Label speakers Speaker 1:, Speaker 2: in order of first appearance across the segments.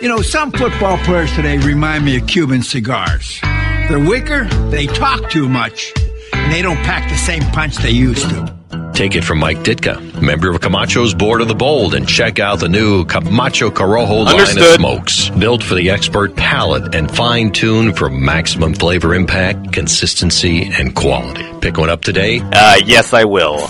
Speaker 1: You know, some football players today remind me of Cuban cigars. They're weaker, they talk too much, and they don't pack the same punch they used to.
Speaker 2: Take it from Mike Ditka, member of Camacho's Board of the Bold, and check out the new Camacho Corojo line of
Speaker 3: Understood.
Speaker 2: smokes. Built for the expert palate and fine tuned for maximum flavor impact, consistency, and quality. Pick one up today.
Speaker 3: Uh, yes, I will.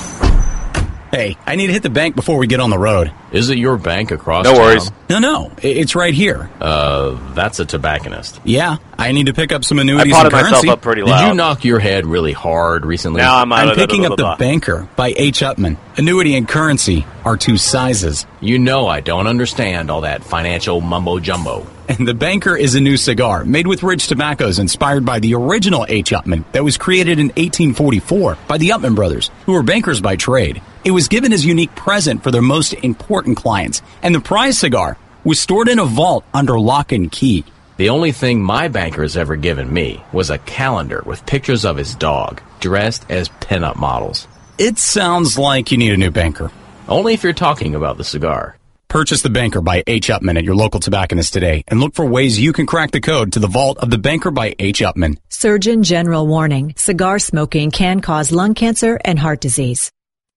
Speaker 4: Hey, I need to hit the bank before we get on the road.
Speaker 5: Is it your bank across?
Speaker 3: No worries.
Speaker 5: town?
Speaker 4: No, no, i- it's right here.
Speaker 5: Uh, that's a tobacconist.
Speaker 4: Yeah, I need to pick up some
Speaker 3: I
Speaker 4: annuities and
Speaker 3: potted myself
Speaker 4: currency.
Speaker 3: up pretty
Speaker 5: Did
Speaker 3: loud.
Speaker 5: you knock your head really hard recently?
Speaker 3: Now I'm out
Speaker 4: I'm
Speaker 3: of it,
Speaker 4: picking
Speaker 3: blah,
Speaker 4: up
Speaker 3: blah, blah.
Speaker 4: The Banker by H. Upman. Annuity and currency are two sizes,
Speaker 5: You know I don't understand all that financial mumbo jumbo.
Speaker 4: and The Banker is a new cigar made with rich tobaccos inspired by the original H. Upman that was created in 1844 by the Upman brothers, who were bankers by trade. It was given as a unique present for their most important clients, and the prize cigar was stored in a vault under lock and key.
Speaker 5: The only thing my banker has ever given me was a calendar with pictures of his dog dressed as pinup models.
Speaker 4: It sounds like you need a new banker.
Speaker 5: Only if you're talking about the cigar.
Speaker 4: Purchase The Banker by H. Upman at your local tobacconist today and look for ways you can crack the code to the vault of The Banker by H. Upman.
Speaker 6: Surgeon General warning cigar smoking can cause lung cancer and heart disease.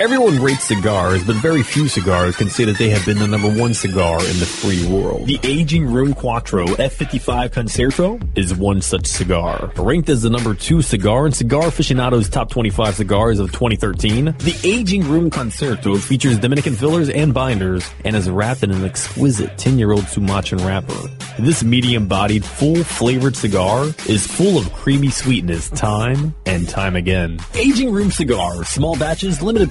Speaker 7: Everyone rates cigars, but very few cigars can say that they have been the number one cigar in the free world. The aging Room Quattro F55 Concerto is one such cigar. Ranked as the number two cigar in Cigar Aficionado's Top 25 Cigars of 2013, the aging Room Concerto features Dominican fillers and binders and is wrapped in an exquisite 10-year-old Sumatran wrapper. This medium-bodied, full-flavored cigar is full of creamy sweetness time and time again. Aging Room Cigar, small batches, limited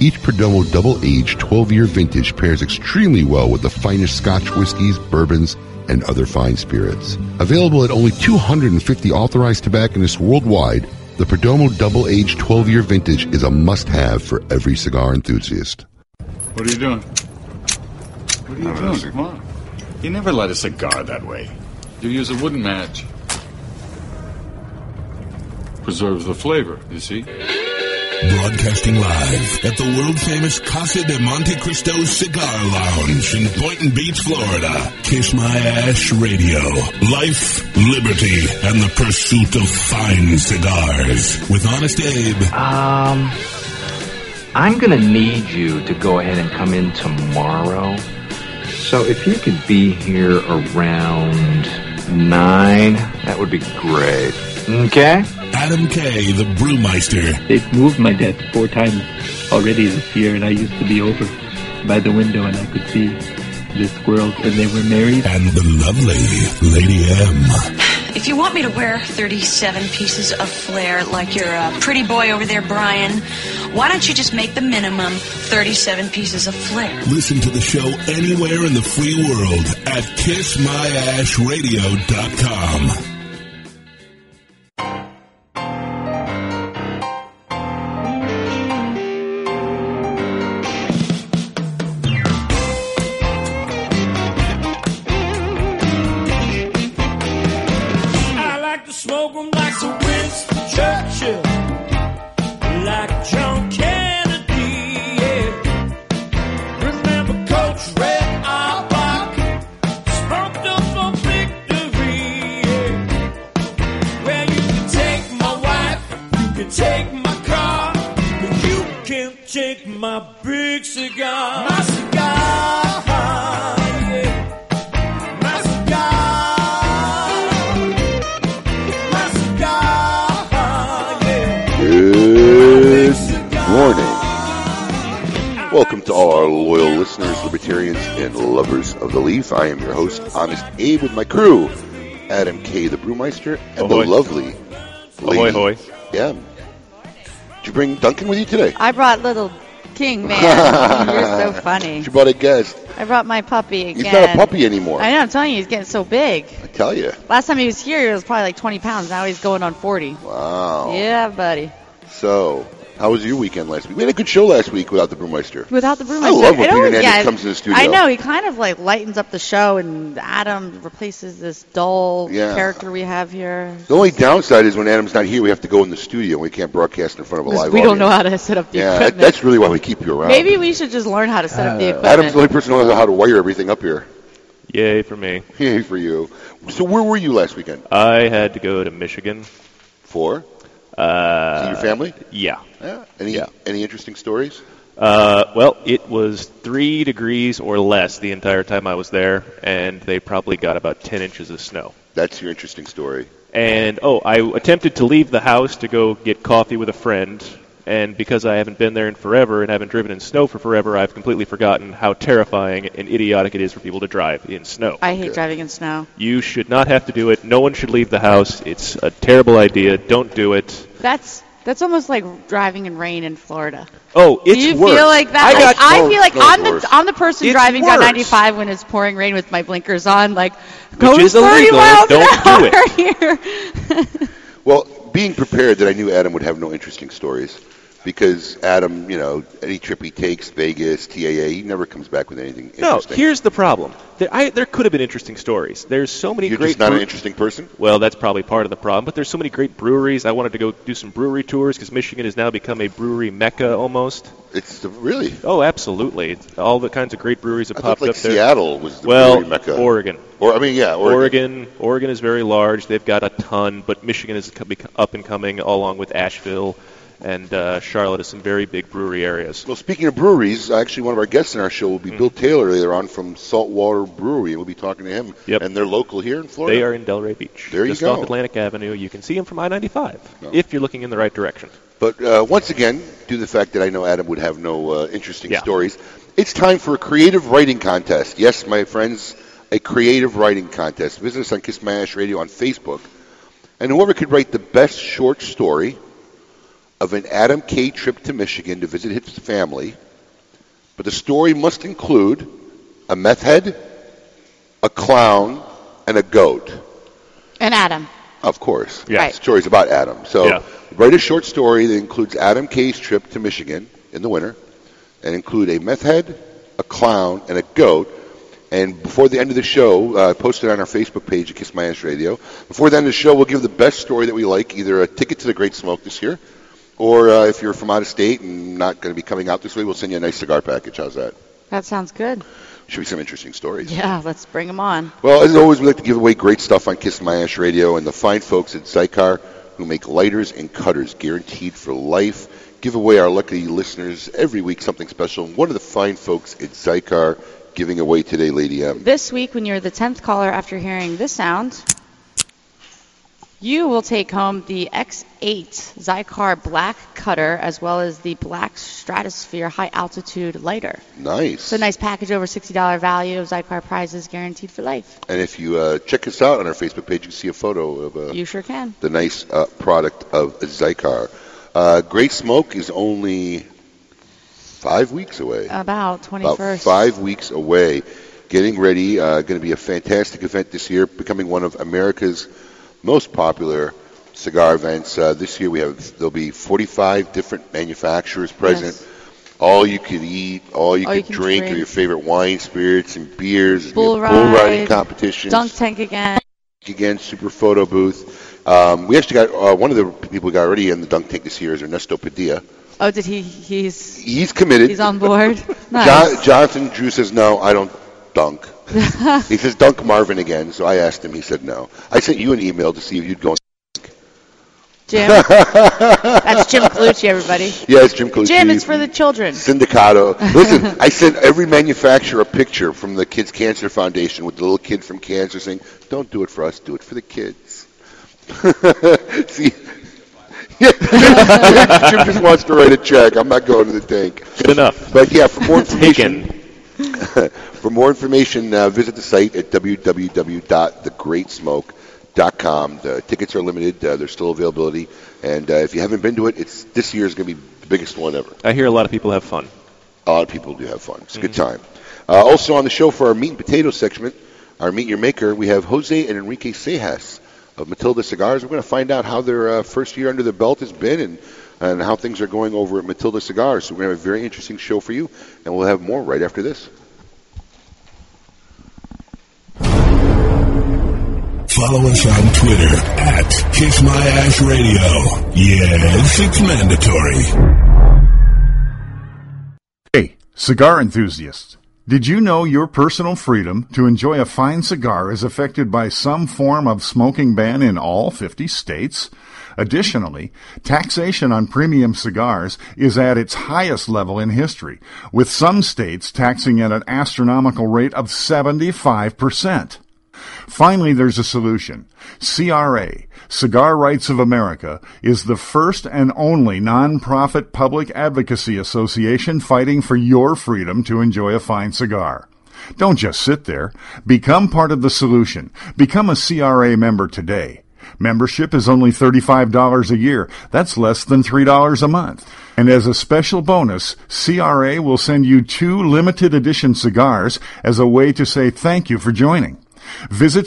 Speaker 8: each Perdomo Double Age 12 Year Vintage pairs extremely well with the finest Scotch whiskies, bourbons, and other fine spirits. Available at only 250 authorized tobacconists worldwide, the Perdomo Double Age 12 Year Vintage is a must have for every cigar enthusiast.
Speaker 9: What are you doing? What are you doing? Come on. You never light a cigar that way. You use a wooden match. Preserves the flavor, you see?
Speaker 7: Broadcasting live at the world famous Casa de Monte Cristo Cigar Lounge in Boynton Beach, Florida. Kiss My Ash Radio. Life, liberty, and the pursuit of fine cigars with Honest Abe.
Speaker 10: Um, I'm gonna need you to go ahead and come in tomorrow. So if you could be here around nine, that would be great. Okay.
Speaker 7: Adam K., the Brewmeister.
Speaker 10: They've moved my desk four times already this year, and I used to be over by the window, and I could see the squirrels, and they were married.
Speaker 7: And the lovely Lady M.
Speaker 6: If you want me to wear 37 pieces of flair like your uh, pretty boy over there, Brian, why don't you just make the minimum 37 pieces of flair?
Speaker 7: Listen to the show anywhere in the free world at kissmyashradio.com.
Speaker 9: I like to smoke them like Sir Winston Churchill, like John Kennedy. Yeah. Remember Coach Red Auerbach, smoked up on victory. Yeah. Well, you can take my wife, you can take my car, but you can't take my big cigar. My cigar. yeah. My cigar. My cigar, yeah.
Speaker 8: Good morning. Welcome to all our loyal listeners, libertarians, and lovers of the leaf. I am your host, Honest Abe, with my crew, Adam K. the Brewmeister, and
Speaker 11: Ahoy.
Speaker 8: the lovely lady.
Speaker 11: Ahoy, hoy.
Speaker 8: Yeah. Did you bring Duncan with you today?
Speaker 12: I brought little King Oh, Man. You're so funny.
Speaker 8: She brought a guest.
Speaker 12: I brought my puppy again.
Speaker 8: He's not a puppy anymore.
Speaker 12: I know. I'm telling you, he's getting so big.
Speaker 8: I tell you.
Speaker 12: Last time he was here, he was probably like 20 pounds. Now he's going on 40.
Speaker 8: Wow.
Speaker 12: Yeah, buddy.
Speaker 8: So, how was your weekend last week? We had a good show last week without the Brewmeister.
Speaker 12: Without the broom,
Speaker 8: I
Speaker 12: said-
Speaker 8: love when
Speaker 12: it
Speaker 8: Peter
Speaker 12: always-
Speaker 8: Hernandez
Speaker 12: yeah,
Speaker 8: comes to the studio.
Speaker 12: I know he kind of like lightens up the show, and Adam replaces this dull
Speaker 8: Yeah.
Speaker 12: character we have here.
Speaker 8: The only downside is when Adam's not here, we have to go in the studio and we can't broadcast in front of a
Speaker 12: We
Speaker 8: live
Speaker 12: don't know
Speaker 8: audience.
Speaker 12: how to set up the
Speaker 8: Yeah, that,
Speaker 12: equipment.
Speaker 8: that's really why we keep you around.
Speaker 12: Maybe we should just learn how to set up the equipment.
Speaker 8: Adam's the only person who knows how to wire everything up here.
Speaker 11: Yay for me.
Speaker 8: Yay for you. So where were you last weekend?
Speaker 11: I had to go to Michigan.
Speaker 8: For?
Speaker 11: Uh,
Speaker 8: See your family?
Speaker 11: Yeah.
Speaker 8: Yeah. Any any interesting stories?
Speaker 11: Uh, well, it was three degrees or less the entire time I was there, and they probably got about 10 inches of snow.
Speaker 8: That's your interesting story.
Speaker 11: And oh, I attempted to leave the house to go get coffee with a friend, and because I haven't been there in forever and haven't driven in snow for forever, I've completely forgotten how terrifying and idiotic it is for people to drive in snow.
Speaker 12: I hate driving in snow.
Speaker 11: You should not have to do it. No one should leave the house. It's a terrible idea. Don't do it.
Speaker 12: That's that's almost like driving in rain in Florida.
Speaker 11: Oh,
Speaker 12: Do
Speaker 11: it's
Speaker 12: you
Speaker 11: worse.
Speaker 12: feel like that?
Speaker 11: I got-
Speaker 12: Like, I
Speaker 11: No,
Speaker 12: feel like
Speaker 11: no,
Speaker 12: I'm
Speaker 11: worse.
Speaker 12: the I'm the person
Speaker 11: It's
Speaker 12: driving down
Speaker 11: worse.
Speaker 12: 95 when it's pouring rain with my blinkers on. Like, go
Speaker 8: Which
Speaker 12: to
Speaker 8: is
Speaker 12: 30
Speaker 8: illegal.
Speaker 12: miles
Speaker 8: Don't
Speaker 12: an
Speaker 8: do it.
Speaker 12: hour here.
Speaker 8: Well, being prepared that I knew Adam would have no interesting stories because Adam, you know, any trip he takes, Vegas, TAA, he never comes back with anything
Speaker 11: No,
Speaker 8: interesting.
Speaker 11: here's the problem. There, I, there could have been interesting stories. There's so many
Speaker 8: You're
Speaker 11: great.
Speaker 8: just not an
Speaker 11: brew-
Speaker 8: interesting person?
Speaker 11: Well, that's probably part of the problem. But there's so many great breweries. I wanted to go do some brewery tours because Michigan has now become a brewery mecca almost.
Speaker 8: It's really.
Speaker 11: Oh, absolutely! It's- All the kinds of great breweries have
Speaker 8: I thought
Speaker 11: popped
Speaker 8: like
Speaker 11: up there.
Speaker 8: Seattle was the
Speaker 11: well,
Speaker 8: brewery mecca.
Speaker 11: Oregon.
Speaker 8: Or I mean, yeah, Oregon.
Speaker 11: Oregon. Oregon is very large. They've got a ton, but Michigan is co- bec- up and coming, along with Asheville and uh, Charlotte. Is some very big brewery areas. Mm.
Speaker 8: Well, speaking of breweries, actually, one of our guests in our show will be Bill Taylor later on from Saltwater Brewery. We'll be talking to him. Yep. And they're local here in Florida.
Speaker 11: They are in Delray Beach.
Speaker 8: There you
Speaker 11: just
Speaker 8: go.
Speaker 11: off Atlantic Avenue. You can see them from I-95 if you're looking in the right direction.
Speaker 8: But uh, once again, due to the fact that I know Adam would have no uh, interesting
Speaker 11: Yeah.
Speaker 8: stories, it's time for a creative writing contest. Yes, my friends, a creative writing contest. Visit us on Kiss My Ash Radio on Facebook. And whoever could write the best short story of an Adam K. trip to Michigan to visit his family, but the story must include a meth head, a clown, and a goat.
Speaker 12: and Adam.
Speaker 8: Of course.
Speaker 12: Yeah. Right.
Speaker 8: The story's about Adam. So
Speaker 12: Yeah.
Speaker 8: write a short story that includes Adam K's trip to Michigan in the winter and include a meth head, a clown, and a goat. And before the end of the show, uh, post it on our Facebook page at Kiss My Ass Radio. Before the end of the show, we'll give the best story that we like, either a ticket to the Great Smoke this year, or uh, if you're from out of state and not going to be coming out this way, we'll send you a nice cigar package. How's that?
Speaker 12: That sounds good.
Speaker 8: Should be some interesting stories.
Speaker 12: Yeah, let's bring him on.
Speaker 8: Well, as always, we like to give away great stuff on Kiss My Ash Radio and the fine folks at Zycar who make lighters and cutters guaranteed for life. Give away our lucky listeners every week something special. And One of the fine folks at Zycar giving away today, Lady M.
Speaker 12: This week, when you're the 10th caller after hearing this sound, you will take home the X8 Zycar Black Cutter as well as the Black Stratosphere High Altitude Lighter.
Speaker 8: Nice.
Speaker 12: It's a nice package over $60 value of Zycar prizes guaranteed for life.
Speaker 8: And if you uh, check us out on our Facebook page, you can see a photo of uh,
Speaker 12: You sure can.
Speaker 8: the nice uh, product of Zycar. Uh, great Smoke is only five weeks away.
Speaker 12: About
Speaker 8: About
Speaker 12: 21st.
Speaker 8: five weeks away. Getting ready. Uh, going to be a fantastic event this year, becoming one of America's most popular cigar events. Uh, this year we have there'll be 45 different manufacturers present. All you can eat, all you
Speaker 12: All
Speaker 8: can
Speaker 12: you can
Speaker 8: drink,
Speaker 12: drink.
Speaker 8: or your favorite wine, spirits, and beers. There's
Speaker 12: Bull
Speaker 8: gonna be a bull riding
Speaker 12: ride,
Speaker 8: competition
Speaker 12: Dunk Tank again.
Speaker 8: again, super photo booth. Um, we actually got uh, one of the people we got already in the dunk tank this year is Ernesto Padilla.
Speaker 12: Oh, did he? He's
Speaker 8: He's committed.
Speaker 12: he's on board.
Speaker 8: John,
Speaker 12: Nice.
Speaker 8: Jonathan Drew says no, I don't dunk. he says dunk Marvin again. So I asked him. He said no. I sent you an email to see if you'd go.
Speaker 12: Jim. That's Jim Colucci, everybody.
Speaker 8: Yeah, it's Jim Colucci.
Speaker 12: Jim, it's for the children.
Speaker 8: Syndicato. Listen, I sent every manufacturer a picture from the Kids Cancer Foundation with the little kid from cancer saying, "Don't do it for us, do it for the kids." See, Jim just wants to write a check. I'm not going to the tank.
Speaker 11: Good enough.
Speaker 8: But yeah, for more information, for more information, uh, visit the site at www.thegreatsmoke.com. The tickets are limited. Uh, there's still availability, and uh, if you haven't been to it, it's this year is going to be the biggest one ever.
Speaker 11: I hear a lot of people have fun.
Speaker 8: A lot of people do have fun. It's a good time. Uh, also on the show for our meat and potato segment, our meet your maker, we have Jose and Enrique Sejas of Matilda Cigars. We're going to find out how their uh, first year under their belt has been and, and how things are going over at Matilda Cigars. So we're going to have a very interesting show for you, and we'll have more right after this.
Speaker 10: Follow us on Twitter at Kiss My Ash Radio. Yes, it's mandatory.
Speaker 13: Hey, cigar enthusiasts. Did you know your personal freedom to enjoy a fine cigar is affected by some form of smoking ban in all 50 states? Additionally, taxation on premium cigars is at its highest level in history, with some states taxing at an astronomical rate of 75%. Finally, there's a solution. CRA, Cigar Rights of America, is the first and only nonprofit public advocacy association fighting for your freedom to enjoy a fine cigar. Don't just sit there. Become part of the solution. Become a CRA member today. Membership is only $35 a year. That's less than $3 a month. And as a special bonus, CRA will send you two limited edition cigars as a way to say thank you for joining. Visit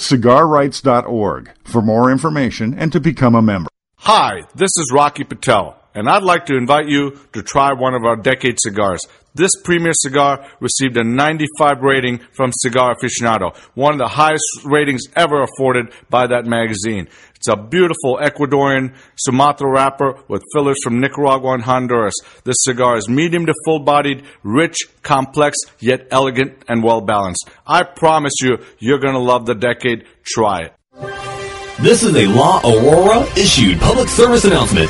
Speaker 13: cigarrights.org for more information and to become a member.
Speaker 14: Hi, this is Rocky Patel, and I'd like to invite you to try one of our decade cigars. This premier cigar received a 95 rating from Cigar Aficionado, one of the highest ratings ever afforded by that magazine. It's a beautiful Ecuadorian Sumatra wrapper with fillers from Nicaragua and Honduras. This cigar is medium to full bodied, rich, complex, yet elegant and well balanced. I promise you, you're going to love the decade. Try it.
Speaker 7: This is a La Aurora issued public service announcement.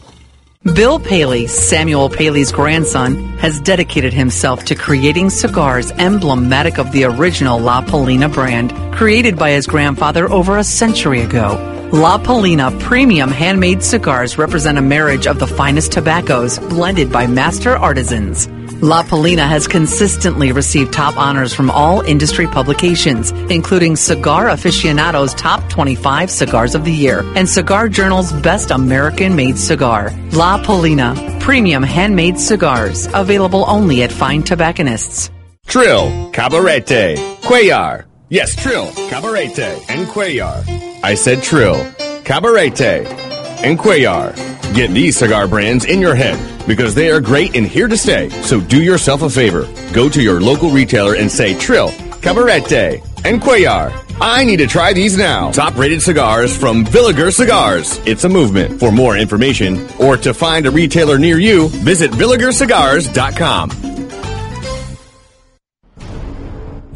Speaker 15: Bill Paley, Samuel Paley's grandson, has dedicated himself to creating cigars emblematic of the original La Polina brand, created by his grandfather over a century ago. La Polina premium handmade cigars represent a marriage of the finest tobaccos blended by master artisans. La Polina has consistently received top honors from all industry publications, including Cigar Aficionado's Top 25 Cigars of the Year and Cigar Journal's Best American Made Cigar. La Polina, premium handmade cigars, available only at fine tobacconists.
Speaker 16: Trill, Cabarete, Cuellar. Yes, Trill, Cabarete, and Cuellar. I said Trill, Cabarete, and Cuellar. Get these cigar brands in your head because they are great and here to stay. So do yourself a favor. Go to your local retailer and say Trill, Cabarete, and Cuellar. I need to try these now. Top rated cigars from Villager Cigars. It's a movement. For more information or to find a retailer near you, visit VillagerCigars.com.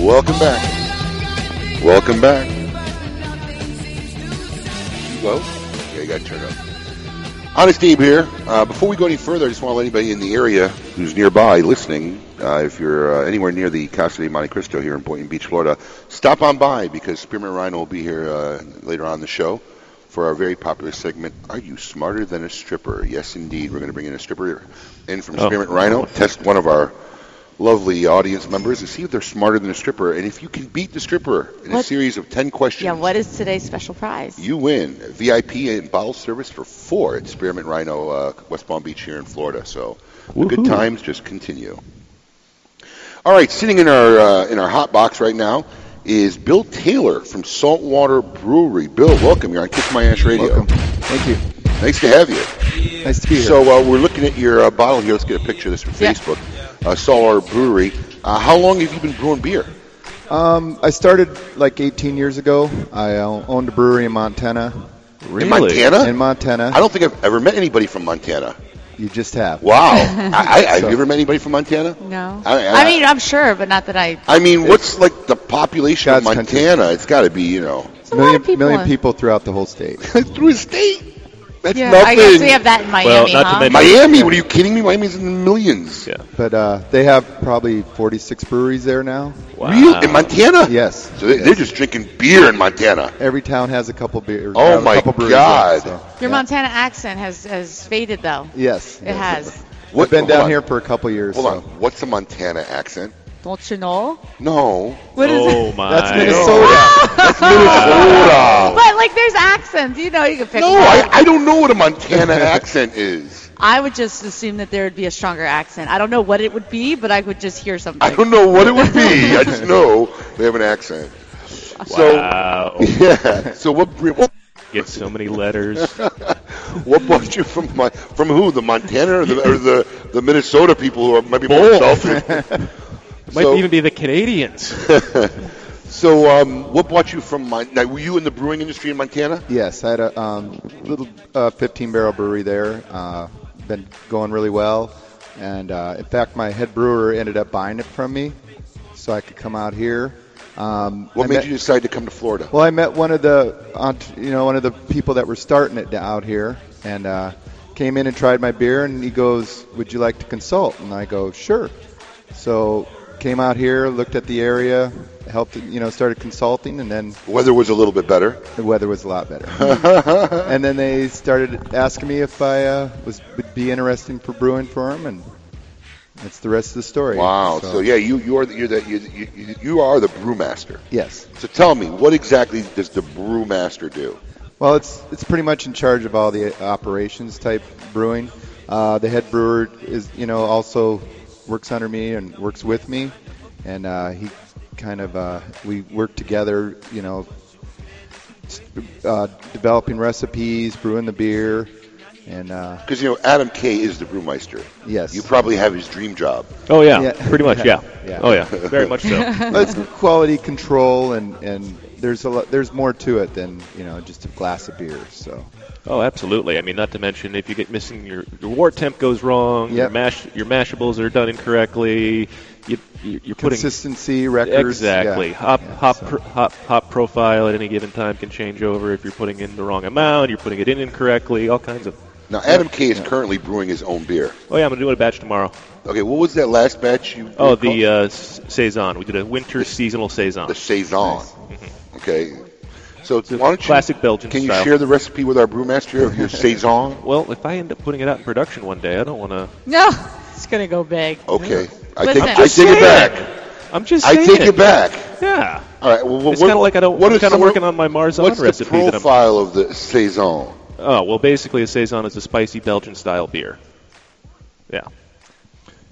Speaker 8: Welcome back. Welcome back. Hello? Yeah, you got to turn it up. Honest Abe here. Uh, before we go any further, I just want to let anybody in the area who's nearby listening, uh, if you're uh, anywhere near the Casa de Monte Cristo here in Boynton Beach, Florida, stop on by because Spearman Rhino will be here uh, later on in the show for our very popular segment, Are You Smarter Than a Stripper? Yes, indeed. We're going to bring in a stripper in from
Speaker 11: Oh.
Speaker 8: Spearmint Rhino, test one of our lovely audience members to see if they're smarter than a stripper. And if you can beat the stripper in a
Speaker 12: What-
Speaker 8: series of 10 questions,
Speaker 12: Yeah, what is today's special prize?
Speaker 8: you win VIP and bottle service for four at Spearmint Rhino, uh, West Palm Beach here in Florida. So the good
Speaker 12: Woohoo.
Speaker 8: times just continue. All right, sitting in our uh, in our hot box right now is Bill Taylor from Saltwater Brewery. Bill, welcome. You're on Kiss My Ash Radio. Welcome. Thank you. Nice to have you. Nice to be here. So uh, we're looking at your uh, bottle here. Let's get a picture of this from Facebook. Uh, Saltwater Brewery. Uh, how long have you been brewing beer?
Speaker 17: Um, I started like 18 years ago. I uh, owned a brewery in Montana.
Speaker 8: In Montana?
Speaker 17: In Montana.
Speaker 8: I don't think I've ever met anybody from Montana.
Speaker 17: You just have.
Speaker 8: Wow. I, I, have
Speaker 17: So-
Speaker 8: you ever met anybody from Montana?
Speaker 12: No.
Speaker 8: I- I-
Speaker 12: I mean, I'm sure, but not that I.
Speaker 8: I mean, what's like the population of Montana? It's got to be, you know,
Speaker 17: million,
Speaker 12: people
Speaker 17: million
Speaker 12: in-
Speaker 17: people throughout the whole state.
Speaker 8: through a state. That's
Speaker 12: yeah,
Speaker 8: nothing.
Speaker 12: I guess we have that in Miami, huh?
Speaker 8: Miami. What are you kidding me? Miami's in the millions. Yeah.
Speaker 17: But uh, they have probably 46 breweries there now.
Speaker 8: Real in Montana?
Speaker 17: Yes.
Speaker 8: So they, they're just drinking beer in Montana.
Speaker 17: Every town has a couple beers.
Speaker 8: Oh
Speaker 17: a
Speaker 8: my
Speaker 17: couple breweries
Speaker 8: God.
Speaker 17: there, so.
Speaker 12: Your Montana accent has, has faded, though.
Speaker 17: Yes.
Speaker 12: It has.
Speaker 8: What-
Speaker 17: I've been
Speaker 8: hold
Speaker 17: down
Speaker 8: on.
Speaker 17: here for a couple years.
Speaker 8: Hold
Speaker 17: so.
Speaker 8: on. What's a Montana accent?
Speaker 12: Don't you know?
Speaker 8: No.
Speaker 12: What is
Speaker 8: oh
Speaker 12: it?
Speaker 8: my.
Speaker 17: That's
Speaker 8: Minnesota. That's Minnesota.
Speaker 12: But, like, there's accents. You know, you can pick
Speaker 8: No,
Speaker 12: them up.
Speaker 8: Oh, I, I don't know what a Montana accent is.
Speaker 12: I would just assume that there would be a stronger accent. I don't know what it would be, but I would just hear something.
Speaker 8: I don't know what it would be. I just know they have an accent. So,
Speaker 11: Wow.
Speaker 8: yeah. So what? what
Speaker 11: Get so many letters.
Speaker 8: what brought you from my, from who the Montana or the, or the the Minnesota people who are maybe more
Speaker 11: Both.
Speaker 8: selfish?
Speaker 11: Might
Speaker 8: So-
Speaker 11: even be the Canadians.
Speaker 8: so um, what brought you from my? Now, were you in the brewing industry in Montana?
Speaker 17: Yes, I had a um, little uh, 15 barrel brewery there. Uh, been going really well, and uh, in fact, my head brewer ended up buying it from me, so I could come out here. Um,
Speaker 8: What
Speaker 17: I
Speaker 8: made
Speaker 17: met-
Speaker 8: you decide to come to Florida?
Speaker 17: Well, I met one of the, ent- you know, one of the people that were starting it out here, and uh, came in and tried my beer, and he goes, "Would you like to consult?" And I go, "Sure." So came out here, looked at the area, helped, you know, started consulting, and then
Speaker 8: weather was a little bit better.
Speaker 17: The weather was a lot better, and then they started asking me if I uh, was would be interesting for brewing for them, and that's the rest of the story.
Speaker 8: Wow. So, yeah, you you are the, you're the, you, you you are the brewmaster.
Speaker 17: Yes.
Speaker 8: So tell me, what exactly does the brewmaster do?
Speaker 17: Well, it's it's pretty much in charge of all the operations type brewing. Uh, the head brewer is you know also works under me and works with me, and uh, he kind of uh, we work together. You know, s- uh, developing recipes, brewing the beer, and uh,
Speaker 8: Because you know Adam Kay is the brewmeister.
Speaker 17: Yes.
Speaker 8: You probably have his dream job.
Speaker 11: Oh, yeah. Pretty much, yeah. Oh, yeah. Very much so.
Speaker 17: That's quality control, and and there's a lot, there's more to it than you know just a glass of beer. So
Speaker 11: Oh, absolutely. I mean, not to mention if you get missing your your wart temp goes wrong, your
Speaker 17: Yep.
Speaker 11: mash your mashables are done incorrectly. You, you you're putting
Speaker 17: consistency, records,
Speaker 11: exactly
Speaker 17: yeah.
Speaker 11: hop hop pr- hop hop profile at any given time can change over if you're putting in the wrong amount, you're putting it in incorrectly, all kinds of.
Speaker 8: Now Adam Kay is currently brewing his own beer.
Speaker 11: Oh yeah, I'm gonna do a batch tomorrow.
Speaker 8: Okay, what was that last batch you?
Speaker 11: Oh, the uh, s- saison. We did a winter seasonal saison. The
Speaker 8: saison. Okay. So why don't you
Speaker 11: classic Belgian
Speaker 8: can you
Speaker 11: style.
Speaker 8: share the recipe with our brewmaster of your saison?
Speaker 11: Well, if I end up putting it out in production one day, I don't want to.
Speaker 12: No, it's gonna go big.
Speaker 8: Okay. I
Speaker 12: Listen,
Speaker 8: take, I take it back.
Speaker 11: I'm just.
Speaker 8: I
Speaker 11: saying.
Speaker 8: take it back.
Speaker 11: Yeah.
Speaker 8: All right. Well,
Speaker 11: it's
Speaker 8: what-
Speaker 11: kind of like I don't.
Speaker 8: what
Speaker 11: What
Speaker 8: is
Speaker 11: kind
Speaker 8: some-
Speaker 11: of working on my Marzon
Speaker 8: what's the
Speaker 11: recipe that I'm
Speaker 8: profile of the saison?
Speaker 11: Oh well, basically a saison is a spicy Belgian style beer. Yeah,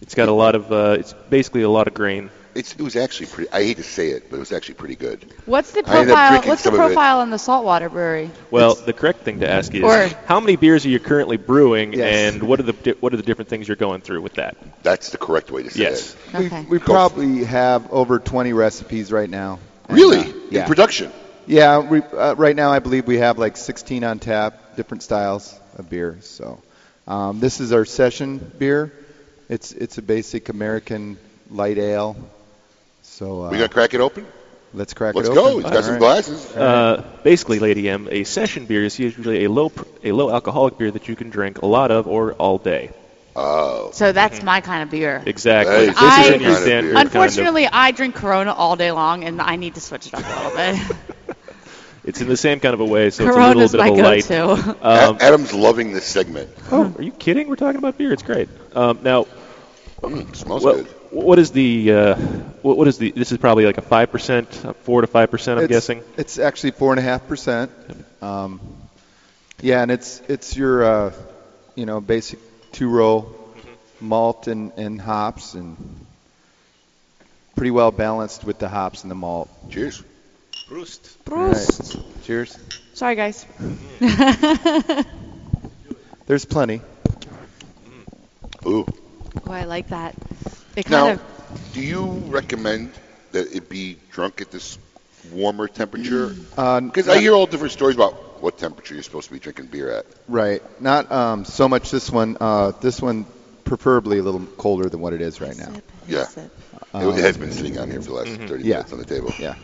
Speaker 11: it's got a lot of. Uh, it's basically a lot of grain.
Speaker 8: It's, it was actually pretty. I hate to say it, but it was actually pretty good.
Speaker 12: What's the
Speaker 11: I ended up
Speaker 12: profile?
Speaker 11: drinking
Speaker 12: What's the
Speaker 11: some of it.
Speaker 12: profile in the saltwater brewery?
Speaker 11: Well, the correct thing to ask is
Speaker 12: Or-
Speaker 11: how many beers are you currently brewing,
Speaker 17: Yes.
Speaker 11: and what are the di- what are the different things you're going through with that?
Speaker 8: That's the correct way to say
Speaker 11: yes.
Speaker 8: it.
Speaker 12: Okay.
Speaker 17: we probably have over 20 recipes right now. uh,
Speaker 8: Really?
Speaker 17: yeah.
Speaker 8: In production?
Speaker 17: Yeah, we, uh, right now I believe we have like 16 on tap, different styles of beer. So um, this is our session beer. It's it's a basic American light ale. So uh,
Speaker 8: we gonna crack it open?
Speaker 17: let's crack
Speaker 8: Let's
Speaker 17: it
Speaker 8: go.
Speaker 17: open.
Speaker 8: It's got
Speaker 17: All
Speaker 8: some
Speaker 17: right.
Speaker 8: glasses.
Speaker 17: All right.
Speaker 11: Uh, basically, Lady M, a session beer is usually a low pr- a low alcoholic beer that you can drink a lot of or all day.
Speaker 8: Oh.
Speaker 12: So that's my kind of beer.
Speaker 11: Exactly.
Speaker 8: That is
Speaker 11: This
Speaker 8: different
Speaker 11: isn't
Speaker 8: kind
Speaker 11: Mm-hmm. your
Speaker 8: of beer.
Speaker 11: standard. kind of-
Speaker 12: Unfortunately, I drink Corona all day long, and I need to switch it up a little bit.
Speaker 11: it's in the same kind of a way, so it's
Speaker 12: Corona's
Speaker 11: a little bit
Speaker 12: my
Speaker 11: of a light. Um,
Speaker 12: go-to.
Speaker 8: A- Adam's loving this segment.
Speaker 11: Oh, are you kidding? We're talking about beer. It's great. Um, now,
Speaker 8: Mm, smells
Speaker 11: well,
Speaker 8: good.
Speaker 11: what is the uh, what, what is the? This is probably like a five percent, four to five percent. I'm
Speaker 17: it's,
Speaker 11: guessing.
Speaker 17: It's actually four and a half percent. Um, yeah, and it's it's your uh, you know basic two row malt and, and hops and pretty well balanced with the hops and the malt.
Speaker 8: Cheers.
Speaker 17: Proust.
Speaker 12: Prost.
Speaker 17: Cheers.
Speaker 12: Sorry, guys. Oh,
Speaker 17: There's plenty.
Speaker 8: Ooh.
Speaker 12: Oh, I like that. It kind
Speaker 8: Now,
Speaker 12: of
Speaker 8: do you recommend that it be drunk at this warmer temperature?
Speaker 17: Because
Speaker 8: Because Uh, I hear all different stories about what temperature you're supposed to be drinking beer at.
Speaker 17: Right. Not um, so much this one. Uh, this one preferably a little colder than what it is right now.
Speaker 8: Yeah.
Speaker 17: Um, mm-hmm.
Speaker 8: it has been sitting on here for the last 30
Speaker 17: Yeah.
Speaker 8: minutes on the table.
Speaker 17: Yeah.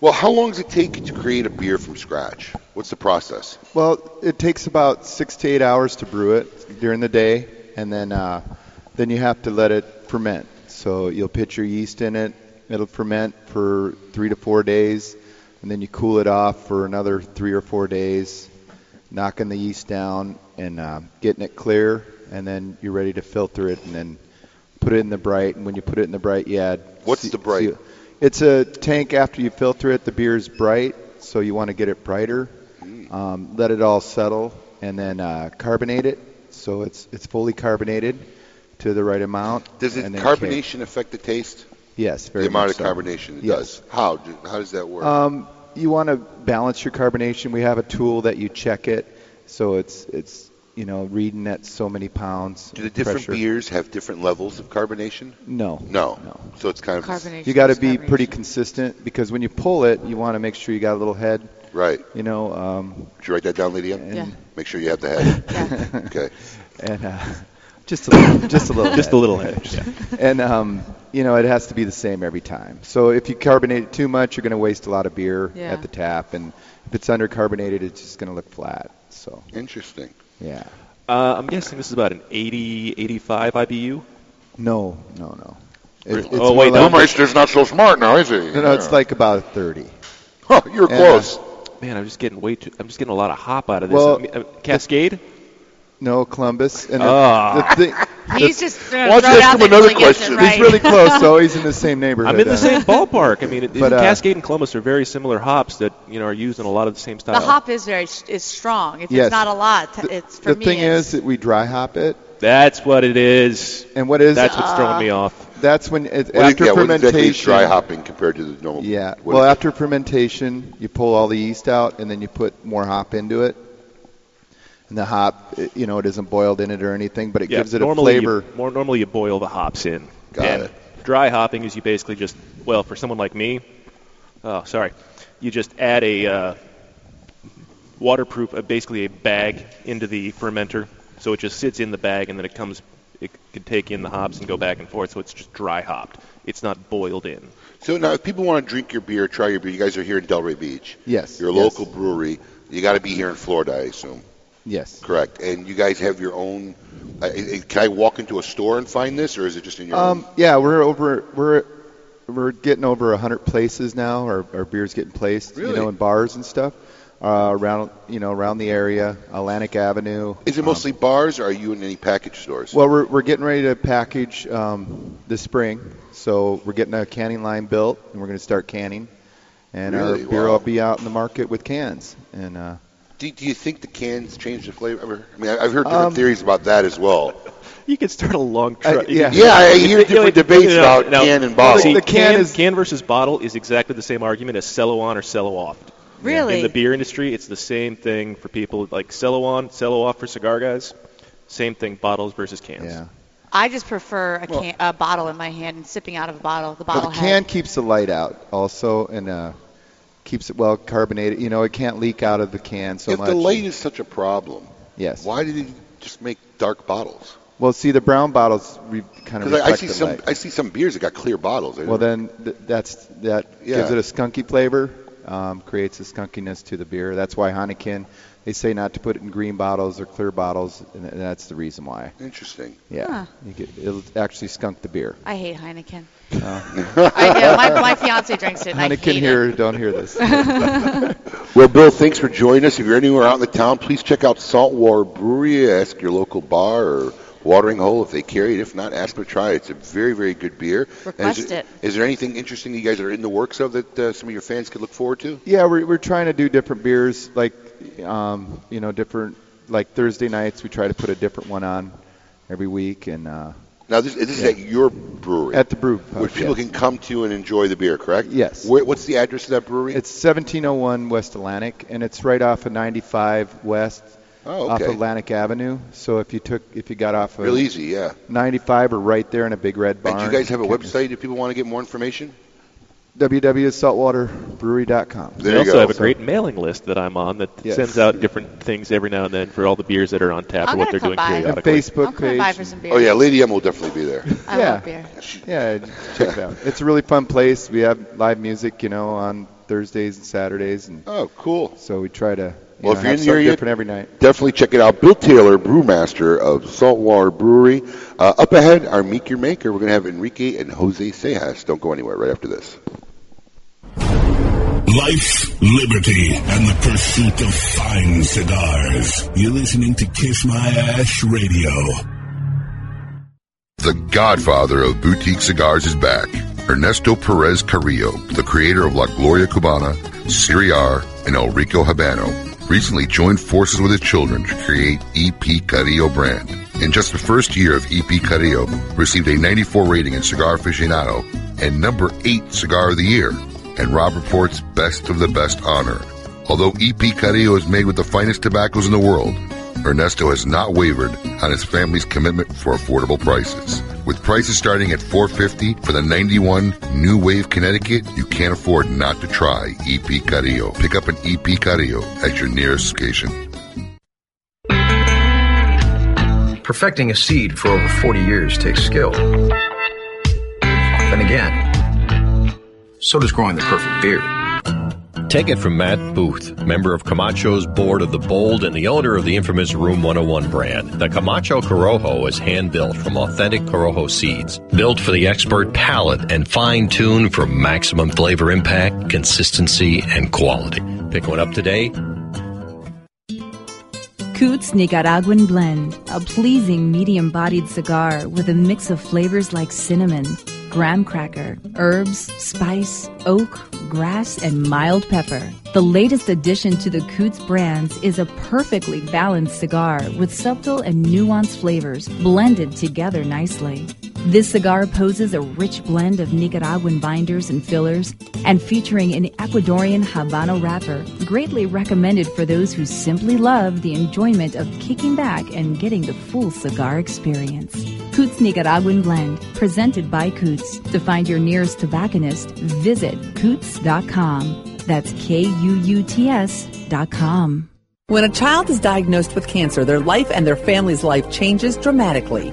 Speaker 8: Well, how long does it take to create a beer from scratch? What's the process?
Speaker 17: Well, it takes about six to eight hours to brew it during the day, and then uh, then you have to let it ferment. So you'll put your yeast in it. It'll ferment for three to four days, and then you cool it off for another three or four days, knocking the yeast down and uh, getting it clear, and then you're ready to filter it, and then put it in the bright. And when you put it in the bright, you add.
Speaker 8: What's the bright?
Speaker 17: it's a tank after you filter it. The beer is bright, so you want to get it brighter.
Speaker 8: Mm.
Speaker 17: Um, let it all settle, and then uh, carbonate it so it's it's fully carbonated to the right amount.
Speaker 8: Does it
Speaker 17: and then
Speaker 8: carbonation
Speaker 17: cake.
Speaker 8: affect the taste?
Speaker 17: Yes, very
Speaker 8: the amount
Speaker 17: much
Speaker 8: of
Speaker 17: so.
Speaker 8: carbonation it
Speaker 17: Yes.
Speaker 8: does. How? Do, how does that work?
Speaker 17: Um, you want to balance your carbonation. We have a tool that you check it, so it's it's you know reading at so many pounds.
Speaker 8: do the different
Speaker 17: pressure.
Speaker 8: beers have different levels of carbonation?
Speaker 17: No.
Speaker 8: No. So it's kind of
Speaker 17: You got to be pretty consistent because when you pull it, you want to make sure you got a little head.
Speaker 8: Right.
Speaker 17: You know. Um,
Speaker 8: Did you write that down, Lydia?
Speaker 17: Yeah.
Speaker 8: Make sure you have the head. okay.
Speaker 17: and uh, just a little, just a little,
Speaker 8: Just
Speaker 17: head.
Speaker 8: a little head, yeah.
Speaker 17: And um, you know, it has to be the same every time. So if you carbonate it too much, you're going to waste a lot of beer
Speaker 8: Yeah.
Speaker 17: at the tap, and if it's undercarbonated, it's just going to look flat. So
Speaker 8: Interesting.
Speaker 17: yeah,
Speaker 11: Uh, I'm guessing this is about an 80, 85 IBU.
Speaker 17: no, no, no. It-
Speaker 11: Really? Oh, wait,
Speaker 17: more
Speaker 11: no. Brewmeister's not so smart now, is he?
Speaker 17: No, no, it's
Speaker 11: Yeah.
Speaker 17: like about a thirty.
Speaker 8: Huh, you're
Speaker 17: And, uh,
Speaker 8: close.
Speaker 11: Man, I'm just getting way too. I'm just getting a lot of hop out of this.
Speaker 17: Well,
Speaker 11: I mean, uh, Cascade.
Speaker 17: No, Columbus. And the-
Speaker 11: Ah.
Speaker 17: the thi-
Speaker 11: He's
Speaker 17: the-
Speaker 11: just gonna Why don't throw you it ask out him there another till he gets it question? right.
Speaker 17: He's really close, so he's in the same neighborhood.
Speaker 11: I'm in the
Speaker 17: uh,
Speaker 11: same ballpark. I mean, it,
Speaker 17: But, uh,
Speaker 11: Cascade and Columbus are very similar hops that you know are used in a lot of the same
Speaker 12: the
Speaker 11: style.
Speaker 12: hop is very is strong. If
Speaker 11: Yes.
Speaker 12: it's not a lot, t- it's for
Speaker 17: the
Speaker 12: me.
Speaker 17: thing
Speaker 12: it's-
Speaker 17: is that we dry hop it.
Speaker 11: That's what it is.
Speaker 17: And what is? Uh,
Speaker 11: That's what's throwing me off.
Speaker 17: That's when it,
Speaker 8: What is-
Speaker 17: after
Speaker 8: yeah, what
Speaker 17: fermentation.
Speaker 8: exactly is dry hopping compared to the normal?
Speaker 17: Yeah.
Speaker 8: what
Speaker 17: well,
Speaker 8: is-
Speaker 17: after fermentation, you pull all the yeast out, and then you put more hop into it. And the hop, it- you know, it isn't boiled in it or anything, but it
Speaker 11: Yeah,
Speaker 17: gives it a
Speaker 11: normally you-
Speaker 17: flavor.
Speaker 11: more normally you boil the hops in.
Speaker 17: Got
Speaker 11: and
Speaker 17: it.
Speaker 11: Dry hopping is you basically just well for someone like me, oh sorry, you just add a uh, waterproof, uh, basically a bag into the fermenter, so it just sits in the bag and then it comes. It can take in the hops and go back and forth, so it's just dry hopped. It's not boiled in.
Speaker 8: So now, if people want to drink your beer, try your beer. You guys are here in Delray Beach.
Speaker 17: Yes.
Speaker 8: You're a
Speaker 17: yes,
Speaker 8: local brewery. You got to be here in Florida, I assume.
Speaker 17: Yes.
Speaker 8: Correct. And you guys have your own. uh, I I- can I walk into a store and find this, or is it just in your own?
Speaker 17: Um, yeah, we're over. We're we're getting over hundred places now. Our, our beer's getting placed, you know,
Speaker 8: Really?
Speaker 17: in bars and stuff uh, around, you know, around the area, Atlantic Avenue.
Speaker 8: Is it
Speaker 17: um,
Speaker 8: mostly bars, or are you in any package stores?
Speaker 17: Well, we're, we're getting ready to package um, this spring, so we're getting a canning line built, and we're going to start canning, and
Speaker 8: Really?
Speaker 17: our beer
Speaker 8: Wow.
Speaker 17: will be out in the market with cans. And uh,
Speaker 8: Do, do you think the cans change the flavor? I mean, I- I've heard different
Speaker 17: Um,
Speaker 8: theories about that as well.
Speaker 11: You could start a long
Speaker 18: Uh,
Speaker 11: try.
Speaker 8: I- yeah. Yeah, I hear different debates about can and bottle.
Speaker 11: See,
Speaker 8: The can
Speaker 11: can,
Speaker 8: is-
Speaker 11: can versus bottle is exactly the same argument as cello on or cello off.
Speaker 12: Really?
Speaker 11: In the beer industry, it's the same thing for people like cello on, cello off for cigar guys. Same thing, bottles versus cans. Yeah.
Speaker 12: I just prefer a, can, a bottle in my hand and sipping out of a bottle. The
Speaker 17: but
Speaker 12: bottle
Speaker 17: the can
Speaker 12: head.
Speaker 17: keeps the light out also, and uh, keeps it well carbonated. You know, it can't leak out of the can so
Speaker 8: if
Speaker 17: much.
Speaker 8: the light is such a problem,
Speaker 17: yes.
Speaker 8: why did they just make dark bottles?
Speaker 17: Well, see, the brown bottles re- kind of
Speaker 8: Because
Speaker 17: reflect
Speaker 8: I, I see
Speaker 17: the
Speaker 8: some
Speaker 17: light.
Speaker 8: I see some beers that got clear bottles. I
Speaker 17: Well,
Speaker 8: don't-
Speaker 17: then th- that's that
Speaker 8: Yeah.
Speaker 17: gives it a skunky flavor, um, creates a skunkiness to the beer. That's why Heineken they say not to put it in green bottles or clear bottles, and th- that's the reason why.
Speaker 8: Interesting.
Speaker 17: Yeah,
Speaker 12: Huh.
Speaker 17: You get- it'll actually skunk the beer.
Speaker 12: I hate Heineken.
Speaker 17: Uh,
Speaker 12: I know. My, my fiance drinks it. And I
Speaker 17: Heineken
Speaker 12: hate
Speaker 17: here, don't hear this.
Speaker 12: It.
Speaker 8: Well, Bill, thanks for joining us. If you're anywhere out in the town, please check out Saltwater Brewery. Ask your local bar or
Speaker 18: Watering Hole if they carry it. If not, ask them to try it. It's a very, very good beer. And is
Speaker 17: Request it.
Speaker 18: Is there anything interesting you guys are in the works of that uh, some of your fans could look forward to?
Speaker 17: Yeah, we're, we're trying to do different beers, like um, you know, different like Thursday nights. We try to put a different one on every week, and uh,
Speaker 18: Now, this, this is
Speaker 17: Yeah.
Speaker 18: at your brewery,
Speaker 17: at the brew pub.
Speaker 18: which people
Speaker 17: yes.
Speaker 18: can come to and enjoy the beer, correct?
Speaker 17: Yes.
Speaker 18: Where, what's the address of that brewery?
Speaker 17: It's 1701 West Atlantic, and it's right off of 95 West,
Speaker 18: Oh,
Speaker 17: off
Speaker 18: okay.
Speaker 17: Atlantic Avenue. So if you took, if you got off of
Speaker 18: Real easy, yeah.
Speaker 17: 95 or right there in a big red barn.
Speaker 18: And do you guys have a
Speaker 17: can-
Speaker 18: website if people want to get more information?
Speaker 17: www.saltwaterbrewery.com.
Speaker 11: They also have a great mailing list that I'm on that
Speaker 17: Yes.
Speaker 11: sends out different things every now and then for all the beers that are on tap
Speaker 17: I'm
Speaker 11: or what
Speaker 17: gonna come
Speaker 11: they're doing
Speaker 17: by. And
Speaker 11: periodically.
Speaker 17: Facebook I'm gonna page. buy for some
Speaker 18: Oh yeah,
Speaker 17: beers.
Speaker 18: Lady M will definitely be there.
Speaker 17: I yeah. Yeah, check it out. It's a really fun place. We have live music, you know, on Thursdays and Saturdays. And
Speaker 18: oh, cool.
Speaker 17: So we try to you
Speaker 18: Well,
Speaker 17: know,
Speaker 18: if you're
Speaker 17: have
Speaker 18: in the
Speaker 17: something
Speaker 18: area-
Speaker 17: different every night.
Speaker 18: Definitely check it out. Bill Taylor, brewmaster of Saltwater Brewery. Uh, up ahead, our Meet Your Maker. We're going to have Enrique and Jose Sejas. Don't go anywhere. Right after this.
Speaker 10: Life, liberty, and the pursuit of fine cigars. You're listening to Kiss My Ash Radio.
Speaker 8: The godfather of boutique cigars is back. Ernesto Perez Carrillo, the creator of La Gloria Cubana, Siriar, and El Rico Habano, recently joined forces with his children to create EP Carrillo brand. In just the first year of EP Carrillo, received a 94 rating in Cigar Aficionado and number 8 Cigar of the Year, and Rob Report's Best of the Best honor. Although EP Carrillo is made with the finest tobaccos in the world, Ernesto has not wavered on his family's commitment for affordable prices. With prices starting at 450 for the 91 New Wave Connecticut, you can't afford not to try EP Carillo. Pick up an EP Carillo at your nearest station.
Speaker 19: Perfecting a seed for over 40 years takes skill. Then again, so does growing the perfect beer.
Speaker 2: Take it from Matt Booth, member of Camacho's board of the bold and the owner of the infamous Room 101 brand. The Camacho Corojo is hand built from authentic Corojo seeds, built for the expert palate and fine tuned for maximum flavor impact, consistency, and quality. Pick one up today.
Speaker 20: Coots Nicaraguan Blend, a pleasing medium bodied cigar with a mix of flavors like cinnamon, graham cracker, herbs, spice, oak, grass, and mild pepper. The latest addition to the Coots brands is a perfectly balanced cigar with subtle and nuanced flavors blended together nicely. This cigar poses a rich blend of Nicaraguan binders and fillers and featuring an Ecuadorian Habano wrapper, greatly recommended for those who simply love the enjoyment of kicking back and getting the full cigar experience. Coots Nicaraguan Blend, presented by Coots. To find your nearest tobacconist, visit Coots.com. That's K U U T S dot com.
Speaker 15: When a child is diagnosed with cancer, their life and their family's life changes dramatically.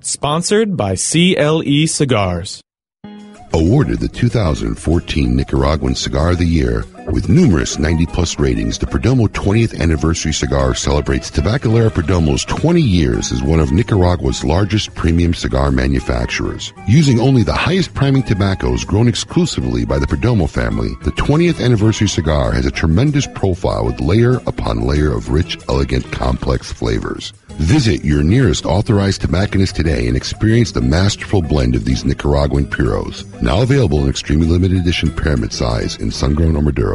Speaker 14: Sponsored by CLE Cigars.
Speaker 8: Awarded the 2014 Nicaraguan Cigar of the Year with numerous 90 plus ratings, the Perdomo 20th Anniversary Cigar celebrates Tabacalera Perdomo's 20 years as one of Nicaragua's largest premium cigar manufacturers. Using only the highest priming tobaccos grown exclusively by the Perdomo family, the 20th Anniversary Cigar has a tremendous profile with layer upon layer of rich, elegant, complex flavors. Visit your nearest authorized tobacconist today and experience the masterful blend of these Nicaraguan puros, now available in extremely limited edition pyramid size in Sungrown or Maduro.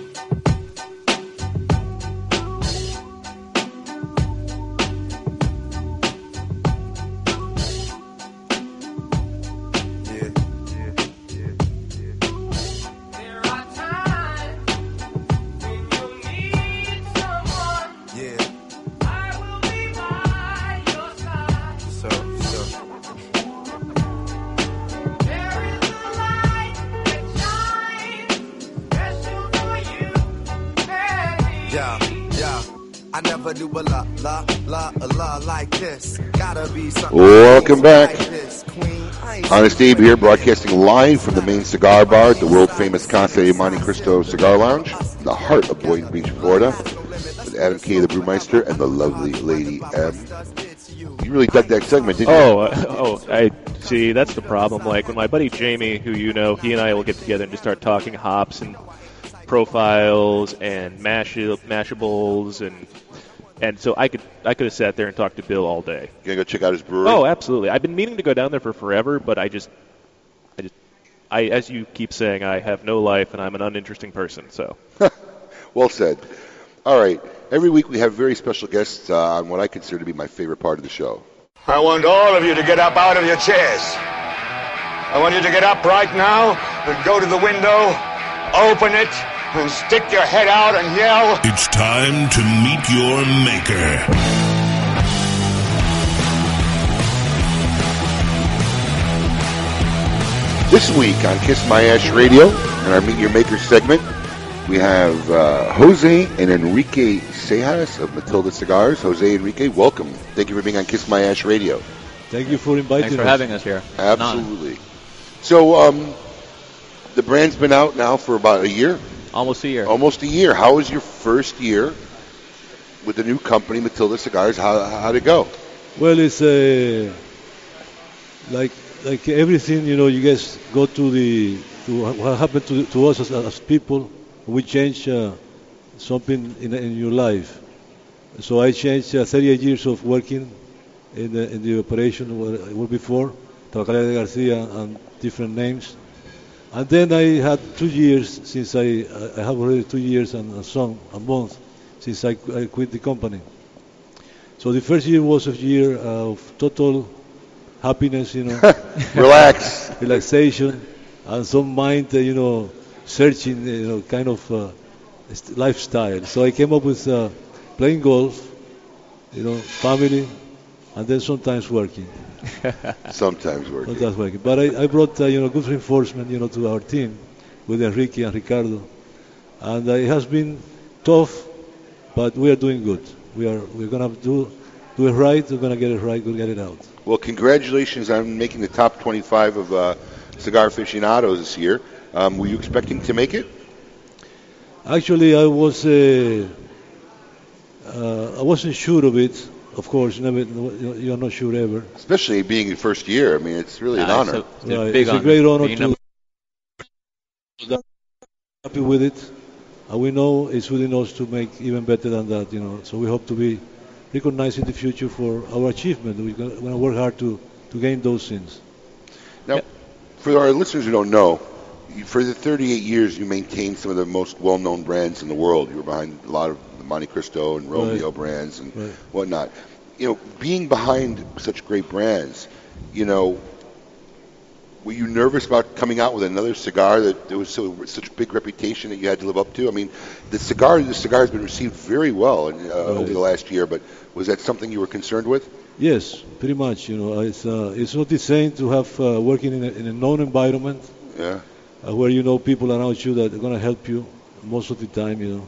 Speaker 10: M.
Speaker 9: Yeah. So, so. There is a light that shines.
Speaker 21: Yeah, I never do a la la la a la like this. Gotta be something.
Speaker 8: Welcome back. Honest Abe here, broadcasting live from the main cigar bar at the world famous Casa de Monte Cristo Cigar Lounge, in the heart of Boynton Beach, Florida, with Adam K. the Brewmeister and the lovely Lady M. You really dug that segment, didn't you?
Speaker 11: Oh, uh, oh, I see. That's the problem. Like when my buddy Jamie, who you know, he and I will get together and just start talking hops and profiles and mash- mashables and and so I could I could have sat there and talked to Bill all day.
Speaker 8: You gonna go check out his brewery?
Speaker 11: Oh, absolutely. I've been meaning to go down there for forever, but I just I just I as you keep saying, I have no life and I'm an uninteresting person. So
Speaker 8: Well said. All right. Every week we have very special guests uh, on what I consider to be my favorite part of the show.
Speaker 22: I want all of you to get up out of your chairs. I want you to get up right now and go to the window, open it, and stick your head out and yell.
Speaker 10: It's time to meet your maker.
Speaker 8: This week on Kiss My Ash Radio and our Meet Your Maker segment, we have uh, Jose and Enrique Sejas of Matilda Cigars. Jose Enrique, welcome. Thank you for being on Kiss My Ash Radio.
Speaker 23: Thank you for inviting
Speaker 8: Thanks for
Speaker 23: us.
Speaker 8: having
Speaker 23: us here.
Speaker 8: Absolutely. So, um, the brand's been out now for about a year.
Speaker 23: Almost a year.
Speaker 8: Almost a year. How was your first year with the new company, Matilda Cigars? How how'd it go?
Speaker 23: Well, it's uh, like like everything you know. You guys go to the to what happened to, to us as, as people. We change uh, something in, in your life. So I changed uh, 38 years of working in the, in the operation where I worked before, Tabacalera de Garcia and different names. And then I had two years since I I I have already two years and, and some a month since I, qu- I quit the company. So the first year was a year of total happiness, you know,
Speaker 8: relax,
Speaker 23: relaxation, and some mind, uh, you know, searching, you know, kind of uh, st- lifestyle. So I came up with uh, playing golf, you know, family, and then sometimes working.
Speaker 8: Sometimes working.
Speaker 23: Sometimes working. But I, I brought, uh, you know, good reinforcement, you know, to our team with Enrique and Ricardo, and uh, it has been tough, but we are doing good. We are we're gonna do do it right. We're gonna get it right. We'll get it out.
Speaker 8: Well, congratulations on making the top 25 of uh, Cigar Aficionados this year. Um, were you expecting to make it?
Speaker 23: Actually, I was uh, uh, I wasn't sure of it. Of course, never you- you're not sure ever.
Speaker 8: Especially being the first year. I mean, it's really an
Speaker 23: Nah,
Speaker 8: honor.
Speaker 23: it's a- it's a Right, big it's a honor. great honor Being to- number- Happy with it, and we know it's within us to make even better than that. You know, so we hope to be recognized in the future for our achievement. We're gonna, gonna work hard to to gain those things.
Speaker 8: Now, for our listeners who don't know, you- for the 38 years, you maintained some of the most well-known brands in the world. You were behind a lot of the Monte Cristo and Romeo brands and
Speaker 23: Right.
Speaker 8: whatnot. You know, being behind such great brands, you know, were you nervous about coming out with another cigar that there was so, such big reputation that you had to live up to? I mean, the cigar, the cigar has been received very well in, uh, over the last year, but was that something you were concerned with?
Speaker 23: Yes, pretty much. You know, it's uh, it's not the same to have uh, working in a, in a known environment
Speaker 8: Yeah.
Speaker 23: uh, where you know people around you that are going to help you most of the time, you know,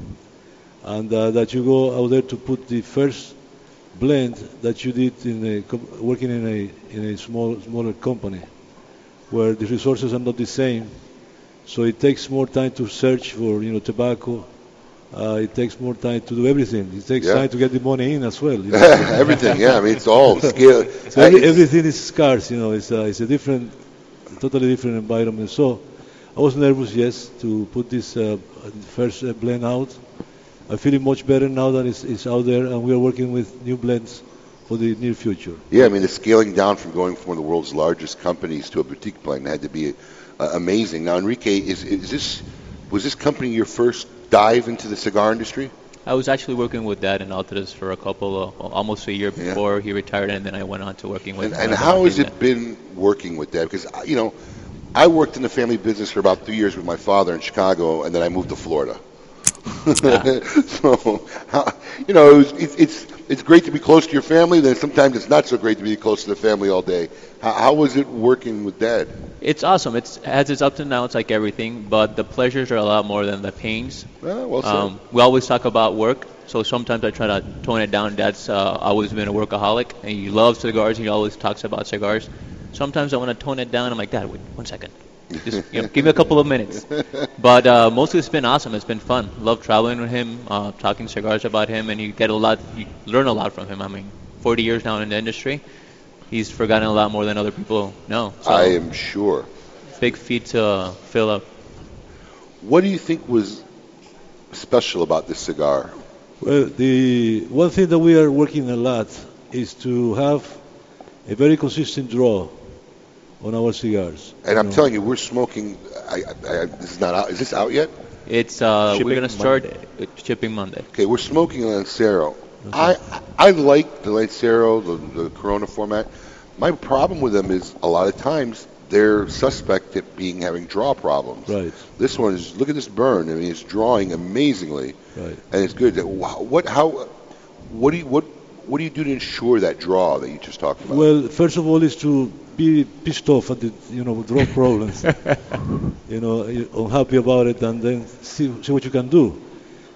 Speaker 23: and uh, that you go out there to put the first blend that you did in a com- working in a in a small smaller company where the resources are not the same, so it takes more time to search for you know tobacco. Uh, it takes more time to do everything. It takes
Speaker 8: Yeah.
Speaker 23: time to get the money in as well. you know.
Speaker 8: Everything, yeah. I mean, it's all skill.
Speaker 23: So
Speaker 8: I-
Speaker 23: every, everything is scarce, you know. It's a, it's a different, totally different environment. So I was nervous, yes, to put this uh, first uh, blend out. I feel it much better now that it's, it's out there, and we are working with new blends for the near future.
Speaker 8: Yeah, I mean, the scaling down from going from one of the world's largest companies to a boutique blend had to be uh, amazing. Now, Enrique, is, is this was this company your first dive into the cigar industry?
Speaker 24: I was actually working with Dad in Altadis for a couple of, almost a year before he retired, and then I went on to working with
Speaker 8: And,
Speaker 24: him
Speaker 8: and
Speaker 24: as a
Speaker 8: how has
Speaker 24: business-
Speaker 8: it been working with that? Because I- you know, I worked in the family business for about three years with my father in Chicago, and then I moved to Florida. so, how- you know, it was, it's it's it's great to be close to your family. Then sometimes it's not so great to be close to the family all day. How, how was it working with Dad?
Speaker 24: It's awesome. It's has its ups and downs like everything, but the pleasures are a lot more than the pains.
Speaker 8: Well, well said.
Speaker 24: um, we Um, always talk about work, So sometimes I try to tone it down. Dad's uh, always been a workaholic, and he loves cigars. He always talks about cigars. Sometimes I want to tone it down. I'm like, Dad, wait one second. Just you know, give me a couple of minutes. But uh, mostly it's been awesome. It's been fun. Love traveling with him, uh, talking cigars about him, and you get a lot. You learn a lot from him. I mean, 40 years now in the industry, he's forgotten a lot more than other people know. So
Speaker 8: I am sure.
Speaker 24: big feat to uh, fill up.
Speaker 8: What do you think was special about this cigar?
Speaker 23: Well, the one thing that we are working a lot is to have a very consistent draw on our cigars.
Speaker 8: And I'm telling you, we're smoking. I, I, I, this is not out. Is this out yet?
Speaker 24: It's uh, we're
Speaker 8: Shipping
Speaker 24: gonna start uh, shipping Monday.
Speaker 8: Okay, we're smoking a Lancero. I I like the Lancero, the, the Corona format. My problem with them is a lot of times they're suspect at being having draw problems.
Speaker 23: Right.
Speaker 8: This one is look at this burn. I mean, it's drawing amazingly,
Speaker 23: Right.
Speaker 8: and it's good. Wow, What how what do you what what do you do to ensure that draw that you just talked about?
Speaker 23: Well, first of all, is to be pissed off at the you know draw problems, you know, you- unhappy about it, and then see, see what you can do.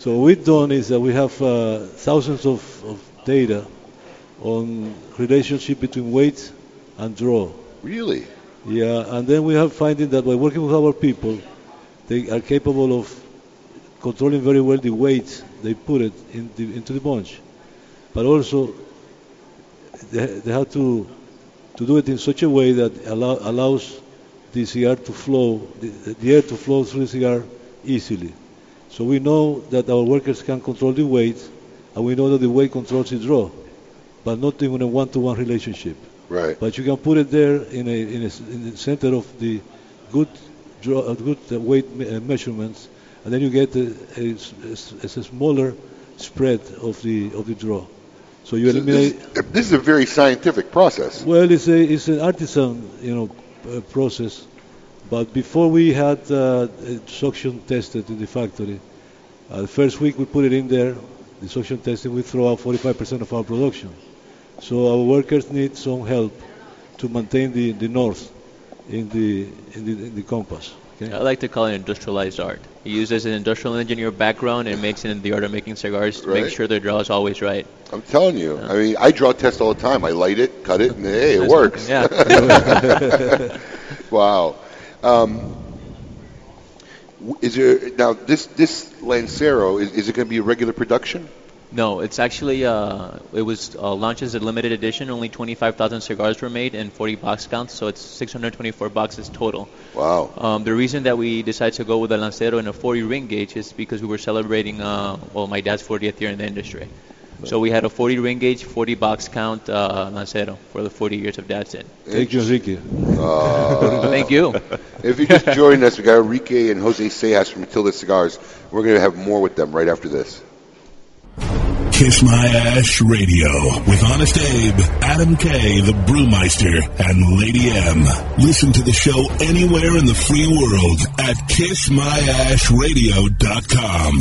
Speaker 23: So what we've done is that we have uh, thousands of, of data on relationship between weight and draw.
Speaker 8: Really?
Speaker 23: Yeah, and then we have finding that by working with our people, they are capable of controlling very well the weight they put it in the, into the bunch, but also they, they have to to do it in such a way that allow, allows the cigar to flow, the, the air to flow through the cigar easily. So we know that our workers can control the weight, and we know that the weight controls the draw, but not in a one-to-one relationship.
Speaker 8: Right.
Speaker 23: But you can put it there in a in, a s in the center of the good draw, uh, good uh, weight me- uh, measurements, and then you get a, a s- a s- a s- smaller spread of the of the draw. So you eliminate.
Speaker 8: This is a very scientific process.
Speaker 23: Well, it's a it's an artisan you know p- uh, process, but before we had uh, uh, suction tested in the factory, uh, the first week we put it in there, the suction testing we throw out 45% of our production, so our workers need some help to maintain the, the north in the in the, in the compass.
Speaker 24: I like to call it industrialized art. He uses an industrial engineer background and makes it in the art of making cigars to
Speaker 8: Right.
Speaker 24: make sure the draw is always right.
Speaker 8: I'm telling you. I mean, I draw tests all the time. I light it, cut it, and hey, it works.
Speaker 24: Yeah.
Speaker 8: wow. Um, w- is there now this this Lancero is, is it going to be a regular production?
Speaker 24: No, it's actually uh, it was uh, launched as a limited edition. Only 25,000 cigars were made and 40 box counts, so it's 624 boxes total.
Speaker 8: Wow.
Speaker 24: Um, the reason that we decided to go with a Lancero and a 40 ring gauge is because we were celebrating uh, well my dad's 40th year in the industry. So we had a 40 ring gauge, 40 box count uh, Lancero for the 40 years of dad's in.
Speaker 23: Thank you, Enrique.
Speaker 8: Uh,
Speaker 24: Thank you.
Speaker 8: If you just joined us, we got Enrique and Jose Seas from Matilda Cigars. We're going to have more with them right after this.
Speaker 10: Kiss My Ash Radio with Honest Abe, Adam K, the Brewmeister, and Lady M. Listen to the show anywhere in the free world at kissmyashradio.com.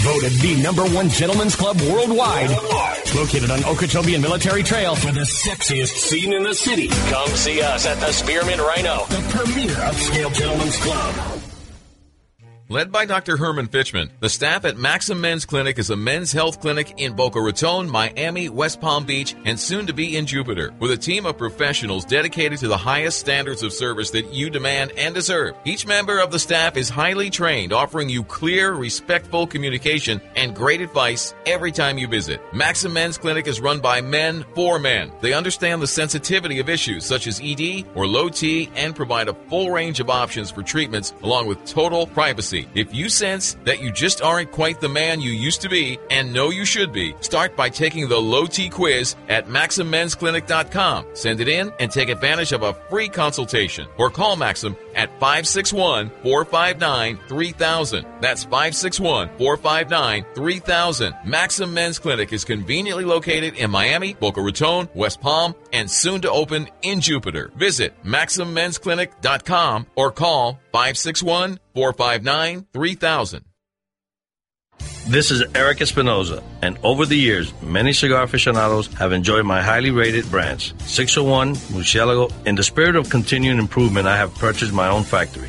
Speaker 5: Voted the number one gentleman's club worldwide. Located on Okeechobee and Military Trail for the sexiest scene in the city. Come see us at the Spearman Rhino, the premier upscale gentleman's club.
Speaker 25: Led by Dr. Herman Fitchman, the staff at Maxim Men's Clinic is a men's health clinic in Boca Raton, Miami, West Palm Beach, and soon to be in Jupiter, with a team of professionals dedicated to the highest standards of service that you demand and deserve. Each member of the staff is highly trained, offering you clear, respectful communication and great advice every time you visit. Maxim Men's Clinic is run by men for men. They understand the sensitivity of issues such as ED or low T and provide a full range of options for treatments along with total privacy. If you sense that you just aren't quite the man you used to be and know you should be, start by taking the low T quiz at maximmensclinic.com. Send it in and take advantage of a free consultation or call Maxim at 561 459 3000. That's 561 459 3000. Maxim Men's Clinic is conveniently located in Miami, Boca Raton, West Palm, and soon to open in Jupiter. Visit MaximMen'sClinic.com or call 561 459 3000.
Speaker 19: This is Eric Espinoza, and over the years, many cigar aficionados have enjoyed my highly rated brands, 601, Mucielago. In the spirit of continuing improvement, I have purchased my own factory,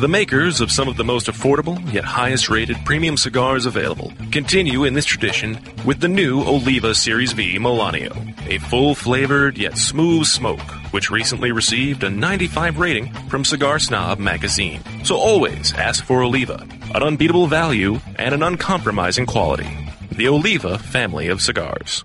Speaker 11: the makers of some of the most affordable yet highest rated premium cigars available, continue in this tradition with the new Oliva Series V Milanio, a full flavored yet smooth smoke, which recently received a 95 rating from Cigar Snob magazine. So always ask for Oliva, an unbeatable value and an uncompromising quality. The Oliva family of cigars.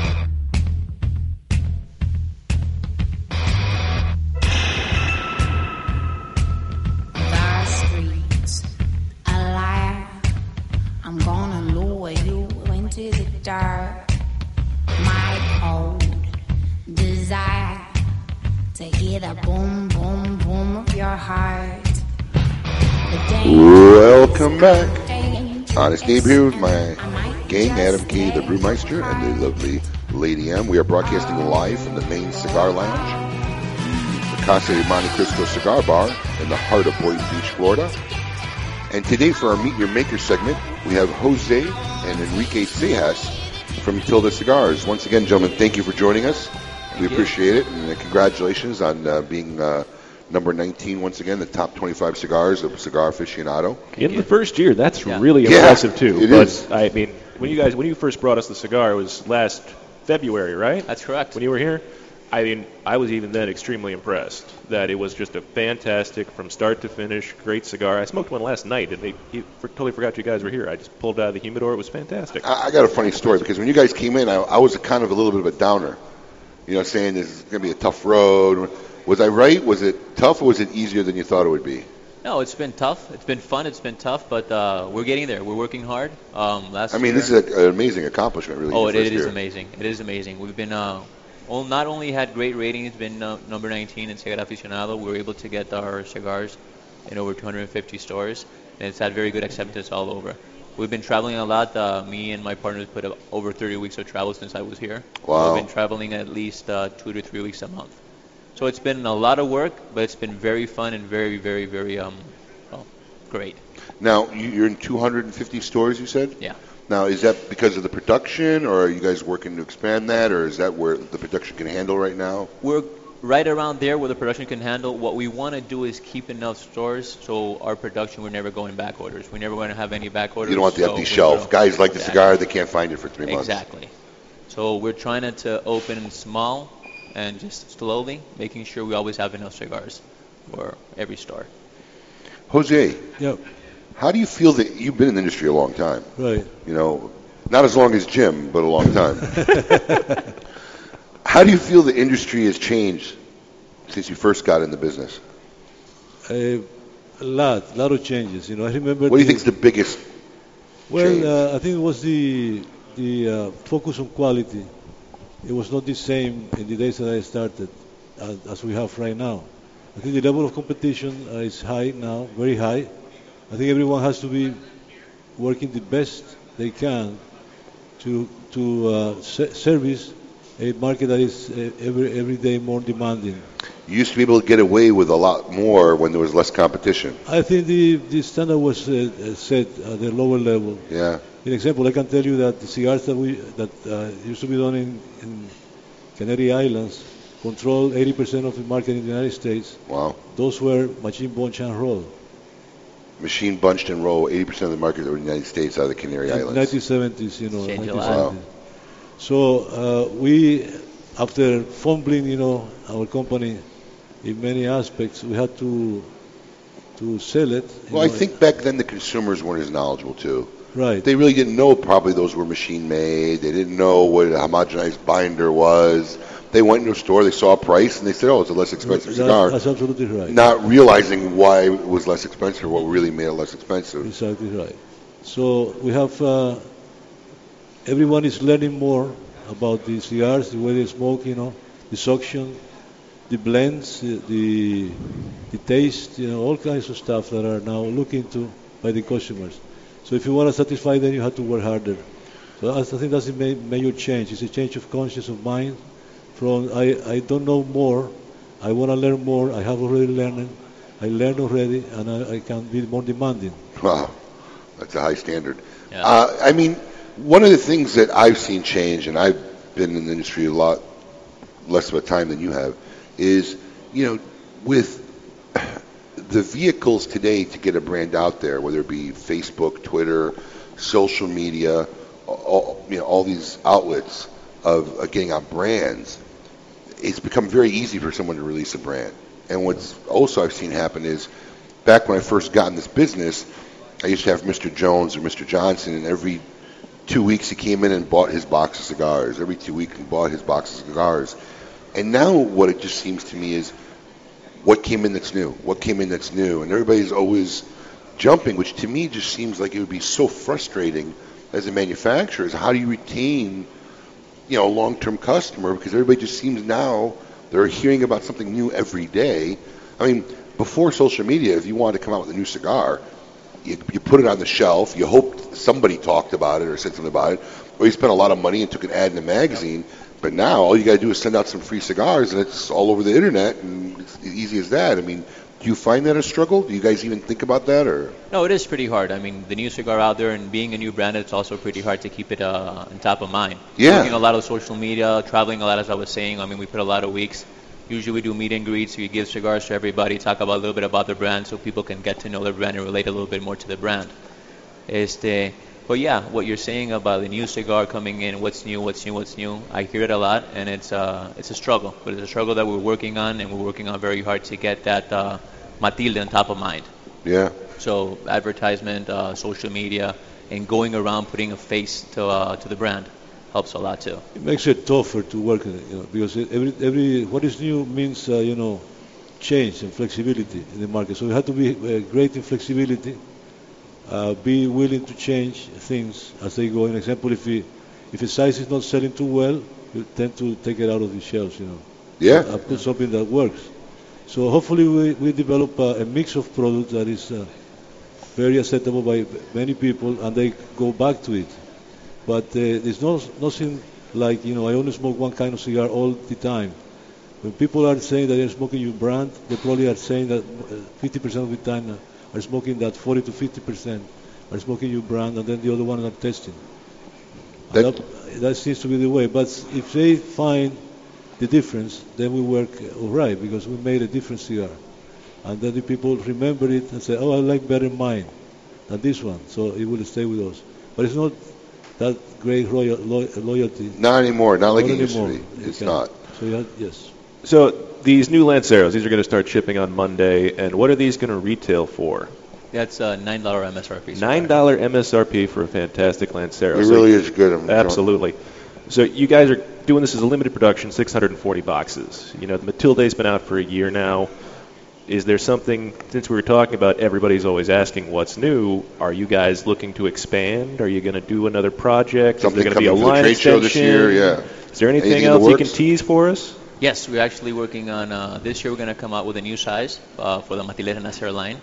Speaker 10: M.
Speaker 26: Thy streets alive. I'm gonna lure you into the dark. My cold desire to hear the boom, boom, boom of your heart.
Speaker 8: Welcome back. Honest Abe here with my gang, Adam K, the Brewmeister, and the lovely Lady M. We are broadcasting live from the main cigar lounge, the Casa de Monte Cristo Cigar Bar in the heart of Boynton Beach, Florida. And today for our Meet Your Maker segment, we have Jose and Enrique Cejas from Tilda Cigars. Once again, gentlemen, thank you for joining us. we
Speaker 24: you.
Speaker 8: appreciate it, and uh, congratulations on uh, being uh, number 19 once again, the top 25 cigars of Cigar Aficionado.
Speaker 27: In the first year, that's really
Speaker 8: Yeah,
Speaker 27: impressive too.
Speaker 8: it
Speaker 27: but
Speaker 8: is.
Speaker 27: I mean, when you guys when you first brought us the cigar it was last February, right? That's correct. When you were here, I mean, I was even then extremely impressed that it was just a fantastic from start to finish, great cigar. I smoked one last night, and they you, for, totally forgot you guys were here. I just pulled out of the humidor. It was fantastic.
Speaker 8: I, I got a funny story because when you guys came in, I, I was a kind of a little bit of a downer, you know, saying this is going to be a tough road. Was I right? Was it tough or was it easier than you thought it would be?
Speaker 24: No, it's been tough. It's been fun. It's been tough, but uh, we're getting there. We're working hard. Um, last
Speaker 8: I mean,
Speaker 24: year-
Speaker 8: this is a, an amazing accomplishment, really.
Speaker 24: Oh,
Speaker 8: your
Speaker 24: it, it
Speaker 8: first
Speaker 24: is
Speaker 8: year.
Speaker 24: amazing. It is amazing. We've been uh, well, not only had great ratings, been uh, number 19 in Cigar Aficionado. We were able to get our cigars in over 250 stores, and it's had very good acceptance all over. We've been traveling a lot. Uh, me and my partners put up over 30 weeks of travel since I was here.
Speaker 8: Wow.
Speaker 24: We've been traveling at least uh, two to three weeks a month. So it's been a lot of work, but it's been very fun and very, very, very um, well, great.
Speaker 8: Now, you- you're in 250 stores, you said?
Speaker 24: Yeah.
Speaker 8: Now, is that because of the production, or are you guys working to expand that, or is that where the production can handle right now?
Speaker 24: We're right around there where the production can handle. What we want to do is keep enough stores so our production, we're never going back orders. We never want to have any back orders.
Speaker 8: You don't want the
Speaker 24: so
Speaker 8: empty
Speaker 24: we're-
Speaker 8: shelf. Guys like the
Speaker 24: Exactly.
Speaker 8: cigar, they can't find it for three months.
Speaker 24: Exactly. So we're trying to- to open small and just slowly, making sure we always have enough cigars for every store.
Speaker 8: Jose.
Speaker 23: Yep.
Speaker 8: How do you feel that you've been in the industry a long time?
Speaker 23: Right.
Speaker 8: You know, not as long as Jim, but a long time. How do you feel the industry has changed since you first got in the business?
Speaker 23: A lot, lot of changes. You know, I remember.
Speaker 8: What do you
Speaker 23: the-
Speaker 8: think is the biggest?
Speaker 23: Well, uh, I think it was the the uh, focus on quality. It was not the same in the days that I started uh, as we have right now. I think the level of competition uh, is high now, very high. I think everyone has to be working the best they can to to uh, se- service a market that is uh, every every day more demanding.
Speaker 8: You used to be able to get away with a lot more when there was less competition.
Speaker 23: I think the, the standard was uh, uh, set at the lower level.
Speaker 8: Yeah.
Speaker 23: In example, I can tell you that the cigars that we that uh, used to be done in, in Canary Islands control 80% of the market in the United States.
Speaker 8: Wow.
Speaker 23: Those were machine bone chan roll.
Speaker 8: Machine bunched and roll 80% of the market were in the United States out of the Canary Islands.
Speaker 23: 1970s, you know.
Speaker 8: Change a
Speaker 23: 1970s.
Speaker 8: lot. Wow.
Speaker 23: So uh, we after fumbling, you know, our company in many aspects, we had to to sell it. you
Speaker 8: Well, I
Speaker 23: know,
Speaker 8: think back then the consumers weren't as knowledgeable too.
Speaker 23: Right.
Speaker 8: They really didn't know probably those were machine made. They didn't know what a homogenized binder was. They went into a store, they saw a price, and they said, "Oh, it's a less expensive
Speaker 23: that-
Speaker 8: cigar,"
Speaker 23: That's absolutely right.
Speaker 8: not realizing why it was less expensive, what really made it less expensive.
Speaker 23: Exactly right. So we have uh, everyone is learning more about the cigars, the way they smoke, you know, the suction, the blends, the the, the taste, you know, all kinds of stuff that are now looked into by the customers. So if you want to satisfy them, you have to work harder. So that's- I think that's a ma- major change. It's a change of conscience of mind. From I, I don't know more, I want to learn more. I have already learned. I learned already, and I, I can be more demanding.
Speaker 8: Wow, that's a high standard. Uh, I mean, one of the things that I've seen change, and I've been in the industry a lot less of a time than you have, is you know with the vehicles today to get a brand out there, whether it be Facebook, Twitter, social media, all, you know, all these outlets of uh, getting on brands, it's become very easy for someone to release a brand. And what's also I've seen happen is back when I first got in this business, I used to have Mr. Jones or Mr. Johnson, and every two weeks he came in and bought his box of cigars. Every two weeks he bought his box of cigars. And now what it just seems to me is what came in that's new? What came in that's new? And everybody's always jumping, which to me just seems like it would be so frustrating as a manufacturer. Is how do you retain, you know, a long-term customer? Because everybody just seems now they're hearing about something new every day. I mean, before social media, if you wanted to come out with a new cigar, you, you put it on the shelf. You hoped somebody talked about it or said something about it, or you spent a lot of money and took an ad in a magazine. But now all you got to do is send out some free cigars, and it's all over the internet, and it's easy as that. I mean, do you find that a struggle? Do you guys even think about that, or
Speaker 24: No, it is pretty hard. I mean, the new cigar out there and being a new brand, it's also pretty hard to keep it uh, on top of mind.
Speaker 8: Yeah.
Speaker 24: Working a lot of social media, traveling a lot, as I was saying. I mean, we put a lot of weeks. Usually we do meet and greets. We give cigars to everybody, talk about a little bit about the brand so people can get to know the brand and relate a little bit more to the brand. Este, but yeah, what you're saying about the new cigar coming in, what's new, what's new, what's new, I hear it a lot, and it's, uh, it's a struggle. But it's a struggle that we're working on, and we're working on very hard to get that uh, Matilde on top of mind.
Speaker 8: yeah?
Speaker 24: So advertisement, uh, social media, and going around putting a face to uh, to the brand helps a lot too.
Speaker 23: It makes it tougher to work in it, you know, because every every what is new means uh, you know change and flexibility in the market. So you have to be uh, great in flexibility, uh, be willing to change things as they go. An example, if we, if a size is not selling too well, you tend to take it out of the shelves, you know.
Speaker 8: Yeah.
Speaker 23: Uh, put something that works. So hopefully we, we develop uh, a, a mix of products that is uh, very acceptable by many people and they go back to it. But uh, there's no, nothing like, you know, I only smoke one kind of cigar all the time. When people are saying that they're smoking your brand, they probably are saying that uh, 50% of the time uh, are smoking that 40 to 50% are smoking your brand and then the other one are testing. And That, that seems to be the way. But if they find the difference, then we work uh, all right because we made a different cigar. And then the people remember it and say, oh, I like better mine than this one. So it will stay with us. But it's not that great royal, lo- loyalty.
Speaker 8: Not anymore. Not like
Speaker 23: Not
Speaker 8: it used to
Speaker 23: anymore.
Speaker 8: be. It's
Speaker 23: Okay.
Speaker 8: not.
Speaker 23: So you have, yes.
Speaker 11: So these new Lanceros, these are going to start shipping on Monday, and what are these going to retail for?
Speaker 24: That's uh, nine dollar MSRP.
Speaker 11: Nine dollar MSRP for a fantastic Lancero.
Speaker 8: It
Speaker 11: So
Speaker 8: really
Speaker 11: you-
Speaker 8: is good. I'm
Speaker 11: absolutely. So you guys are doing this as a limited production, 640 boxes. You know, the Matilde's been out for a year now. Is there something since we were talking about everybody's always asking what's new? Are you guys looking to expand? Are you going to do another project?
Speaker 8: Something
Speaker 11: is there going to be a
Speaker 8: coming to the
Speaker 11: line
Speaker 8: trade show this
Speaker 11: extension?
Speaker 8: year, yeah.
Speaker 11: Is there anything,
Speaker 8: Anything in the
Speaker 11: else you
Speaker 8: works?
Speaker 11: can tease for us?
Speaker 24: Yes, we're actually working on uh, this year. We're going to come out with a new size uh, for the Matilera Nasser line,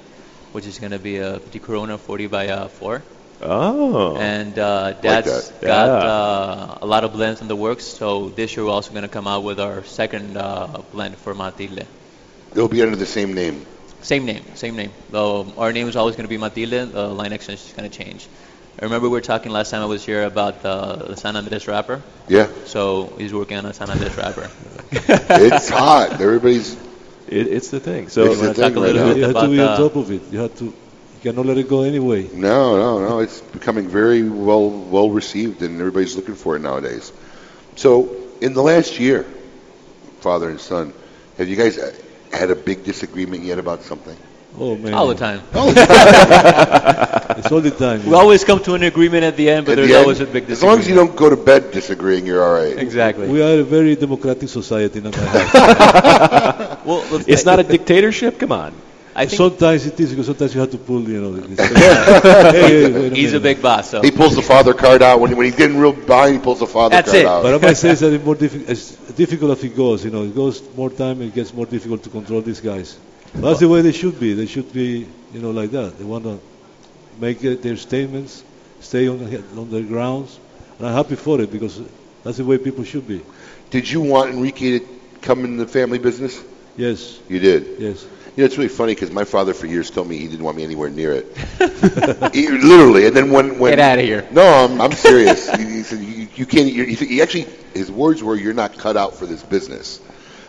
Speaker 24: which is going to be a Petit Corona 40 by uh, four.
Speaker 11: Oh.
Speaker 24: And uh,
Speaker 11: Like
Speaker 24: that's
Speaker 11: that.
Speaker 24: got
Speaker 11: Yeah.
Speaker 24: uh, a lot of blends in the works. So this year we're also going to come out with our second uh, blend for Matilde.
Speaker 8: It'll be under the same name.
Speaker 24: Same name, same name. Though our name is always going to be Matilde. The line extension is going to change. I remember we were talking last time I was here about uh, the San Andres wrapper.
Speaker 8: Yeah.
Speaker 24: So he's working on a San Andres wrapper.
Speaker 8: it's hot. Everybody's.
Speaker 11: It, it's the thing.
Speaker 24: So-
Speaker 8: it's
Speaker 24: Wanna
Speaker 8: the
Speaker 24: talk
Speaker 8: thing
Speaker 24: a
Speaker 8: right
Speaker 24: little
Speaker 8: now.
Speaker 24: bit
Speaker 23: You have to be on
Speaker 24: about, uh,
Speaker 23: top of it. You have to, you cannot let it go anyway.
Speaker 8: No, no, no. It's becoming very well well received, and everybody's looking for it nowadays. So, in the last year, father and son. Have you guys uh, had a big disagreement yet about something?
Speaker 23: Oh man.
Speaker 24: All the time.
Speaker 8: All
Speaker 23: the time. it's all the time.
Speaker 24: We always come to an agreement at the end, but
Speaker 8: At the
Speaker 24: there's
Speaker 8: end,
Speaker 24: always a
Speaker 8: As
Speaker 24: big
Speaker 8: long
Speaker 24: disagreement.
Speaker 8: as you don't go to bed disagreeing, you're all right.
Speaker 24: Exactly.
Speaker 23: We are a very democratic society in my
Speaker 24: Well, let's-
Speaker 23: it's
Speaker 24: not
Speaker 23: a dictatorship. Come on.
Speaker 24: I think-
Speaker 23: sometimes it is because sometimes you have to pull, you know. this- Hey, hey, wait
Speaker 24: He's a
Speaker 23: minute.
Speaker 24: big boss, so
Speaker 8: He pulls the father card out when, when he's getting real behind. He pulls the father card out.
Speaker 23: But I might say that it's more difficult. As difficult as it goes, you know, it goes more time. It gets more difficult to control these guys. But that's the way they should be. They should be, you know, like that. They want to make uh, their statements, stay on, the, on their grounds, and I'm happy for it because that's the way people should be.
Speaker 8: Did you want Enrique to come in the family business?
Speaker 23: Yes.
Speaker 8: You did.
Speaker 23: Yes.
Speaker 8: You know, it's really funny because my father for years told me he didn't want me anywhere near it. he, literally. And then when, when
Speaker 24: Get outta here.
Speaker 8: No, I'm, I'm serious. he, he said you, you can't. You're, he, said- he actually his words were, "You're not cut out for this business."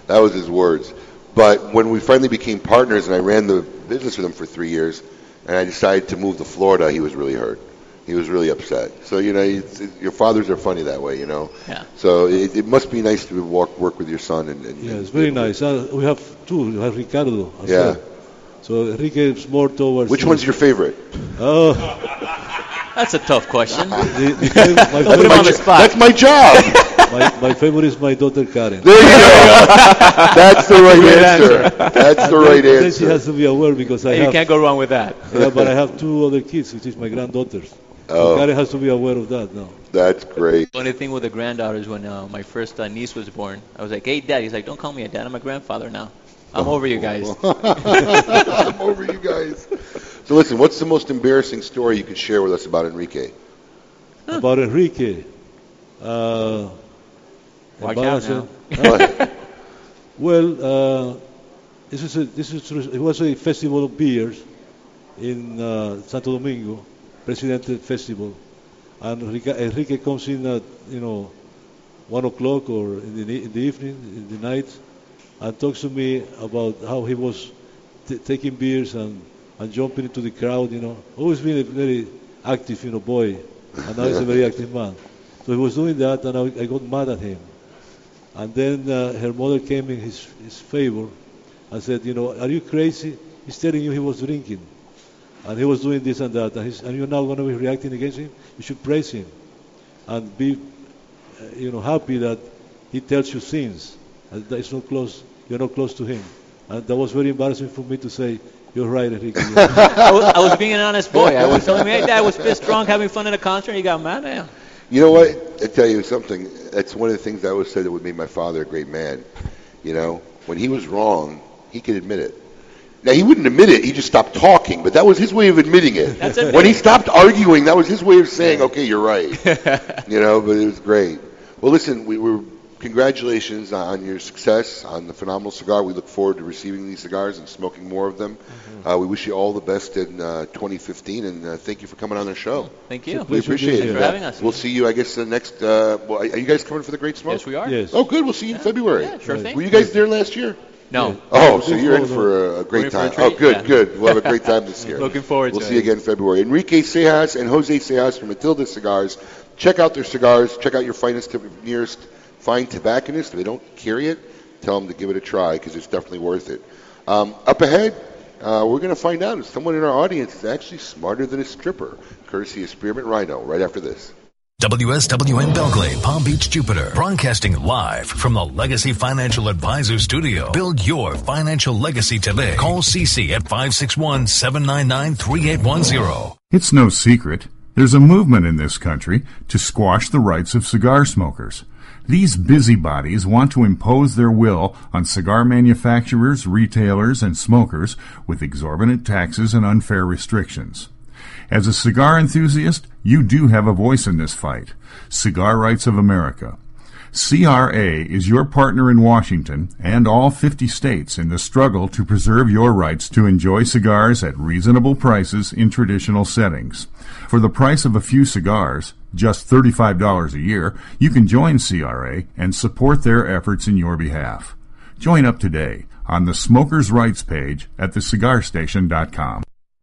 Speaker 8: That was his words. But when we finally became partners and I ran the business with him for three years, and I decided to move to Florida, he was really hurt. He was really upset. So you know, it's, it, your fathers are funny that way, you know.
Speaker 24: Yeah.
Speaker 8: So it, it must be nice to walk work with your son and, and
Speaker 23: Yeah, it's very nice. Uh, we have two. We have Ricardo. As
Speaker 8: Yeah.
Speaker 23: Well. So Enrique is more towards.
Speaker 8: Which one's your favorite?
Speaker 23: Oh.
Speaker 24: that's a tough question.
Speaker 23: The- the fav- my
Speaker 24: Don't put him
Speaker 23: favorite-
Speaker 24: on the spot.
Speaker 23: my, my favorite is my daughter Karen.
Speaker 8: There you go. That's the right
Speaker 23: Good
Speaker 8: answer. That's the
Speaker 23: And then-
Speaker 8: right
Speaker 23: then
Speaker 8: answer.
Speaker 23: She has to be aware because I
Speaker 24: you
Speaker 23: have,
Speaker 24: can't go wrong with that.
Speaker 23: yeah, but I have two other kids, which is my granddaughters.
Speaker 8: Oh.
Speaker 23: So Karen has to be aware of that now.
Speaker 8: That's great.
Speaker 24: Funny thing with the granddaughters, when uh, my first uh, niece was born, I was like, "Hey, dad." He's like, "Don't call me a dad. I'm a grandfather now. I'm over you guys."
Speaker 8: I'm over you guys. So listen, what's the most embarrassing story you could share with us about Enrique?
Speaker 23: About Enrique. Uh,
Speaker 8: Watch out
Speaker 23: embarrassing-
Speaker 8: now.
Speaker 23: Huh? well, uh, this is a, this is true. it was a festival of beers in uh, Santo Domingo, Presidente Festival, and Enrique, Enrique comes in at you know one o'clock or in the, in the evening, in the night, and talks to me about how he was t- taking beers and, and jumping into the crowd. You know, always been a very active you know boy, and now he's a very active man. So he was doing that, and I, I got mad at him. And then uh, her mother came in his, his favor and said, you know, are you crazy? He's telling you he was drinking. And he was doing this and that. And, he's, and you're now going to be reacting against him? You should praise him and be, uh, you know, happy that he tells you things. And that it's not close, you're not close to him. And that was very embarrassing for me to say, you're right, Enrique.
Speaker 24: I, was, I was being an honest boy. I was telling him, "Hey, dad, I was pissed drunk, having fun at a concert. He got mad at him."
Speaker 8: You know what? I tell you something. That's one of the things I always said that would make my father a great man. You know, when he was wrong, he could admit it. Now he wouldn't admit it. He just stopped talking. But that was his way of admitting it.
Speaker 24: That's it.
Speaker 8: When he stopped arguing, that was his way of saying, "Okay, you're right." you know, but it was great. Well, listen, we were congratulations on your success on the phenomenal cigar. We look forward to receiving these cigars and smoking more of them. Uh, we wish you all the best in uh, 2015, and uh, thank you for coming on the show.
Speaker 24: Thank you.
Speaker 8: We appreciate
Speaker 24: Thanks
Speaker 8: it.
Speaker 24: for having us.
Speaker 8: We'll see you, I guess, the next. Uh, well, are you guys coming for the Great Smoke?
Speaker 24: Yes, we are.
Speaker 8: Oh, good. We'll see you in February. Yeah,
Speaker 24: sure thing.
Speaker 8: Were you guys there last year?
Speaker 24: No.
Speaker 8: Oh, so you're in for a, a great
Speaker 24: in for a
Speaker 8: time. oh,
Speaker 24: treat,
Speaker 8: good,
Speaker 24: yeah.
Speaker 8: good. We'll have a great time this year.
Speaker 24: Looking forward
Speaker 8: We'll
Speaker 24: to
Speaker 8: see
Speaker 24: it.
Speaker 8: you again in February. Enrique Sejas and Jose Sejas from Matilda Cigars. Check out their cigars. Check out your finest, nearest fine tobacconist. If they don't carry it, tell them to give it a try because it's definitely worth it. Um, up ahead, uh, we're going to find out if someone in our audience is actually smarter than a stripper, courtesy of Spearmint Rhino, right after this.
Speaker 9: WSWM Belgrade, Palm Beach, Jupiter. Broadcasting live from the Legacy Financial Advisor Studio. Build your financial legacy today. Call CC at 561 799 3810.
Speaker 13: It's no secret. There's a movement in this country to squash the rights of cigar smokers. These busybodies want to impose their will on cigar manufacturers, retailers, and smokers with exorbitant taxes and unfair restrictions. As a cigar enthusiast, you do have a voice in this fight. Cigar Rights of America. CRA is your partner in Washington and all 50 states in the struggle to preserve your rights to enjoy cigars at reasonable prices in traditional settings. For the price of a few cigars, just $35 a year, you can join CRA and support their efforts in your behalf. Join up today on the Smokers' Rights page at thecigarstation.com.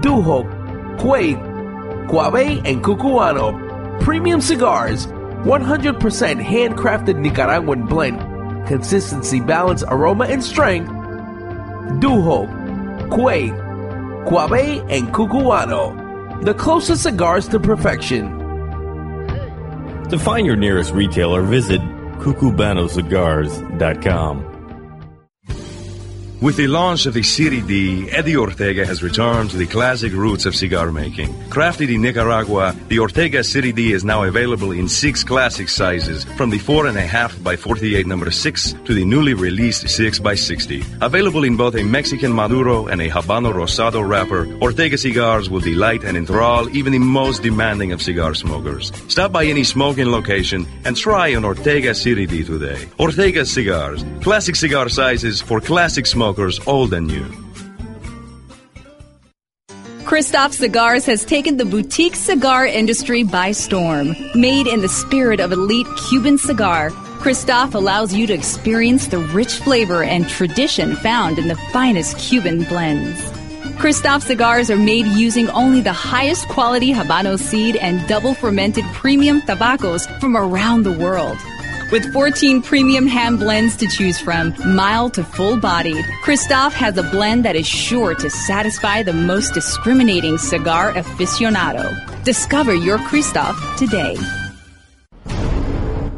Speaker 21: Duho, Quay, Guave, and Cucuano. Premium cigars, 100% handcrafted Nicaraguan blend. Consistency, balance, aroma, and strength. Duho, Quay, Guave, and Cucuano. The closest cigars to perfection.
Speaker 7: To find your nearest retailer, visit cucubanocigars.com.
Speaker 28: With the launch of the Serie D, Eddie Ortega has returned to the classic roots of cigar making. Crafted in Nicaragua, the Ortega Serie D is now available in six classic sizes, from the 4.5 by 48 number 6 to the newly released 6 by 60. Available in both a Mexican Maduro and a Habano Rosado wrapper, Ortega cigars will delight and enthrall even the most demanding of cigar smokers. Stop by any smoking location and try an Ortega Serie D today. Ortega Cigars, classic cigar sizes for classic smokers old and new.
Speaker 20: Christoph Cigars has taken the boutique cigar industry by storm. Made in the spirit of elite Cuban cigar, Christoph allows you to experience the rich flavor and tradition found in the finest Cuban blends. Christoph cigars are made using only the highest quality Habano seed and double fermented premium tobaccos from around the world. With 14 premium hand blends to choose from, mild to full bodied, Christoph has a blend that is sure to satisfy the most discriminating cigar aficionado. Discover your Christoph today.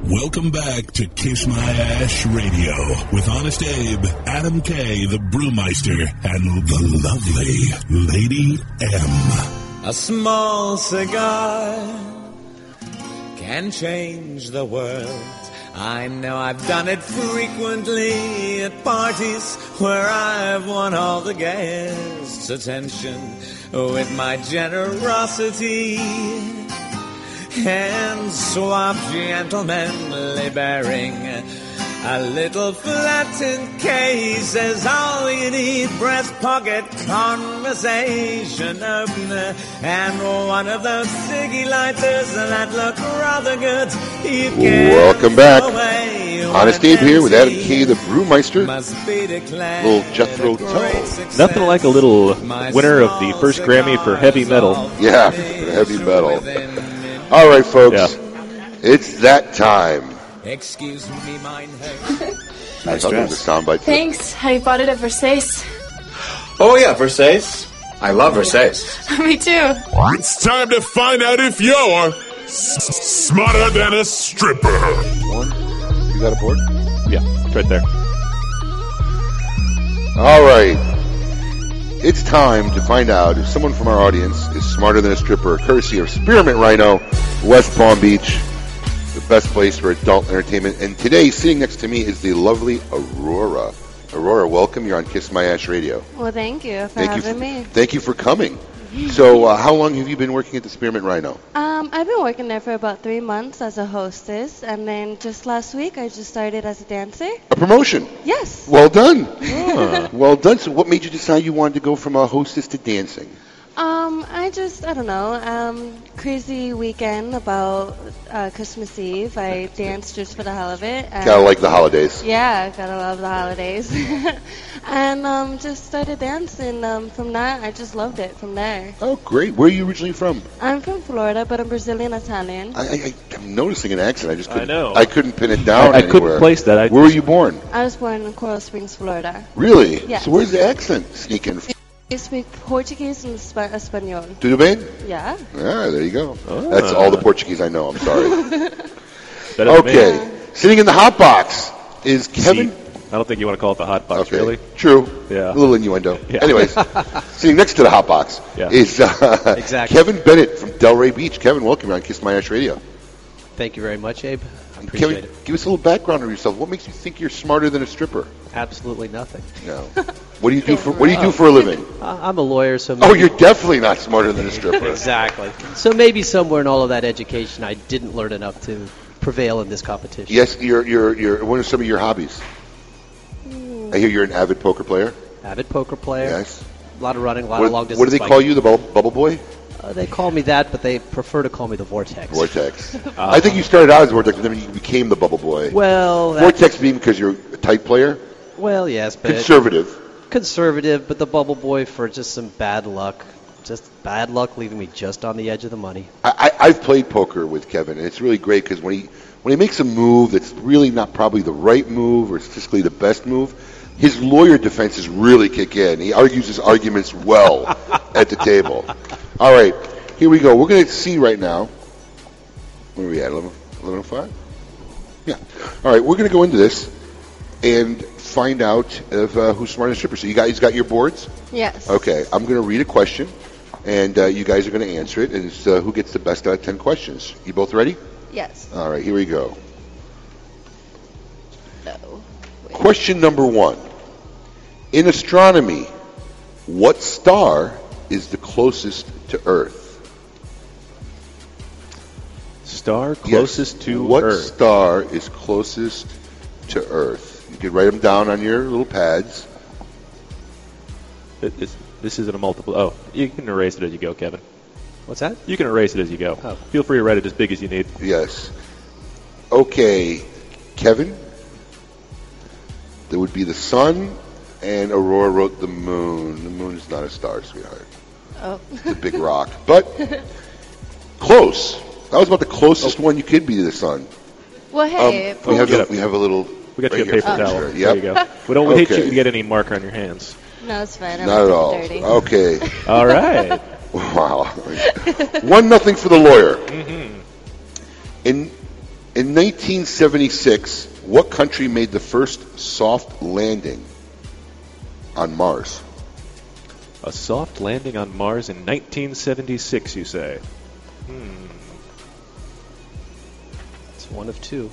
Speaker 10: Welcome back to Kiss My Ash Radio with Honest Abe, Adam K, the Brewmeister, and the lovely Lady M.
Speaker 29: A small cigar can change the world. I know I've done it frequently at parties where I've won all the guests' attention with my generosity and suave gentlemanly bearing. A little flattened case is all you need. Breast pocket conversation opener. And one of those ciggy lighters that look rather good. You can
Speaker 8: Welcome back.
Speaker 29: throw away
Speaker 8: Honest
Speaker 29: when
Speaker 8: Abe here with Adam
Speaker 29: empty.
Speaker 8: K, the Brewmeister.
Speaker 29: Be declared
Speaker 8: Little Jethro Tull.
Speaker 11: Nothing like a little winner of the first Grammy for heavy metal.
Speaker 8: Yeah, heavy metal. All right, folks. It's that time.
Speaker 29: Excuse me, mine
Speaker 8: I thought there was a soundbite.
Speaker 30: Thanks. I bought it at Versace.
Speaker 9: Oh yeah, Versace. I love Versace.
Speaker 30: Me too.
Speaker 10: It's time to find out if you're s- smarter than a stripper. One,
Speaker 8: you got a board?
Speaker 11: Yeah, it's right there.
Speaker 8: All right. It's time to find out if someone from our audience is smarter than a stripper, courtesy of Spearmint Rhino, West Palm Beach, the best place for adult entertainment. And today, sitting next to me is the lovely Aurora. Aurora, welcome. You're on Kiss My Ash Radio.
Speaker 31: Well, thank you for
Speaker 8: you.
Speaker 31: having
Speaker 8: for,
Speaker 31: me.
Speaker 8: Thank you for coming. So, uh, how long have you been working at the Spearmint Rhino?
Speaker 31: Um, I've been working there for about three months as a hostess, and then just last week I just started as a dancer.
Speaker 8: A promotion.
Speaker 31: Yes.
Speaker 8: Well done. Ah. Well done. So, what made you decide you wanted to go from a hostess to dancing?
Speaker 31: Um, I just, I don't know, um, crazy weekend about uh, Christmas Eve. I danced just for the hell of it. and-
Speaker 8: Gotta like the holidays.
Speaker 31: Uh, Yeah, gotta love the holidays. and um, just started dancing. Um, from that, I just loved it from there.
Speaker 8: Oh, Great. Where are you originally from?
Speaker 31: I'm from Florida, but I'm Brazilian Italian.
Speaker 8: I, I, I'm noticing an accent. I just
Speaker 31: I
Speaker 8: couldn't,
Speaker 31: know.
Speaker 8: couldn't pin it down.
Speaker 11: I- I couldn't
Speaker 8: anywhere.
Speaker 11: place that. I-
Speaker 8: Where were you born?
Speaker 31: I was born in Coral Springs, Florida.
Speaker 8: Really?
Speaker 31: Yes.
Speaker 8: So where's the accent sneaking? f-
Speaker 31: I speak Portuguese and Spa- Espanol.
Speaker 8: Tudo bem?
Speaker 31: Yeah.
Speaker 8: Ah, there you go. That's all the Portuguese I know. I'm sorry.
Speaker 11: Ah. is
Speaker 8: okay. Sitting in the hot box is Kevin.
Speaker 11: I don't think you want to call it the hot box,
Speaker 8: Okay.
Speaker 11: really.
Speaker 8: True.
Speaker 11: Yeah.
Speaker 8: A little innuendo.
Speaker 11: Yeah.
Speaker 8: Anyways, sitting next to the hot box
Speaker 11: Yeah.
Speaker 8: is uh, Kevin Bennett from Delray Beach. Kevin, welcome on Kiss My Ash Radio.
Speaker 32: Thank you very much, Abe. I appreciate
Speaker 8: Kevin,
Speaker 32: it.
Speaker 8: give us a little background on yourself. What makes you think you're smarter than a stripper?
Speaker 32: Absolutely nothing.
Speaker 8: No. What do you do for What do you do for a living?
Speaker 32: I'm a lawyer, so
Speaker 8: Oh, you're definitely not smarter than a stripper.
Speaker 32: exactly. So maybe somewhere in all of that education, I didn't learn enough to prevail in this competition.
Speaker 8: Yes, you're, you're, you're, what are some of your hobbies? I hear you're an avid poker player.
Speaker 32: Avid poker player.
Speaker 8: Yes.
Speaker 32: A lot of running, a lot
Speaker 8: what,
Speaker 32: of long distance.
Speaker 8: what do they call you, the bubble, bubble boy?
Speaker 32: Uh, they call me that, but they prefer to call me the Vortex.
Speaker 8: Vortex.
Speaker 32: Uh-huh.
Speaker 8: I think you started out as Vortex, and then you became the bubble boy.
Speaker 32: Uh, Well, that-
Speaker 8: Vortex being because you're a tight player,
Speaker 32: Well, yes, but
Speaker 8: conservative.
Speaker 32: Conservative, but the bubble boy for just some bad luck. Just bad luck, leaving me just on the edge of the money.
Speaker 8: I, I, I've played poker with Kevin, and it's really great because when he when he makes a move that's really not probably the right move or statistically the best move, his lawyer defenses really kick in. He argues his arguments well at the table. All right, here we go. We're going to see right now. Where are we at? 11, 1105? Yeah. All right, we're going to go into this and find out if, uh, who's smartest stripper. So you guys got your boards?
Speaker 31: Yes.
Speaker 8: Okay, I'm going to read a question, and uh, you guys are going to answer it, and it's uh, who gets the best out of 10 questions. You both ready?
Speaker 31: Yes.
Speaker 8: All right, here we go.
Speaker 31: No.
Speaker 8: Question number one. In astronomy, what star is the closest to Earth?
Speaker 11: Star closest to
Speaker 8: what
Speaker 11: Earth.
Speaker 8: star is closest to Earth? You can write them down on your little pads.
Speaker 11: It- it's- this isn't a multiple. Oh, you can erase it as you go, Kevin.
Speaker 32: What's that?
Speaker 11: You can erase it as you go.
Speaker 8: Oh.
Speaker 11: Feel free to write it as big as you need.
Speaker 8: Yes. Okay, Kevin. There would be the sun, and Aurora wrote the moon. The moon is not a star, sweetheart.
Speaker 31: Oh.
Speaker 8: It's a big rock, but close. That was about the closest one you could be to the sun.
Speaker 31: Well,
Speaker 8: Um,
Speaker 31: hey,
Speaker 8: we have
Speaker 11: Get
Speaker 8: a,
Speaker 11: up.
Speaker 8: we have a little.
Speaker 11: We got
Speaker 8: right
Speaker 11: you a
Speaker 8: here.
Speaker 11: paper towel.
Speaker 8: Yep.
Speaker 11: There you go. We don't we hate
Speaker 8: Okay.
Speaker 11: you to get any marker on your hands.
Speaker 31: no, it's fine. I'm
Speaker 8: Not at all.
Speaker 31: Dirty.
Speaker 8: Okay.
Speaker 11: All right.
Speaker 8: wow. One nothing for the lawyer.
Speaker 31: Mm-hmm.
Speaker 8: In in 1976, what country made the first soft landing on Mars?
Speaker 11: A soft landing on Mars in 1976, you say? Hmm.
Speaker 32: It's one of two.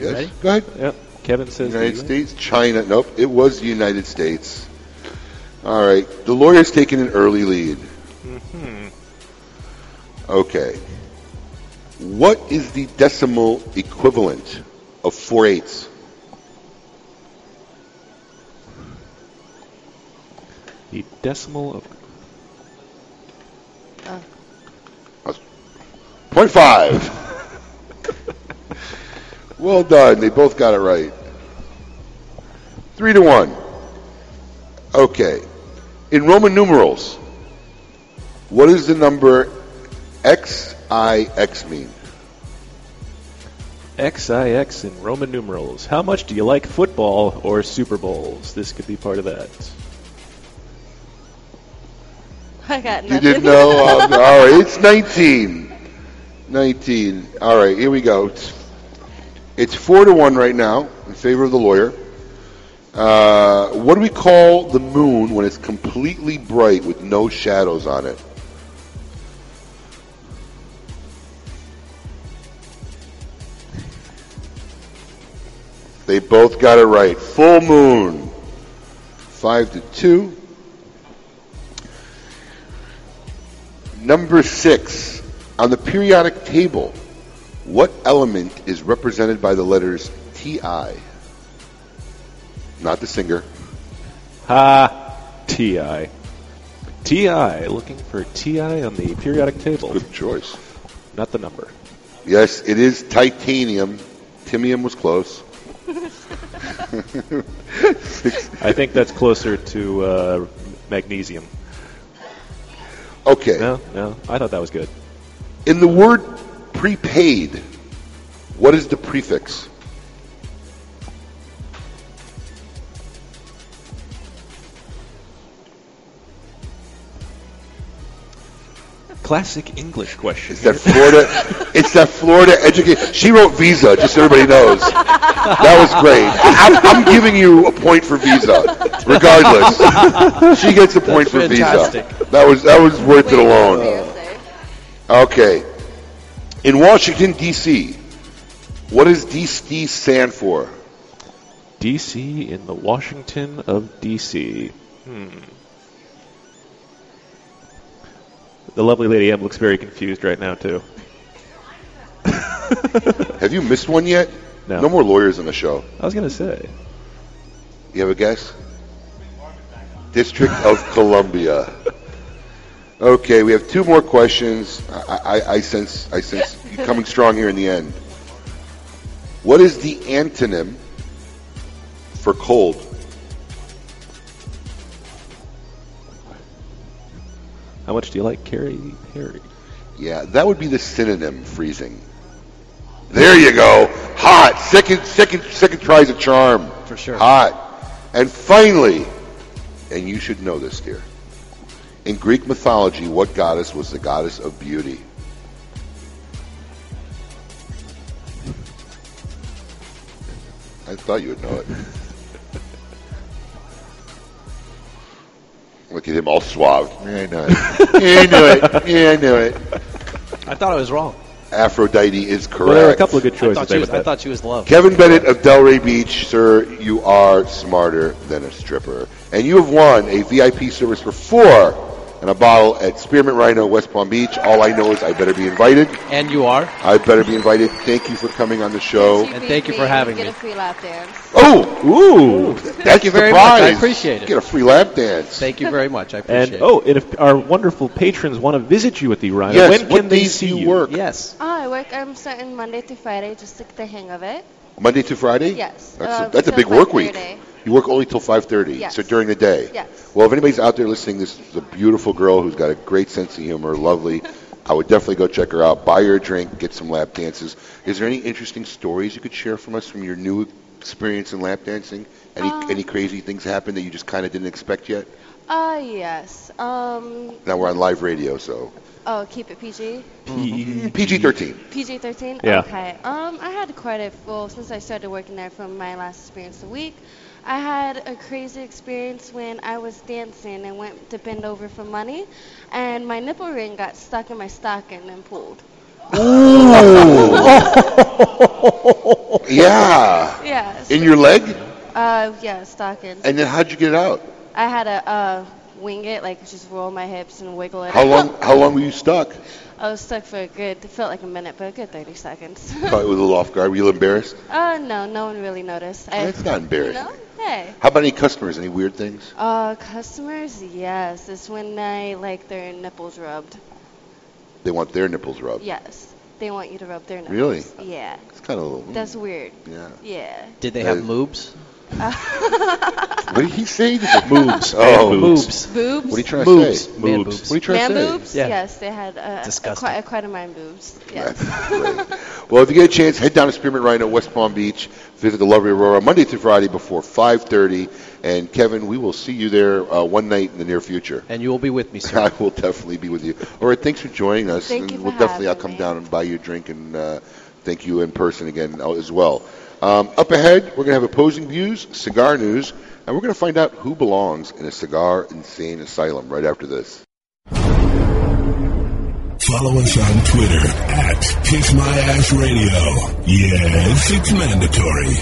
Speaker 8: Yes. Go ahead.
Speaker 11: Yep. Kevin says
Speaker 8: United
Speaker 11: the-
Speaker 8: States, China. Nope, it was the United States. All right. The lawyer's taking an early lead.
Speaker 11: Hmm.
Speaker 8: Okay. What is the decimal equivalent of four eighths?
Speaker 11: The decimal of
Speaker 31: Oh,
Speaker 8: Point five. well done. They both got it right. Three to one. Okay. In Roman numerals, what does the number XIX mean?
Speaker 11: XIX in Roman numerals. How much do you like football or Super Bowls? This could be part of that.
Speaker 31: I got
Speaker 8: You
Speaker 31: nothing.
Speaker 8: didn't know? Um, all right. It's 19. 19. All right. Here we go. It's, it's four to one right now in favor of the lawyer. Uh, what do we call the moon when it's completely bright with no shadows on it? They both got it right. Full moon. Five to two. Number six. On the periodic table, what element is represented by the letters TI? Not the singer.
Speaker 11: Ha! TI. TI. Looking for TI on the periodic table. Good
Speaker 8: choice.
Speaker 11: Not the number.
Speaker 8: Yes, it is titanium. Timium was close.
Speaker 11: I think that's closer to uh, magnesium.
Speaker 8: Okay.
Speaker 11: No, no. I thought that was good.
Speaker 8: In the word prepaid, what is the prefix?
Speaker 11: Classic English question.
Speaker 8: It's that Florida. it's that Florida education. She wrote Visa, just so everybody knows. That was great. I'm, I'm giving you a point for Visa, regardless. She gets a point
Speaker 21: That's
Speaker 8: for Visa.
Speaker 21: fantastic.
Speaker 8: That was that was worth it alone. Okay. In Washington D.C., what does D.C. stand for?
Speaker 11: D.C. in the Washington of D.C. Hmm. The lovely Lady M looks very confused right now, too.
Speaker 8: Have you missed one yet?
Speaker 11: No.
Speaker 8: more lawyers on the show.
Speaker 11: I was going to say.
Speaker 8: You have a guess? District of Columbia. Okay, we have two more questions. I, I, I sense I sense you coming strong here in the end. What is the antonym for cold?
Speaker 11: How much do you like Carrie Perry?
Speaker 8: Yeah, that would be the synonym freezing. There you go. Hot. Second second second tries a charm.
Speaker 32: For sure.
Speaker 8: Hot. And finally, and you should know this, dear. In Greek mythology, what goddess was the goddess of beauty? I thought you would know it. Look at him all suave. Yeah, I know it. Yeah, I knew it. Yeah, I knew it.
Speaker 32: I thought I was wrong.
Speaker 8: Aphrodite is correct.
Speaker 11: Well, there were a couple of good
Speaker 32: I
Speaker 11: choices
Speaker 32: thought,
Speaker 11: there
Speaker 32: she was,
Speaker 11: with
Speaker 32: I
Speaker 11: that.
Speaker 32: thought she was loved.
Speaker 8: Kevin Bennett of Delray Beach, sir, you are smarter than a stripper. And you have won a VIP service for four and a bottle at Spearmint Rhino, West Palm Beach. All I know is I better be invited.
Speaker 32: And you are.
Speaker 8: I better be invited. Thank you for coming on the show.
Speaker 32: And thank you for having
Speaker 8: me.
Speaker 32: me.
Speaker 31: Get a free lap dance.
Speaker 8: Oh! Ooh! That's
Speaker 32: Thank you
Speaker 8: the
Speaker 32: very much.
Speaker 8: prize.
Speaker 32: I appreciate it.
Speaker 8: Get a free lap dance.
Speaker 32: Thank you very much. I appreciate
Speaker 11: And
Speaker 32: it.
Speaker 11: oh, and if our wonderful patrons want to visit you at the Rhino,
Speaker 8: Yes,
Speaker 11: when
Speaker 8: what
Speaker 11: can they
Speaker 8: days
Speaker 11: see
Speaker 8: do you
Speaker 11: you?
Speaker 8: work?
Speaker 32: Yes.
Speaker 31: Oh, I work. I'm starting Monday through Friday, just like the hang of it.
Speaker 8: Monday to Friday?
Speaker 31: Yes.
Speaker 8: That's,
Speaker 31: Uh,
Speaker 8: a, that's a
Speaker 31: till
Speaker 8: big work week.
Speaker 31: 5:30.
Speaker 8: You work only till 5.30,
Speaker 31: Yes.
Speaker 8: so during the day.
Speaker 31: Yes.
Speaker 8: Well, if anybody's out there listening, this is a beautiful girl who's got a great sense of humor, lovely. I would definitely go check her out. Buy her a drink, get some lap dances. Is there any interesting stories you could share from us from your new experience in lap dancing? Any
Speaker 31: Um,
Speaker 8: any crazy things happened that you just kind of didn't expect yet?
Speaker 31: Uh, yes. Um.
Speaker 8: Now we're on live radio, so
Speaker 31: Oh, keep it PG. Mm-hmm.
Speaker 8: PG thirteen.
Speaker 31: PG thirteen.
Speaker 8: Yeah.
Speaker 31: Okay. Um, I had quite a well since I started working there from my last experience a week. I had a crazy experience when I was dancing and went to bend over for money, and my nipple ring got stuck in my stocking and pulled.
Speaker 8: yeah.
Speaker 31: Yes.
Speaker 8: In your leg,
Speaker 31: Uh, yeah, stockings.
Speaker 8: and then how'd you get it out?
Speaker 31: I had to uh, wing it, like just roll my hips and wiggle it.
Speaker 8: How long? How long were you stuck?
Speaker 31: I was stuck for a good, it felt like a minute, but a good 30 seconds.
Speaker 8: Caught you a little off guard. Were you a little embarrassed?
Speaker 31: uh, no, no one really noticed. I,
Speaker 8: That's not embarrassing.
Speaker 31: No? Hey.
Speaker 8: How about any customers? Any weird things?
Speaker 31: Uh, customers, yes. It's when I like their nipples rubbed.
Speaker 8: They want their nipples rubbed.
Speaker 31: Yes. They want you to rub their nipples.
Speaker 8: Really? Mm.
Speaker 31: Yeah.
Speaker 8: It's kind of a little.
Speaker 31: That's weird.
Speaker 8: Yeah.
Speaker 31: Yeah.
Speaker 11: oh.
Speaker 32: Did they
Speaker 8: That
Speaker 32: have
Speaker 8: is-
Speaker 32: moobs?
Speaker 31: what
Speaker 8: Uh, did he say? Moobs.
Speaker 32: Man
Speaker 8: Oh,
Speaker 32: boobs.
Speaker 31: Boobs?
Speaker 8: What are you trying
Speaker 32: Boobs.
Speaker 8: to say?
Speaker 32: Man Boobs.
Speaker 8: What
Speaker 32: boobs.
Speaker 8: are you trying
Speaker 31: Man
Speaker 8: to say?
Speaker 31: boobs? Yes, they had uh, a,
Speaker 8: Disgusting.
Speaker 31: quite, a quite of mine boobs. Yes.
Speaker 8: Well, if you get a chance, head down to Spearmint Rhino, West Palm Beach. Visit the lovely Aurora Monday through Friday before 5:30. And Kevin, we will see you there uh, one night in the near future.
Speaker 32: And you will be with me soon.
Speaker 8: I will definitely be with you. All right, thanks for joining us.
Speaker 32: Thank
Speaker 8: and
Speaker 32: you for
Speaker 8: we'll definitely I'll
Speaker 32: having
Speaker 8: come down and buy you a drink and uh, thank you in person again uh, as well. Um, up ahead, we're going to have opposing views, cigar news, and we're going to find out who belongs in a cigar insane asylum right after this.
Speaker 10: Follow us on Twitter at Kiss My Ash Radio. Yes, it's mandatory.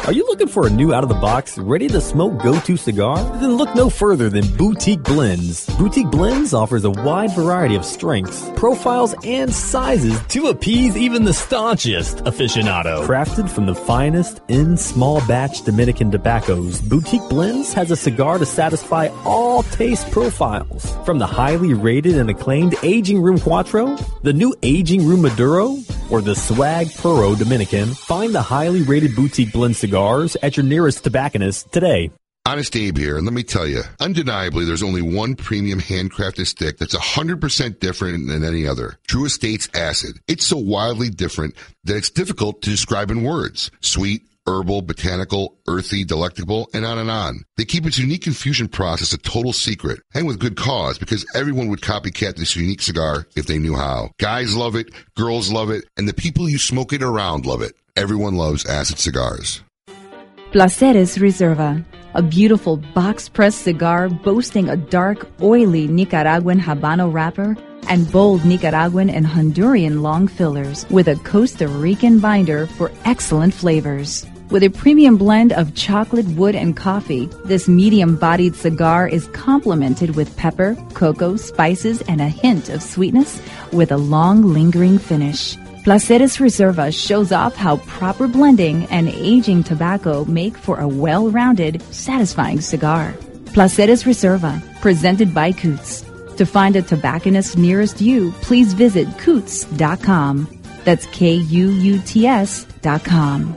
Speaker 7: Are you looking for a new out of the box, ready to smoke go to cigar? Then look no further than Boutique Blends. Boutique Blends offers a wide variety of strengths, profiles, and sizes to appease even the staunchest aficionado. Crafted from the finest in small batch Dominican tobaccos, Boutique Blends has a cigar to satisfy all taste profiles. From the highly rated and acclaimed Aging Room Quattro, the new Aging Room Maduro, or the Swag Puro Dominican, find the highly rated Boutique Blend cigar cigars at your nearest tobacconist today.
Speaker 33: Honest Abe here, and let me tell you, undeniably, there's only one premium handcrafted stick that's 100% different than any other. True Estates Acid. It's so wildly different that it's difficult to describe in words. Sweet, herbal, botanical, earthy, delectable, and on and on. They keep its unique infusion process a total secret, and with good cause, because everyone would copycat this unique cigar if they knew how. Guys love it, girls love it, and the people you smoke it around love it. Everyone loves acid cigars.
Speaker 20: Placeres Reserva, a beautiful box pressed cigar boasting a dark, oily Nicaraguan Habano wrapper and bold Nicaraguan and Honduran long fillers with a Costa Rican binder for excellent flavors. With a premium blend of chocolate, wood, and coffee, this medium bodied cigar is complemented with pepper, cocoa, spices, and a hint of sweetness with a long, lingering finish. Placeres Reserva shows off how proper blending and aging tobacco make for a well rounded, satisfying cigar. Placeres Reserva, presented by Coots. To find a tobacconist nearest you, please visit Coots.com. That's K U U T S.com.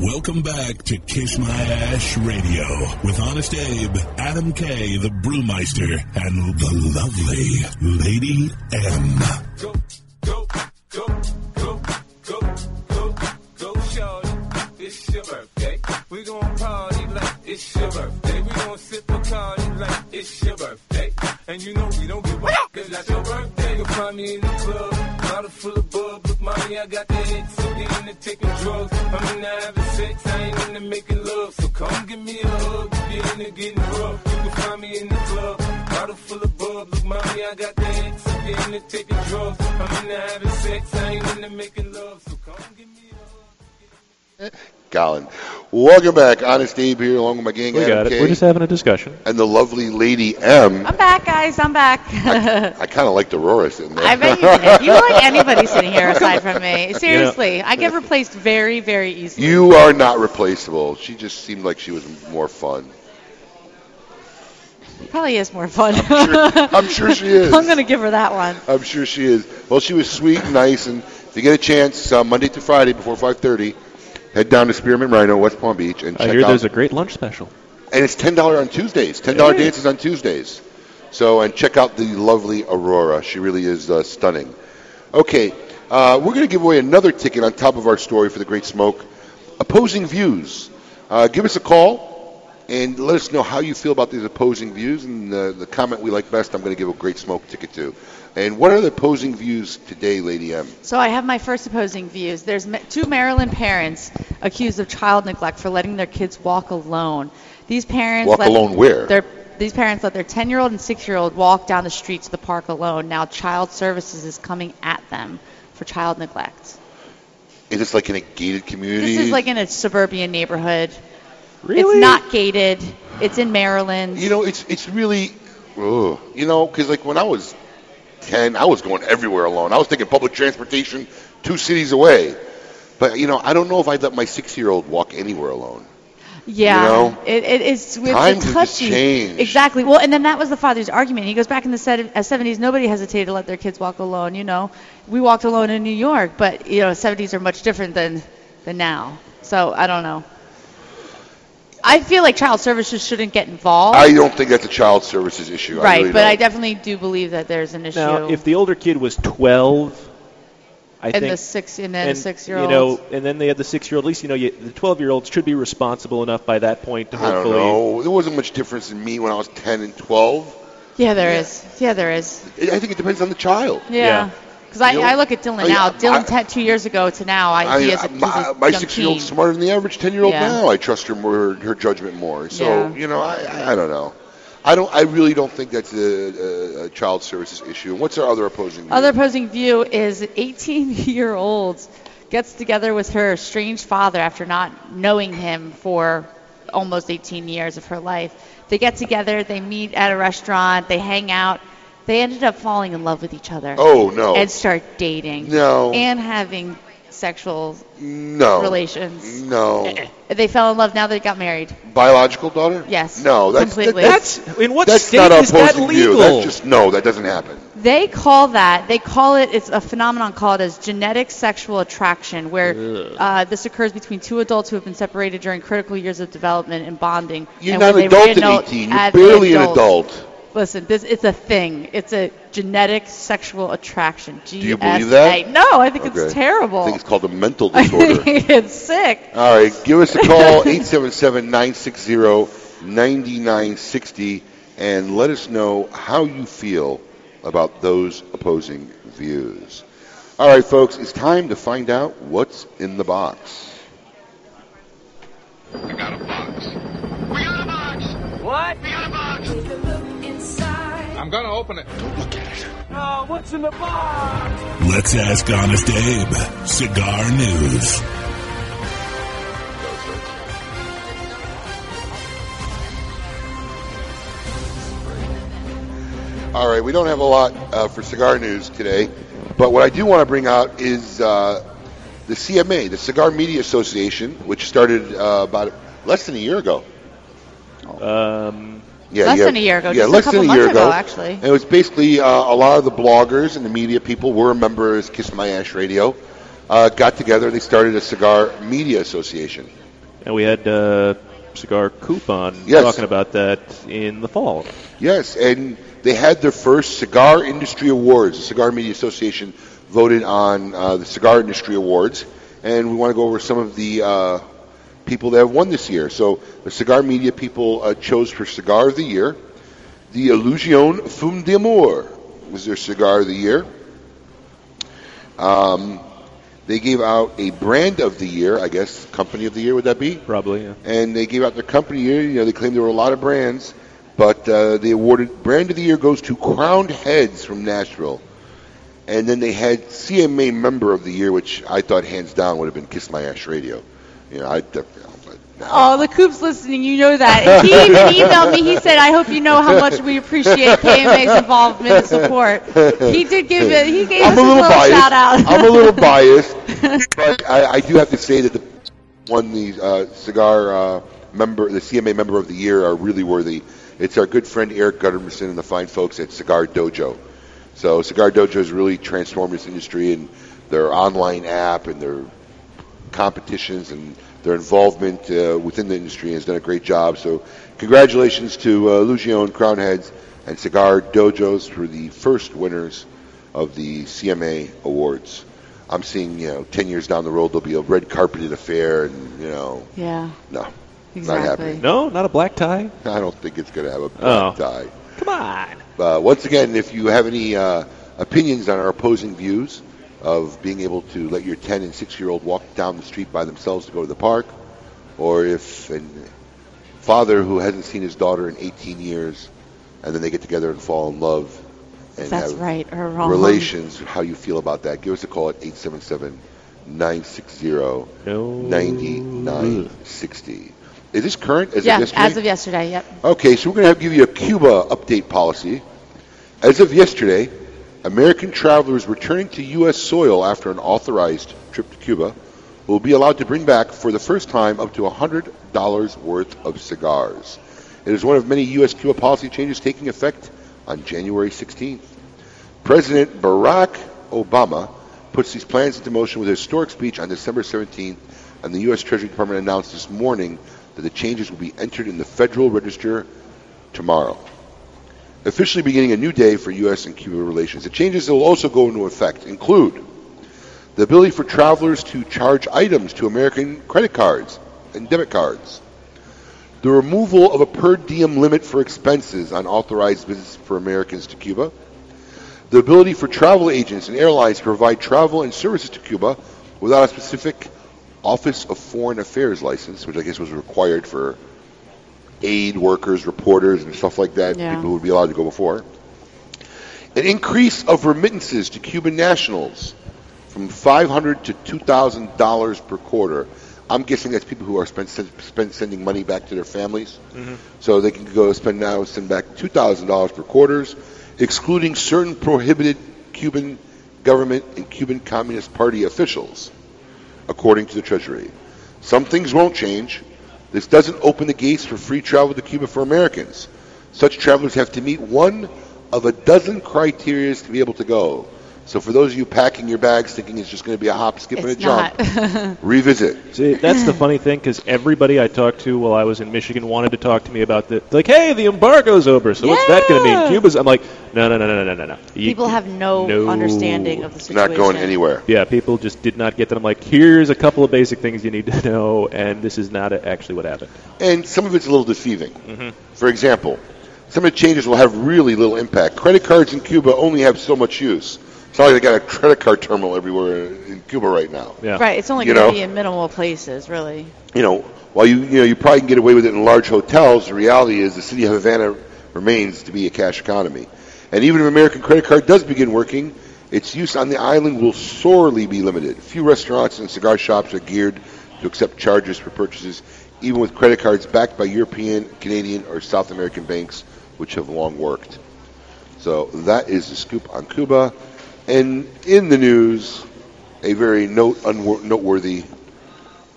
Speaker 10: Welcome back to Kiss My Ash Radio with Honest Abe, Adam K, the Brewmeister, and the lovely Lady M.
Speaker 9: Go, go, go, go, go, go, go, shorty. It's your birthday. We gon' party like it's your birthday. We gon' sip a party like it's your birthday. And you know we don't give up, cause that's your birthday. You'll find me in the club. Bottle full of bub, look, mommy, I got the hits. I'm getting to taking drugs. I'm into having sex, I ain't into making love. So come give me a hug, get into getting rough. You can find me in the club. Bottle full of bub, look, mommy, I got the hits. I'm getting to taking drugs. I'm into having sex, I ain't into making love. So come give me
Speaker 8: Colin. Welcome back. Honest Abe here along with my gang.
Speaker 34: We
Speaker 8: Adam
Speaker 34: got it.
Speaker 8: K,
Speaker 34: We're just having a discussion.
Speaker 8: And the lovely Lady M.
Speaker 12: I'm back, guys. I'm back. I,
Speaker 8: I kind of like the Aurora sitting there.
Speaker 12: bet you did. You like anybody sitting here aside from me. Seriously, I get replaced very, very easily.
Speaker 8: You are not replaceable. She just seemed like she was more fun.
Speaker 12: Probably is more fun.
Speaker 8: I'm sure she is.
Speaker 12: I'm gonna give her that one.
Speaker 8: I'm sure she is. Well, she was sweet and nice. And if you get a chance, uh, Monday through Friday before 5:30, head down to Spearmint Rhino, West Palm Beach, and
Speaker 34: I
Speaker 8: check
Speaker 34: hear
Speaker 8: out.
Speaker 34: there's a great lunch special.
Speaker 8: and it's ten dollar on Tuesdays. Ten dollar
Speaker 34: Hey.
Speaker 8: dances on Tuesdays. So and check out the lovely Aurora. She really is uh, stunning. Okay, uh, we're going to give away another ticket on top of our story for the Great Smoke. Opposing views. Uh, give us a call and let us know how you feel about these opposing views and the, the comment we like best. I'm going to give a Great Smoke ticket to. And what are the opposing views today, Lady M?
Speaker 12: So I have my first opposing views. There's ma- two Maryland parents accused of child neglect for letting their kids walk alone. These parents
Speaker 8: Walk
Speaker 12: let
Speaker 8: alone where?
Speaker 12: Their, these parents let their 10-year-old and 6-year-old walk down the street to the park alone. Now Child Services is coming at them for child neglect.
Speaker 8: Is this like in a gated community?
Speaker 12: This is like in a suburban neighborhood.
Speaker 8: Really?
Speaker 12: It's not gated. It's in Maryland.
Speaker 8: You know, it's it's really, ugh. you know, because like when I was ten, I was going everywhere alone. I was taking public transportation two cities away. But you know, I don't know if I'd let my six-year-old walk anywhere alone.
Speaker 12: Yeah,
Speaker 8: You know?
Speaker 12: it, it, it's,
Speaker 8: Times
Speaker 12: it's a
Speaker 8: have just
Speaker 12: touchy.
Speaker 8: changed.
Speaker 12: Exactly. Well, and then that was the father's argument. He goes back in the sev- uh, 70s. Nobody hesitated to let their kids walk alone. You know, we walked alone in New York, but you know, 70s are much different than than now. So I don't know. I feel like child services shouldn't get involved.
Speaker 8: I don't think that's a child services issue.
Speaker 12: Oh. Right,
Speaker 8: I really
Speaker 12: but I
Speaker 8: don't.
Speaker 12: definitely do believe that there's an issue.
Speaker 34: Now, if the older kid was 12
Speaker 11: I
Speaker 12: And
Speaker 11: think
Speaker 12: the six- and then the six-year-olds.
Speaker 11: You know, and then they had the six-year-old. At least you know you, the twelve-year-old should be responsible enough by that point to
Speaker 8: I don't
Speaker 11: hopefully.
Speaker 8: know. There wasn't much difference in me when I was 10 and 12.
Speaker 12: Yeah, there is. yeah. there is.
Speaker 8: I I think it depends on the child.
Speaker 12: Yeah. Because
Speaker 8: You know,
Speaker 12: I, I look at Dylan
Speaker 8: I-
Speaker 12: now.
Speaker 8: I-
Speaker 12: Dylan, ten, two years ago to now, I,
Speaker 8: I,
Speaker 12: he is a,
Speaker 8: I-
Speaker 12: he's a
Speaker 8: my my
Speaker 12: young
Speaker 8: six-year-old's
Speaker 12: teen.
Speaker 8: smarter than the average ten-year-old
Speaker 12: Yeah.
Speaker 8: now. I trust her more, her judgment more. So
Speaker 12: Yeah.
Speaker 8: you know, I, I, I don't know. I don't. I really don't think that's a, a, a child services issue. And what's our other opposing? view?
Speaker 12: Other opposing view is 18 year old gets together with her estranged father after not knowing him for almost 18 years of her life. They get together, they meet at a restaurant, they hang out. They ended up falling in love with each other.
Speaker 8: Oh, no.
Speaker 12: And start dating.
Speaker 8: No.
Speaker 12: And having sexual
Speaker 8: no
Speaker 12: relations.
Speaker 8: No.
Speaker 12: They fell in love now they got married.
Speaker 8: Biological daughter?
Speaker 12: Yes.
Speaker 8: No, that's
Speaker 12: Completely.
Speaker 8: that's
Speaker 12: That's- in what
Speaker 8: that's
Speaker 12: state
Speaker 8: not
Speaker 12: is that
Speaker 8: opposing view.
Speaker 12: legal?
Speaker 8: That's just no, that doesn't happen.
Speaker 12: They call that, they call it, it's a phenomenon called as genetic sexual attraction, where
Speaker 8: Ugh.
Speaker 12: uh, this occurs between two adults who have been separated during critical years of development and bonding.
Speaker 8: You're
Speaker 12: and
Speaker 8: not
Speaker 12: when
Speaker 8: an
Speaker 12: they
Speaker 8: adult
Speaker 12: readult-
Speaker 8: at 18. You're
Speaker 12: as
Speaker 8: barely an adult.
Speaker 12: Listen, this it's a thing. It's a genetic sexual attraction.
Speaker 8: Do you believe that?
Speaker 12: GSA. No, I think
Speaker 8: Okay.
Speaker 12: it's terrible.
Speaker 8: I think it's called a mental
Speaker 12: I
Speaker 8: disorder.
Speaker 12: think it's sick.
Speaker 8: All right, give us a call 877-960-9960 and let us know how you feel about those opposing views. All right, folks, it's time to find out what's in the box.
Speaker 25: I got a box. We got a box. What? We got a box. Take a look inside. I'm gonna open it. Don't look at it. Oh, what's in the box?
Speaker 10: Let's ask Honest Abe. Cigar News.
Speaker 8: All right, we don't have a lot uh, for cigar news today, but what I do want to bring out is uh, the CMA, the Cigar Media Association, which started uh, about less than a year ago.
Speaker 11: Um,
Speaker 8: yeah,
Speaker 12: Less
Speaker 8: yeah.
Speaker 12: than a year ago,
Speaker 8: Yeah,
Speaker 12: just a
Speaker 8: less
Speaker 12: couple
Speaker 8: than a
Speaker 12: months
Speaker 8: year
Speaker 12: ago,
Speaker 8: ago,
Speaker 12: actually.
Speaker 8: And it was basically uh, a lot of the bloggers and the media people were members. Kiss My Ash Radio uh, got together. They started a cigar media association.
Speaker 11: And we had uh, cigar coupon
Speaker 8: Yes.
Speaker 11: talking about that in the fall.
Speaker 8: Yes, and they had their first Cigar Industry Awards. The Cigar Media Association voted on uh, the Cigar Industry Awards, and we want to go over some of the uh, people that have won this year. So the cigar media people uh, chose for Cigar of the Year. The Illusion Fum d'Amour was their Cigar of the Year. Um, they gave out a brand of the year, I guess, company of the year, would that be?
Speaker 11: Probably, yeah.
Speaker 8: And they gave out their company year. You know, they claimed there were a lot of brands, but uh, they awarded brand of the year goes to Crowned Heads from Nashville. And then they had CMA member of the year, which I thought hands down would have been Kiss My Ash Radio. You know, I,
Speaker 12: Oh, the coop's listening. You know that. And he even emailed me. He said, "I hope you know how much we appreciate KMA's involvement and support." He did give it. He gave
Speaker 8: I'm
Speaker 12: us
Speaker 8: a little biased.
Speaker 12: shout out.
Speaker 8: I'm a little biased, but I, I do have to say that the won the uh, cigar uh, member, the CMA member of the year, are really worthy. It's our good friend Eric Guttermanson and the fine folks at Cigar Dojo. So Cigar Dojo has really transformed this industry and their online app and their competitions and their involvement uh, within the industry has done a great job. So congratulations to uh, Lugion, Crown Heads, and Cigar Dojos for the first winners of the CMA awards. I'm seeing, you know, 10 years down the road, there'll be a red carpeted affair, and, you know,
Speaker 12: Yeah.
Speaker 8: no, not
Speaker 12: Exactly.
Speaker 8: happening.
Speaker 11: No, not a black tie?
Speaker 8: I don't think it's going to have a black
Speaker 11: Oh.
Speaker 8: tie.
Speaker 11: Come on.
Speaker 8: Uh, once again, if you have any uh, opinions on our opposing views of being able to let your 10 and 6 year old walk down the street by themselves to go to the park, or if a father who hasn't seen his daughter in 18 years and then they get together and fall in love and
Speaker 12: That's
Speaker 8: have
Speaker 12: right or wrong.
Speaker 8: relations, how you feel about that, give us a call at 877 960 9960. Is this current? As
Speaker 12: yeah,
Speaker 8: of yesterday?
Speaker 12: as of yesterday. Yep.
Speaker 8: Okay, so we're going to have, give you a Cuba update policy. As of yesterday, American travelers returning to U.S. soil after an authorized trip to Cuba will be allowed to bring back, for the first time, up to $100 worth of cigars. It is one of many U.S. Cuba policy changes taking effect on January 16th. President Barack Obama puts these plans into motion with a historic speech on December 17th, and the U.S. Treasury Department announced this morning that the changes will be entered in the Federal Register tomorrow. Officially beginning a new day for U.S. and Cuba relations. The changes that will also go into effect include the ability for travelers to charge items to American credit cards and debit cards, the removal of a per diem limit for expenses on authorized visits for Americans to Cuba, the ability for travel agents and airlines to provide travel and services to Cuba without a specific Office of Foreign Affairs license, which I guess was required for aid workers, reporters, and stuff like that,
Speaker 7: Yeah.
Speaker 8: people who would be allowed to go before. An increase of remittances to Cuban nationals from 500 to $2,000 per quarter. I'm guessing that's people who are spend, spend sending money back to their families. So they can go spend now, send back $2,000 per quarters, excluding certain prohibited Cuban government and Cuban Communist Party officials, according to the Treasury. Some things won't change. This doesn't open the gates for free travel to Cuba for Americans. Such travelers have to meet one of a dozen criteria to be able to go. So for those of you packing your bags thinking it's just going to be a hop, skip, and a
Speaker 12: It's
Speaker 8: jump,
Speaker 12: not. That's
Speaker 8: revisit.
Speaker 11: See, that's the funny thing because everybody I talked to while I was in Michigan wanted to talk to me about the like, hey, the embargo's over, so what's that going to mean?
Speaker 12: Yeah.
Speaker 11: Cuba's. I'm like, no, no, no, no, no, no, no. You-
Speaker 12: People have no,
Speaker 11: No.
Speaker 12: understanding of the
Speaker 11: It's
Speaker 12: situation.
Speaker 11: Yeah, people just did not get that. I'm like, here's a couple of basic things you need to know, and this is not actually what happened.
Speaker 8: And some of it's a little deceiving. For example, some of the changes will have really little impact. Credit cards in Cuba only have so much use. It's not like they got a credit card terminal everywhere in Cuba right now.
Speaker 12: Right. It's only
Speaker 8: You
Speaker 12: going
Speaker 8: know?
Speaker 12: to be in minimal places, really.
Speaker 8: you know, while you you know you probably can get away with it in large hotels, the reality is the city of Havana remains to be a cash economy. And even if American credit card does begin working, its use on the island will sorely be limited. Few restaurants and cigar shops are geared to accept charges for purchases, even with credit cards backed by European, Canadian, or South American banks, which have long worked. So that is the scoop on Cuba. And in the news, a very note unwor- noteworthy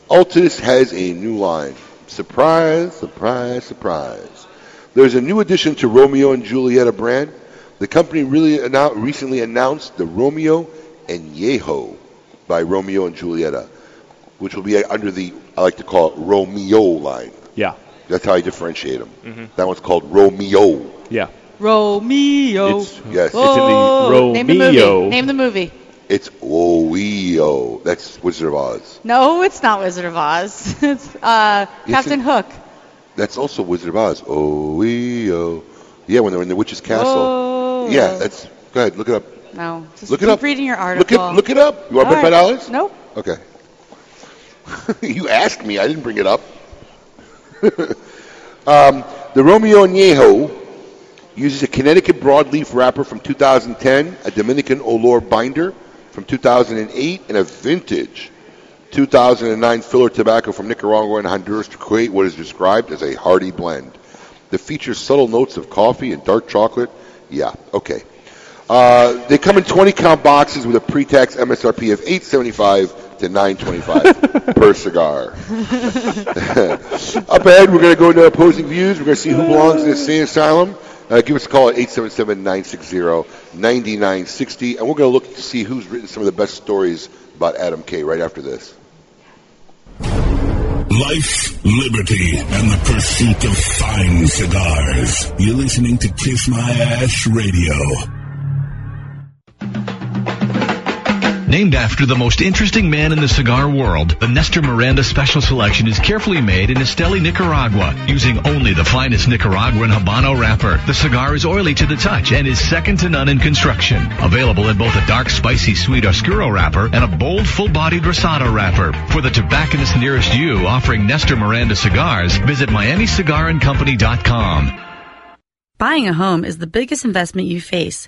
Speaker 8: Altus has a new line. Surprise, surprise, surprise. There's a new addition to Romeo and Julieta brand. The company really annou- recently announced the Romeo and Yeho by Romeo and Julieta, which will be uh, under the, I like to call it Romeo line.
Speaker 11: Yeah.
Speaker 8: That's how I differentiate them.
Speaker 12: Mm-hmm.
Speaker 8: That one's called Romeo.
Speaker 11: Yeah.
Speaker 12: Romeo.
Speaker 8: yes. It's in the
Speaker 12: Whoa. Oh. Name the
Speaker 8: Romeo.
Speaker 12: movie. Name the movie.
Speaker 8: It's Romeo. That's Wizard of Oz.
Speaker 12: No, it's not Wizard of Oz. it's uh, Captain Hook.
Speaker 8: That's also Wizard of Oz. Romeo. Yeah, when they're in the witch's castle.
Speaker 12: Oh.
Speaker 8: Yeah, that's. Go ahead, look it up.
Speaker 12: No. Just
Speaker 8: Look it
Speaker 12: keep
Speaker 8: up.
Speaker 12: reading your
Speaker 8: Look
Speaker 12: article.
Speaker 8: it, look it up. You want to
Speaker 12: All
Speaker 8: bet
Speaker 12: right.
Speaker 8: five dollars?
Speaker 12: Nope.
Speaker 8: Okay. you asked me. I didn't bring it up. um, the Romeo Añejo uses a Connecticut broadleaf wrapper from 2010, a Dominican Olor binder from 2008, and a vintage 2009 filler tobacco from Nicaragua and Honduras to create what is described as a hearty blend. that features subtle notes of coffee and dark chocolate. Yeah, okay. Uh, they come in 20 count boxes with a pre-tax MSRP of 875 to 925 per cigar. Up ahead, we're going to go into opposing views. We're going to see who belongs in the sane asylum. Uh, give us a call at 877-960-9960, and we're going to look to see who's written some of the best stories about Adam K. right after this.
Speaker 10: Life, liberty, and the pursuit of fine cigars. You're listening to Kiss My Ash Radio.
Speaker 7: Named after the most interesting man in the cigar world, the Nestor Miranda Special Selection is carefully made in Esteli, Nicaragua, using only the finest Nicaraguan Habano wrapper. The cigar is oily to the touch and is second to none in construction. Available in both a dark, spicy, sweet Oscuro wrapper and a bold, full-bodied Rosado wrapper. For the tobacconist nearest you offering Nestor Miranda cigars, visit MiamiCigarAndCompany.com.
Speaker 35: Buying a home is the biggest investment you face.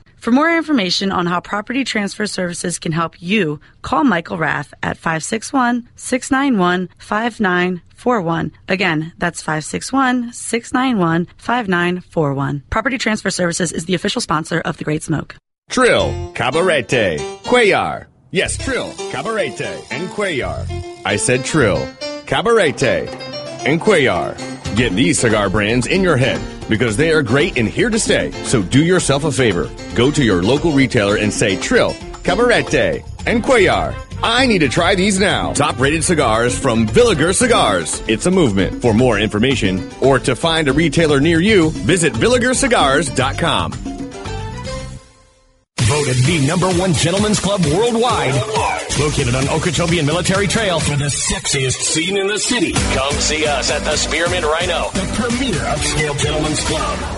Speaker 35: For more information on how property transfer services can help you, call Michael Rath at 561 691 5941. Again, that's 561 691 5941. Property Transfer Services is the official sponsor of The Great Smoke.
Speaker 16: Trill, Cabarete, Cuellar. Yes, Trill, Cabarete, and Cuellar. I said Trill, Cabarete, and Cuellar. Get these cigar brands in your head. because they are great and here to stay. So do yourself a favor. Go to your local retailer and say Trill, Cabarete, and Cuellar. I need to try these now. Top rated cigars from Villager Cigars. It's a movement. For more information or to find a retailer near you, visit VillagerCigars.com.
Speaker 2: Voted the number one gentleman's club worldwide. Located on Okeechobee and Military Trail for the sexiest scene in the city. Come see us at the Spearmint Rhino, the premier upscale gentleman's club.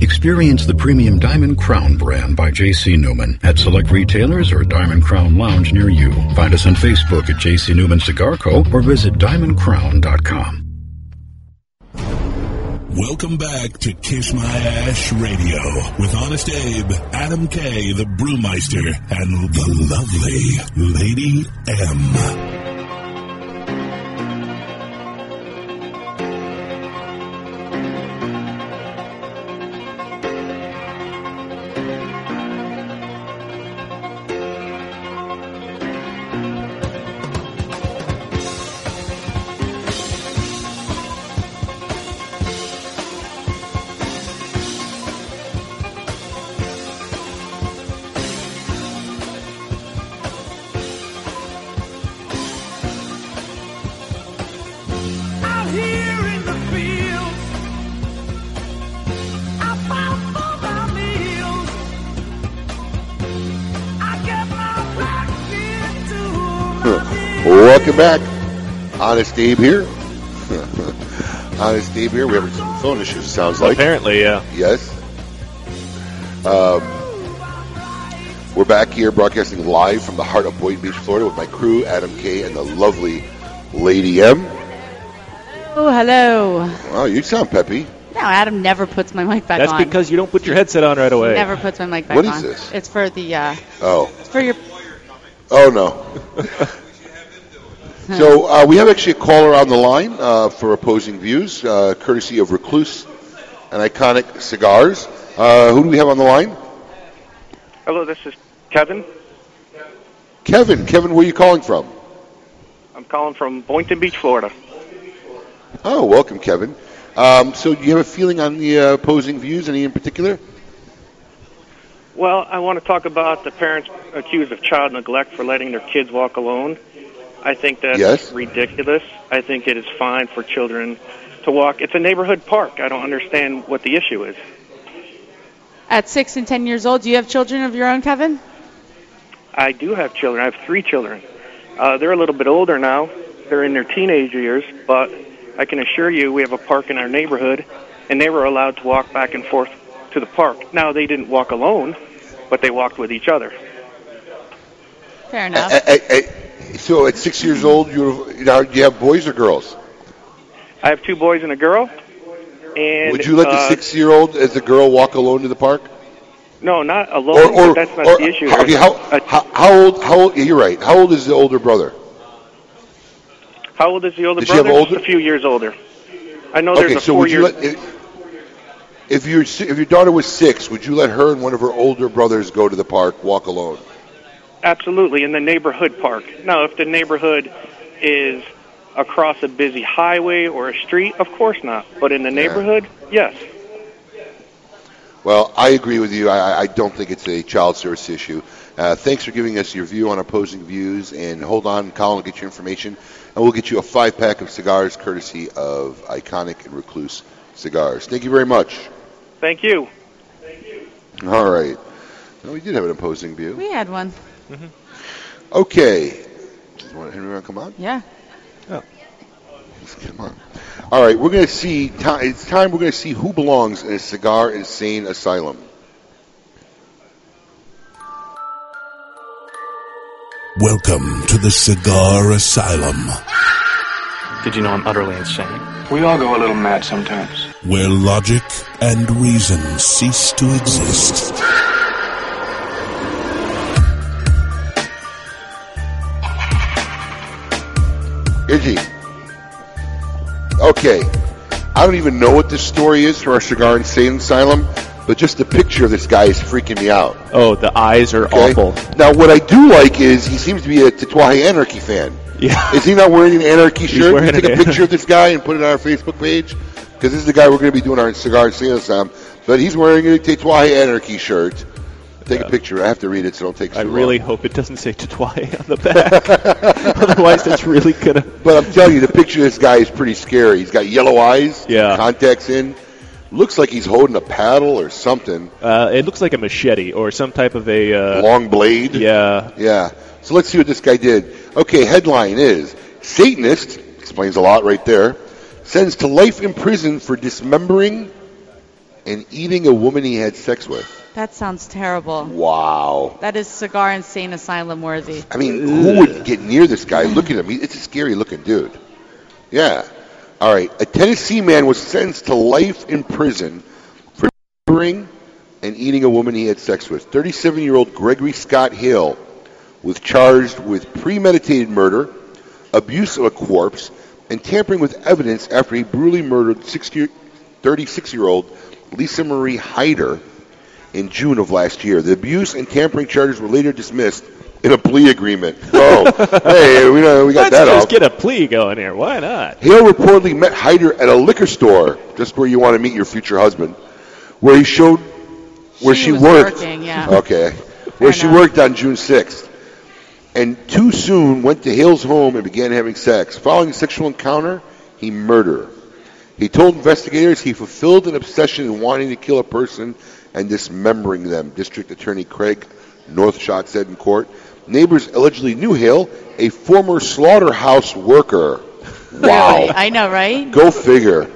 Speaker 13: Experience the premium Diamond Crown brand by JC Newman at select retailers or Diamond Crown Lounge near you. Find us on Facebook at JC Newman Cigar Co. or visit diamondcrown.com.
Speaker 10: Welcome back to Kiss My Ash Radio with Honest Abe, Adam K, the Brewmeister, and the lovely Lady M.
Speaker 25: Out here in the fields, I fight for my meals. I get my back into
Speaker 8: Welcome back. Honest Abe here. Honest Abe here. We're having some phone issues, it sounds like.
Speaker 11: Apparently, yeah.
Speaker 8: Yes. Um, we're back here broadcasting live from the heart of Boynton Beach, Florida with my crew, Adam K, and the lovely Lady M.
Speaker 12: Oh, hello.
Speaker 8: Wow, you sound peppy.
Speaker 12: No, Adam never puts my mic back
Speaker 11: That's
Speaker 12: on.
Speaker 11: because you don't put your headset on right away.
Speaker 12: Never puts my mic back
Speaker 8: What
Speaker 12: on.
Speaker 8: is this?
Speaker 12: It's for the uh,
Speaker 8: Oh.
Speaker 12: it's for your
Speaker 8: Oh, no. so uh, we have actually a caller on the line uh, for opposing views, uh, courtesy of Recluse and Iconic Cigars. Uh, who do we have on the line?
Speaker 36: Hello, this is Kevin.
Speaker 8: Kevin. Kevin, where are you calling from?
Speaker 36: I'm calling from Boynton Beach, Florida.
Speaker 8: Oh, welcome, Kevin. Um, so do you have a feeling on the uh, opposing views, any in particular?
Speaker 36: Well, I want to talk about the parents accused of child neglect for letting their kids walk alone. I think that's
Speaker 8: Yes.
Speaker 36: ridiculous. I think it is fine for children to walk. It's a neighborhood park. I don't understand what the issue is.
Speaker 12: at six and ten years old. Do you have children of your own, Kevin?
Speaker 36: I do have children. I have three children. Uh, they're a little bit older now. They're in their teenage years, but I can assure you we have a park in our neighborhood, and they were allowed to walk back and forth to the park. Now, they didn't walk alone, but they walked with each other.
Speaker 12: Fair enough.
Speaker 8: I- I- I- so at six years old, you you know, do you have boys or girls?
Speaker 36: I have two boys and a girl. And
Speaker 8: Would you let the
Speaker 36: uh,
Speaker 8: six-year-old as a girl walk alone to the park?
Speaker 36: No, not alone.
Speaker 8: Or- or-
Speaker 36: but that's not
Speaker 8: or-
Speaker 36: the issue.
Speaker 8: Okay, how, how, how old? How old? yeah, You're right. How old is the older brother?
Speaker 36: How old is the older
Speaker 8: Does she have
Speaker 36: brother?
Speaker 8: older-
Speaker 36: Just a few years older. I know
Speaker 8: okay,
Speaker 36: there's a
Speaker 8: so would
Speaker 36: four-year.
Speaker 8: you let if, if your si- if your daughter was six, would you let her and one of her older brothers go to the park, walk alone?
Speaker 36: Absolutely, in the neighborhood park. Now, if the neighborhood is across a busy highway or a street, of course not. But in the neighborhood, yes.
Speaker 8: Well, I agree with you. I, I- I don't think it's a child service issue. Uh, thanks for giving us your view on opposing views, and hold on, Colin, will get your information, and we'll get you a five pack of cigars courtesy of Iconic and Recluse Cigars. Thank you very much.
Speaker 36: Thank you.
Speaker 8: All right. Now, we did have an opposing view.
Speaker 12: We had one.
Speaker 8: Okay. You want Henry Ron come on?
Speaker 12: Yeah.
Speaker 8: Come on. All right, we're going to see. ti- It's time we're going to see who belongs in a cigar insane asylum.
Speaker 10: Welcome to the Cigar Asylum,
Speaker 5: Did you know I'm utterly insane?
Speaker 15: We all go a little mad sometimes.
Speaker 10: where logic and reason cease to exist.
Speaker 8: Iggy. Okay. I don't even know what this story is for our cigar insane asylum, but just the picture of this guy is freaking me out.
Speaker 11: Oh, the eyes are
Speaker 8: Okay.
Speaker 11: awful.
Speaker 8: Now, what I do like is he seems to be a Tatuaje Anarchy fan.
Speaker 11: Yeah.
Speaker 8: Is he not wearing an Anarchy
Speaker 11: He's
Speaker 8: shirt?
Speaker 11: wearing
Speaker 8: Can we take
Speaker 11: an
Speaker 8: a picture of this guy and put it on our Facebook page? Because this is the guy we're going to be doing our cigar insane asylum. But he's wearing a Tatuaje Anarchy shirt. Take a picture. I have to read it, so don't take.
Speaker 11: I really hope it doesn't say Tatuaje on the back. Otherwise, that's really gonna.
Speaker 8: But I'm telling you, the picture of this guy is pretty scary. He's got yellow eyes.
Speaker 11: Yeah.
Speaker 8: Contacts in. Looks like he's holding a paddle or something.
Speaker 11: Uh, it looks like a machete or some type of a uh,
Speaker 8: long blade.
Speaker 11: Yeah.
Speaker 8: Yeah. So let's see what this guy did. Okay, headline is Satanist, explains a lot right there, sends to life in prison for dismembering and eating a woman he had sex with.
Speaker 12: That sounds terrible.
Speaker 8: Wow.
Speaker 12: That is cigar insane asylum worthy.
Speaker 8: I mean, who would get near this guy? Look at him. He, it's a scary looking dude. Yeah. All right. A Tennessee man was sentenced to life in prison for murdering and eating a woman he had sex with. 37 year old Gregory Scott Hill was charged with premeditated murder, abuse of a corpse, and tampering with evidence after he brutally murdered 36 year old Lisa Marie Hyder in June of last year. The abuse and tampering charges were later dismissed in a plea agreement. Oh, hey, we, know, we got
Speaker 11: Let's
Speaker 8: that
Speaker 11: just
Speaker 8: off.
Speaker 11: get a plea going here. Why not?
Speaker 8: Hale reportedly met Hyder at a liquor store, just where you want to meet your future husband, where he showed where she,
Speaker 12: was
Speaker 8: worked.
Speaker 12: working, yeah.
Speaker 8: Okay. where she worked on June 6th. And too soon went to Hale's home and began having sex. Following a sexual encounter, he murdered her. He told investigators he fulfilled an obsession in wanting to kill a person and dismembering them, District Attorney Craig Northshot said in court. Neighbors allegedly knew Hale, a former slaughterhouse worker. Wow.
Speaker 12: Really? I know, right?
Speaker 8: Go figure.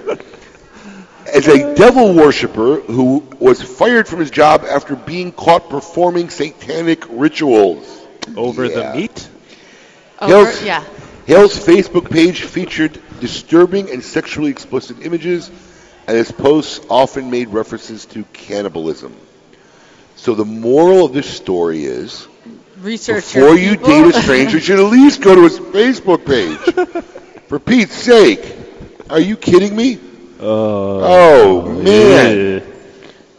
Speaker 8: As a devil worshiper who was fired from his job after being caught performing satanic rituals.
Speaker 11: Over the meat?
Speaker 12: Over, yeah.
Speaker 8: Hale's Facebook page featured disturbing and sexually explicit images, and his posts often made references to cannibalism. So the moral of this story is
Speaker 12: Research your
Speaker 8: before you
Speaker 12: people.
Speaker 8: date a stranger, you should at least go to his Facebook page. For Pete's sake, are you kidding me?
Speaker 12: Uh,
Speaker 8: oh man,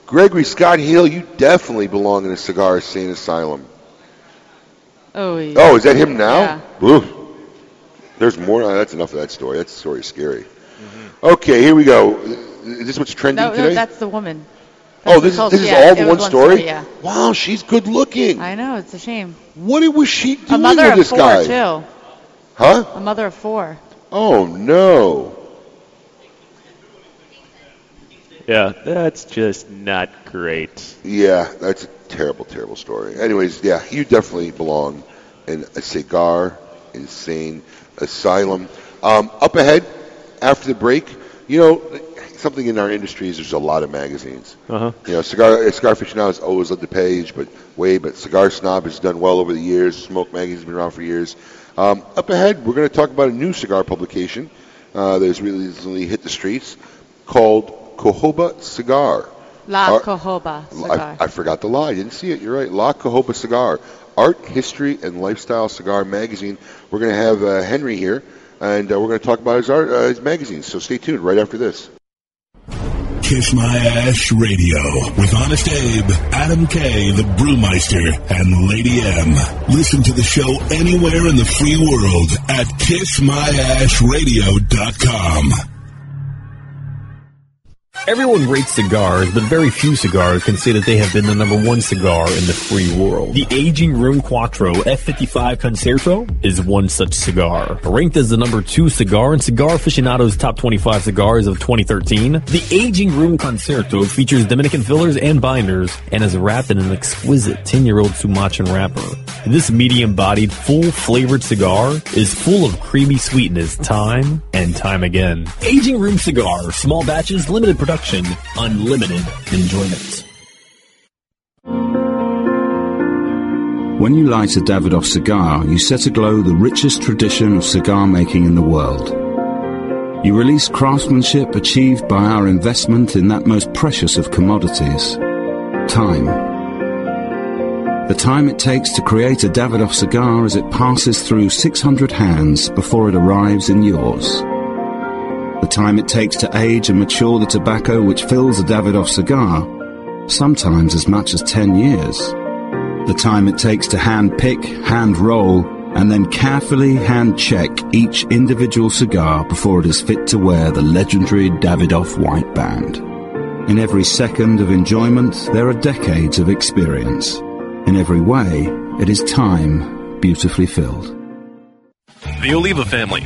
Speaker 8: Gregory Scott Hill, you definitely belong in a cigar sane asylum.
Speaker 12: Oh, yeah.
Speaker 8: Oh, is that him now? Oof. There's more. oh, that's enough of that story. That story is scary.
Speaker 12: Mm-hmm.
Speaker 8: Okay, here we go. Is this what's trending
Speaker 12: No, no,
Speaker 8: today?
Speaker 12: that's the woman.
Speaker 8: oh,
Speaker 12: That's
Speaker 8: this,
Speaker 12: the
Speaker 8: is this is
Speaker 12: cult- yeah,
Speaker 8: all
Speaker 12: it
Speaker 8: the
Speaker 12: was
Speaker 8: one story.
Speaker 12: yeah.
Speaker 8: Wow, she's good looking.
Speaker 12: I know, it's a shame.
Speaker 8: What was she doing
Speaker 12: A mother
Speaker 8: with
Speaker 12: of
Speaker 8: this
Speaker 12: four,
Speaker 8: guy?
Speaker 12: too.
Speaker 8: Huh?
Speaker 12: A mother of four.
Speaker 8: Oh no.
Speaker 11: Yeah, that's just not great.
Speaker 8: Yeah, that's a terrible, terrible story. Anyways, yeah, you definitely belong in a cigar insane asylum. Um, up ahead, after the break, you know, something in our industry is there's a lot of magazines.
Speaker 11: Uh huh.
Speaker 8: You know, cigar eh, cigar fiction now has always led the page, but way, but cigar snob has done well over the years. Smoke magazine's been around for years. Um, up ahead, we're going to talk about a new cigar publication uh, that's really recently hit the streets called Cohoba Cigar.
Speaker 12: La
Speaker 8: Our-
Speaker 12: Cohoba cigar.
Speaker 8: Uh, I, I forgot the lie. I didn't see it. You're right. La Cahopa Cigar, Art, History, and Lifestyle Cigar Magazine. We're going to have uh, Henry here, and uh, we're going to talk about his art, uh, his magazine. So stay tuned. Right after this.
Speaker 10: Kiss My Ash Radio with Honest Abe, Adam K, the Brewmeister, and Lady M. Listen to the show anywhere in the free world at kissmyashradio.com.
Speaker 17: Everyone rates cigars, but very few cigars can say that they have been the number one cigar in the free world. The aging Room Quattro F55 Concerto is one such cigar. Ranked as the number two cigar in Cigar Aficionado's Top 25 Cigars of 2013, the aging Room Concerto features Dominican fillers and binders and is wrapped in an exquisite 10-year-old Sumatran wrapper.
Speaker 7: And this medium-bodied, full-flavored cigar is full of creamy sweetness time and time again. Aging Room Cigar, small batches, limited production, unlimited enjoyment.
Speaker 37: When you light a Davidoff cigar, you set aglow the richest tradition of cigar making in the world. You release craftsmanship achieved by our investment in that most precious of commodities time. The time it takes to create a Davidoff cigar as it passes through 600 hands before it arrives in yours. The time it takes to age and mature the tobacco which fills a Davidoff cigar, sometimes as much as 10 years the time it takes to hand pick, hand roll, and then carefully hand check each individual cigar before it is fit to wear the legendary Davidoff white band. In every second of enjoyment, there are decades of experience. In every way, it is time beautifully filled.
Speaker 11: The Oliva family,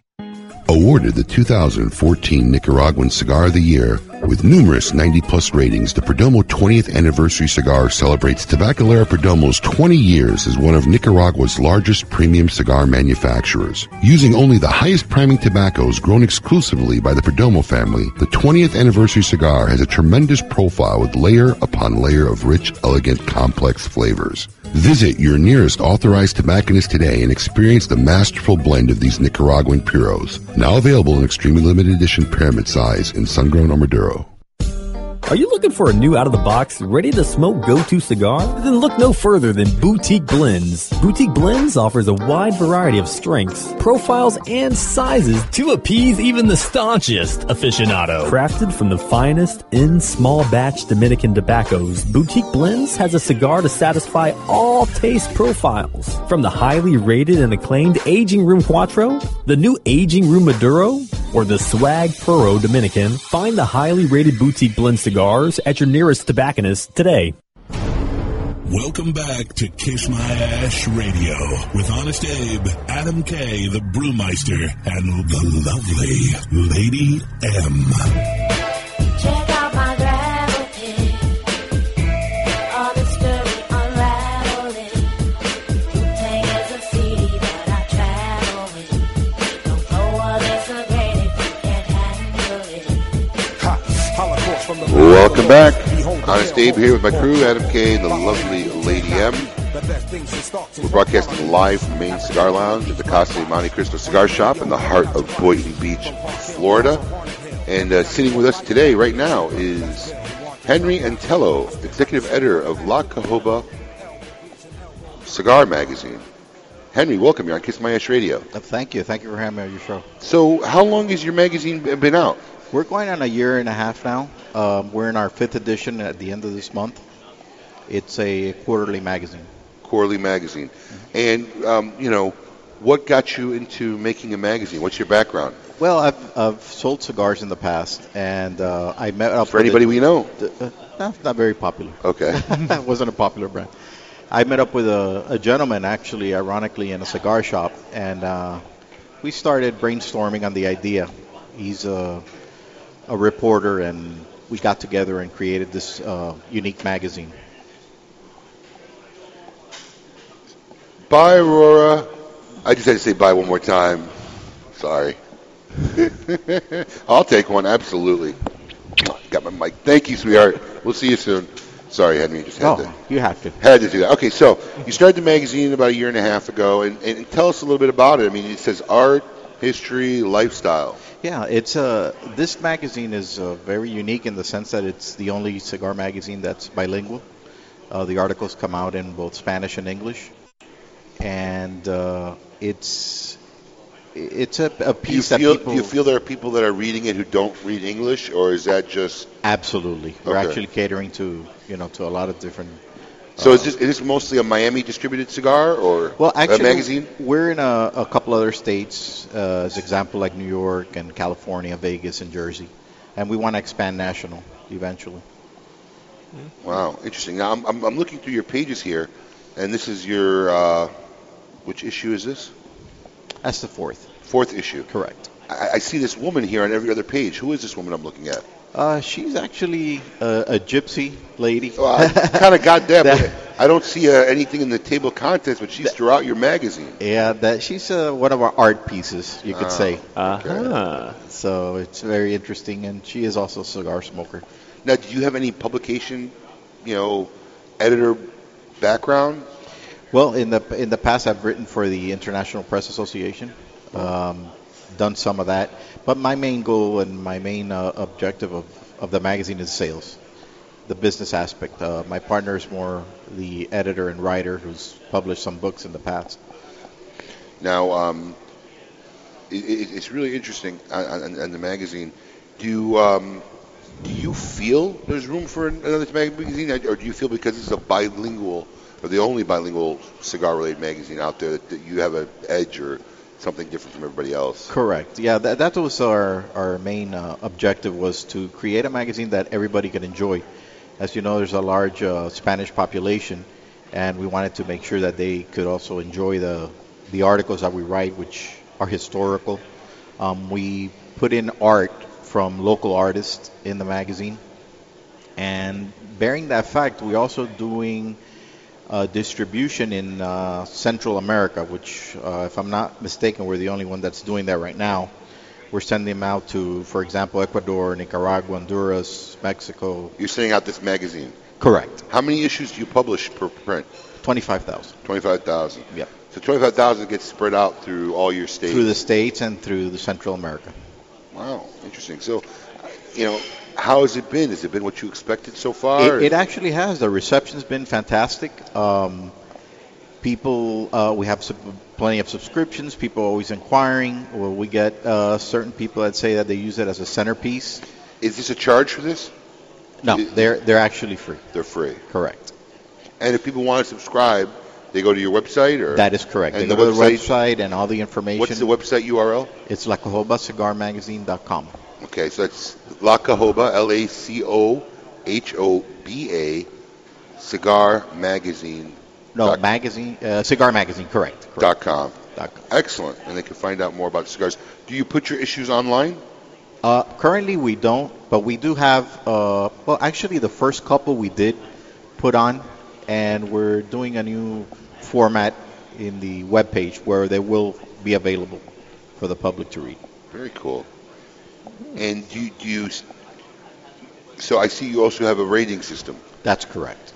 Speaker 38: Awarded the 2014 Nicaraguan Cigar of the Year with numerous 90 plus ratings, the Perdomo 20th Anniversary Cigar celebrates Tabacalera Perdomo's 20 years as one of Nicaragua's largest premium cigar manufacturers. Using only the highest priming tobaccos grown exclusively by the Perdomo family, the 20th Anniversary Cigar has a tremendous profile with layer upon layer of rich, elegant, complex flavors. Visit your nearest authorized tobacconist today and experience the masterful blend of these Nicaraguan puros, now available in extremely limited edition pyramid size in sun-grown Armaduro.
Speaker 7: Are you looking for a new out of the box, ready to smoke go to cigar? Then look no further than Boutique Blends. Boutique Blends offers a wide variety of strengths, profiles, and sizes to appease even the staunchest aficionado. Crafted from the finest in small batch Dominican tobaccos, Boutique Blends has a cigar to satisfy all taste profiles. From the highly rated and acclaimed Aging Room Quattro, the new Aging Room Maduro, or the Swag Puro Dominican, find the highly rated Boutique Blend cigars at your nearest tobacconist today.
Speaker 10: Welcome back to Kiss My Ash Radio with Honest Abe, Adam K, the Brewmeister, and the lovely Lady M.
Speaker 9: Check out my gravity. All this story unraveling. Playing as a CD that I travel with. Don't know what is a great if you can't handle it.
Speaker 8: Welcome back. Honest Abe here with my crew, Adam K, and the lovely Lady M. We're broadcasting live from the main cigar lounge at the Casa de Monte Cristo Cigar Shop in the heart of Boynton Beach, Florida. And uh, sitting with us today, right now, is Henry Antello, executive editor of La Cahoba Cigar Magazine. Henry, welcome. You're on Kiss My Ash Radio.
Speaker 39: Uh, Thank you. Thank you for having me on your show.
Speaker 8: So, how long has your magazine b- been out?
Speaker 39: We're going on a year and a half now. Um, we're in our fifth edition at the end of this month. It's a quarterly magazine.
Speaker 8: Quarterly magazine. And, um, you know, what got you into making a magazine? What's your background?
Speaker 39: Well, I've, I've sold cigars in the past, and uh, I met up
Speaker 8: For anybody we know.
Speaker 39: uh, Not, not very popular.
Speaker 8: Okay.
Speaker 39: it wasn't a popular brand. I met up with a, a gentleman, actually, ironically, in a cigar shop, and uh, we started brainstorming on the idea. He's a, a reporter, and we got together and created this uh, unique magazine.
Speaker 8: Bye, Aurora. I just had to say bye one more time. Sorry. I'll take one, absolutely. Got my mic. Thank you, sweetheart. We'll see you soon. Sorry, Henry. Just had
Speaker 39: Oh,
Speaker 8: to
Speaker 39: you have to.
Speaker 8: had to do that. Okay, so you started the magazine about a year and a half ago, and, and tell us a little bit about it. I mean, it says art, history, lifestyle.
Speaker 39: Yeah, it's uh, this magazine is uh, very unique in the sense that it's the only cigar magazine that's bilingual. Uh, the articles come out in both Spanish and English, and uh, it's it's a, a
Speaker 8: Do you
Speaker 39: piece
Speaker 8: feel
Speaker 39: that people
Speaker 8: do you feel there are people that are reading it who don't read English, or is that just
Speaker 39: absolutely? We're
Speaker 8: Okay.
Speaker 39: actually catering to you know to a lot of different uh,
Speaker 8: So is this is this mostly a Miami distributed cigar or
Speaker 39: Well, actually,
Speaker 8: a magazine?
Speaker 39: We're in a, a couple other states, uh, as example like New York and California, Vegas and Jersey, and we want to expand national eventually.
Speaker 8: Wow, interesting. Now I'm, I'm, I'm looking through your pages here, and this is your uh, which issue is this?
Speaker 39: That's the fourth.
Speaker 8: Fourth issue.
Speaker 39: Correct.
Speaker 8: I, I see this woman here on every other page. Who is this woman I'm looking at?
Speaker 39: Uh, she's actually a, a gypsy lady.
Speaker 8: Oh, kind of goddamn. I don't see uh, anything in the table contents, but she's throughout your magazine.
Speaker 39: Yeah, that she's uh, one of our art pieces, you could
Speaker 8: Ah,
Speaker 39: say.
Speaker 8: Uh-huh.
Speaker 39: So it's very interesting, and she is also a cigar smoker.
Speaker 8: Now, do you have any publication, you know, editor background?
Speaker 39: Well, in the in the past, I've written for the International Press Association,
Speaker 8: Uh-huh.
Speaker 39: um, done some of that, but my main goal and my main uh, objective of, of the magazine is sales, the business aspect. Uh, my partner is more the editor and writer who's published some books in the past.
Speaker 8: Now, um, it, it, it's really interesting uh, on, on, on the magazine. Do you, um, do you feel there's room for another magazine, or do you feel because this is a bilingual, or the only bilingual cigar-related magazine out there, that, that you have an edge or something different from everybody else?
Speaker 39: Correct. Yeah, that, that was our, our main uh, objective was to create a magazine that everybody could enjoy. As you know, there's a large uh, Spanish population, and we wanted to make sure that they could also enjoy the, the articles that we write, which are historical. Um, we put in art from local artists in the magazine, and bearing that fact, we're also doing uh, distribution in uh, Central America, which, uh, if I'm not mistaken, we're the only one that's doing that right now. We're sending them out to, for example, Ecuador, Nicaragua, Honduras, Mexico.
Speaker 8: You're sending out this magazine.
Speaker 39: Correct.
Speaker 8: How many issues do you publish per print?
Speaker 39: Twenty-five thousand.
Speaker 8: Twenty-five thousand.
Speaker 39: Yep.
Speaker 8: So twenty-five thousand gets spread out through all your states.
Speaker 39: Through the states and through the Central America.
Speaker 8: Wow, interesting. So, you know, how has it been? Has it been what you expected so far?
Speaker 39: It, it actually has. The reception's been fantastic. Um, people, uh, we have sub- plenty of subscriptions. People are always inquiring. Well, we get uh, certain people that say that they use it as a centerpiece.
Speaker 8: Is this a charge for this?
Speaker 39: No, they're they're actually free.
Speaker 8: They're free.
Speaker 39: Correct.
Speaker 8: And if people want to subscribe, they go to your website, or
Speaker 39: That is correct.
Speaker 8: And
Speaker 39: they
Speaker 8: the
Speaker 39: go to the
Speaker 8: website.
Speaker 39: website and all the information.
Speaker 8: What's the website URL?
Speaker 39: It's lacahobacigarmagazine.com.
Speaker 8: Okay, so that's Lacahoba, L-A-C-O-H-O-B-A, Cigar Magazine.
Speaker 39: No, magazine, uh, cigar magazine, correct.
Speaker 8: Dot com.
Speaker 39: Dot com.
Speaker 8: Excellent, and they can find out more about cigars. Do you put your issues online?
Speaker 39: Uh, currently, we don't, but we do have. Uh, well, actually, the first couple we did put on, and we're doing a new format in the web page where they will be available for the public to read.
Speaker 8: Very cool. And do you, do you? So I see you also have a rating system.
Speaker 39: That's correct.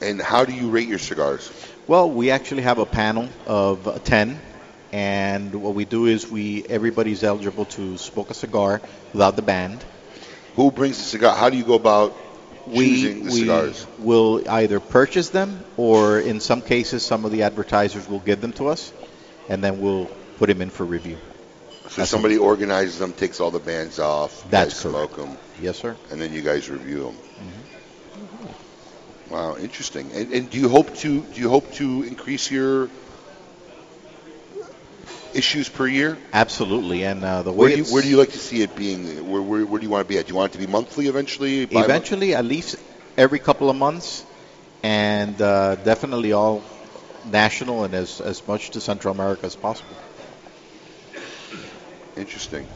Speaker 8: And how do you rate your cigars?
Speaker 39: Well, we actually have a panel of uh, 10, and what we do is we everybody's eligible to smoke a cigar without the band.
Speaker 8: Who brings the cigar? How do you go about choosing the
Speaker 39: we
Speaker 8: cigars?
Speaker 39: will either purchase them, or in some cases, some of the advertisers will give them to us, and then we'll put them in for review.
Speaker 8: So somebody organizes them, takes all the bands off. you
Speaker 39: That's
Speaker 8: guys smoke them.
Speaker 39: Yes, sir.
Speaker 8: And then you guys review them.
Speaker 39: Mm-hmm.
Speaker 8: Wow, interesting. And, and do you hope to do you hope to increase your issues per year?
Speaker 39: Absolutely, and uh, the way
Speaker 8: Where do, you,
Speaker 39: it's-
Speaker 8: where do you like to see it being? Where, where, where do you want to be at? Do you want it to be monthly eventually? bi-
Speaker 39: eventually at least every couple of months, and uh, definitely all national and as as much to Central America as possible.
Speaker 8: Interesting,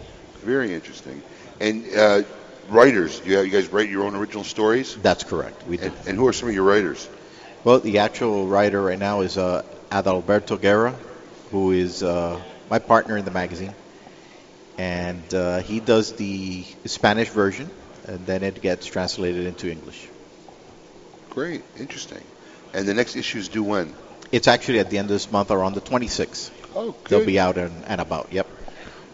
Speaker 8: very interesting. And uh, writers, do you, you guys write your own original stories?
Speaker 39: That's correct. We do.
Speaker 8: And, and who are some of your writers?
Speaker 39: Well, the actual writer right now is uh, Adalberto Guerra, who is uh, my partner in the magazine, and uh, he does the Spanish version, and then it gets translated into English.
Speaker 8: Great, interesting. And the next issues due when?
Speaker 39: It's actually at the end of this month, around the 26th.
Speaker 8: Oh,
Speaker 39: They'll
Speaker 8: good.
Speaker 39: be out and, and about. Yep.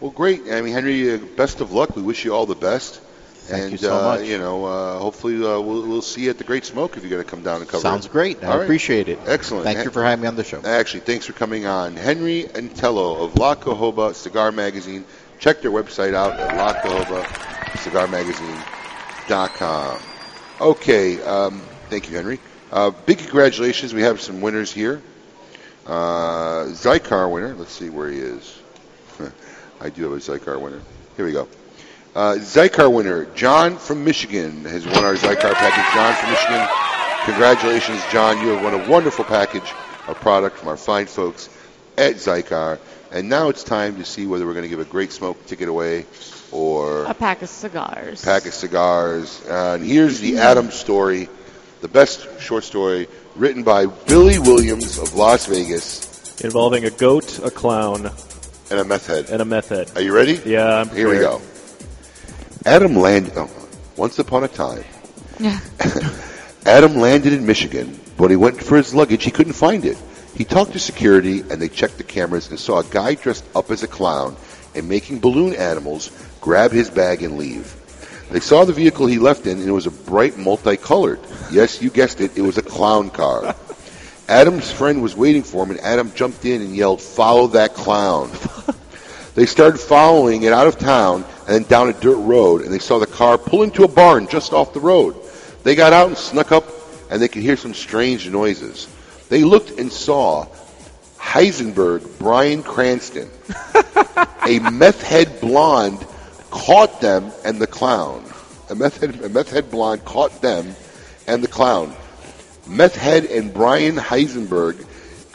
Speaker 8: Well, great. I mean, Henry, uh, best of luck. We wish you all the best. Thank and,
Speaker 39: you so
Speaker 8: uh,
Speaker 39: much.
Speaker 8: You know, uh, hopefully uh, we'll, we'll see you at the Great Smoke if you're going to come down and cover.
Speaker 39: Sounds
Speaker 8: it.
Speaker 39: great. I
Speaker 8: All right.
Speaker 39: appreciate it.
Speaker 8: Excellent.
Speaker 39: Thank you for having me on the show.
Speaker 8: Actually, thanks for coming on. Henry Antello of La Cahoba Cigar Magazine. Check their website out at lacahobacigardmagazine.com. Okay, um, thank you, Henry. Uh, big congratulations. We have some winners here. Uh, Zycar winner. Let's see where he is. I do have a Zycar winner. Here we go. Uh, Zycar winner, John from Michigan, has won our Zycar package. John from Michigan. Congratulations, John. You have won a wonderful package of product from our fine folks at Zycar. And now it's time to see whether we're going to give a great smoke ticket away or
Speaker 12: A pack of cigars.
Speaker 8: pack of cigars. Uh, and here's the Adam story, the best short story written by Billy Williams of Las Vegas
Speaker 11: Involving a goat, a clown,
Speaker 8: and a meth head.
Speaker 11: And a meth head.
Speaker 8: Are you ready?
Speaker 11: Yeah, I'm
Speaker 8: Here we
Speaker 11: prepared.
Speaker 8: go. Adam landed. Oh, once upon a time, Adam landed in Michigan. but When he went for his luggage, he couldn't find it. He talked to security, and they checked the cameras and saw a guy dressed up as a clown and making balloon animals grab his bag and leave. They saw the vehicle he left in, and it was a bright multicolored. Yes, you guessed it. It was a clown car. Adam's friend was waiting for him, and Adam jumped in and yelled, "Follow that clown!" They started following it out of town and then down a dirt road, and they saw the car pull into a barn just off the road. They got out and snuck up, and they could hear some strange noises. They looked and saw Heisenberg Brian Cranston, a meth head blonde, caught them and the clown. A meth head, a meth head blonde caught them and the clown. Meth head and Brian Heisenberg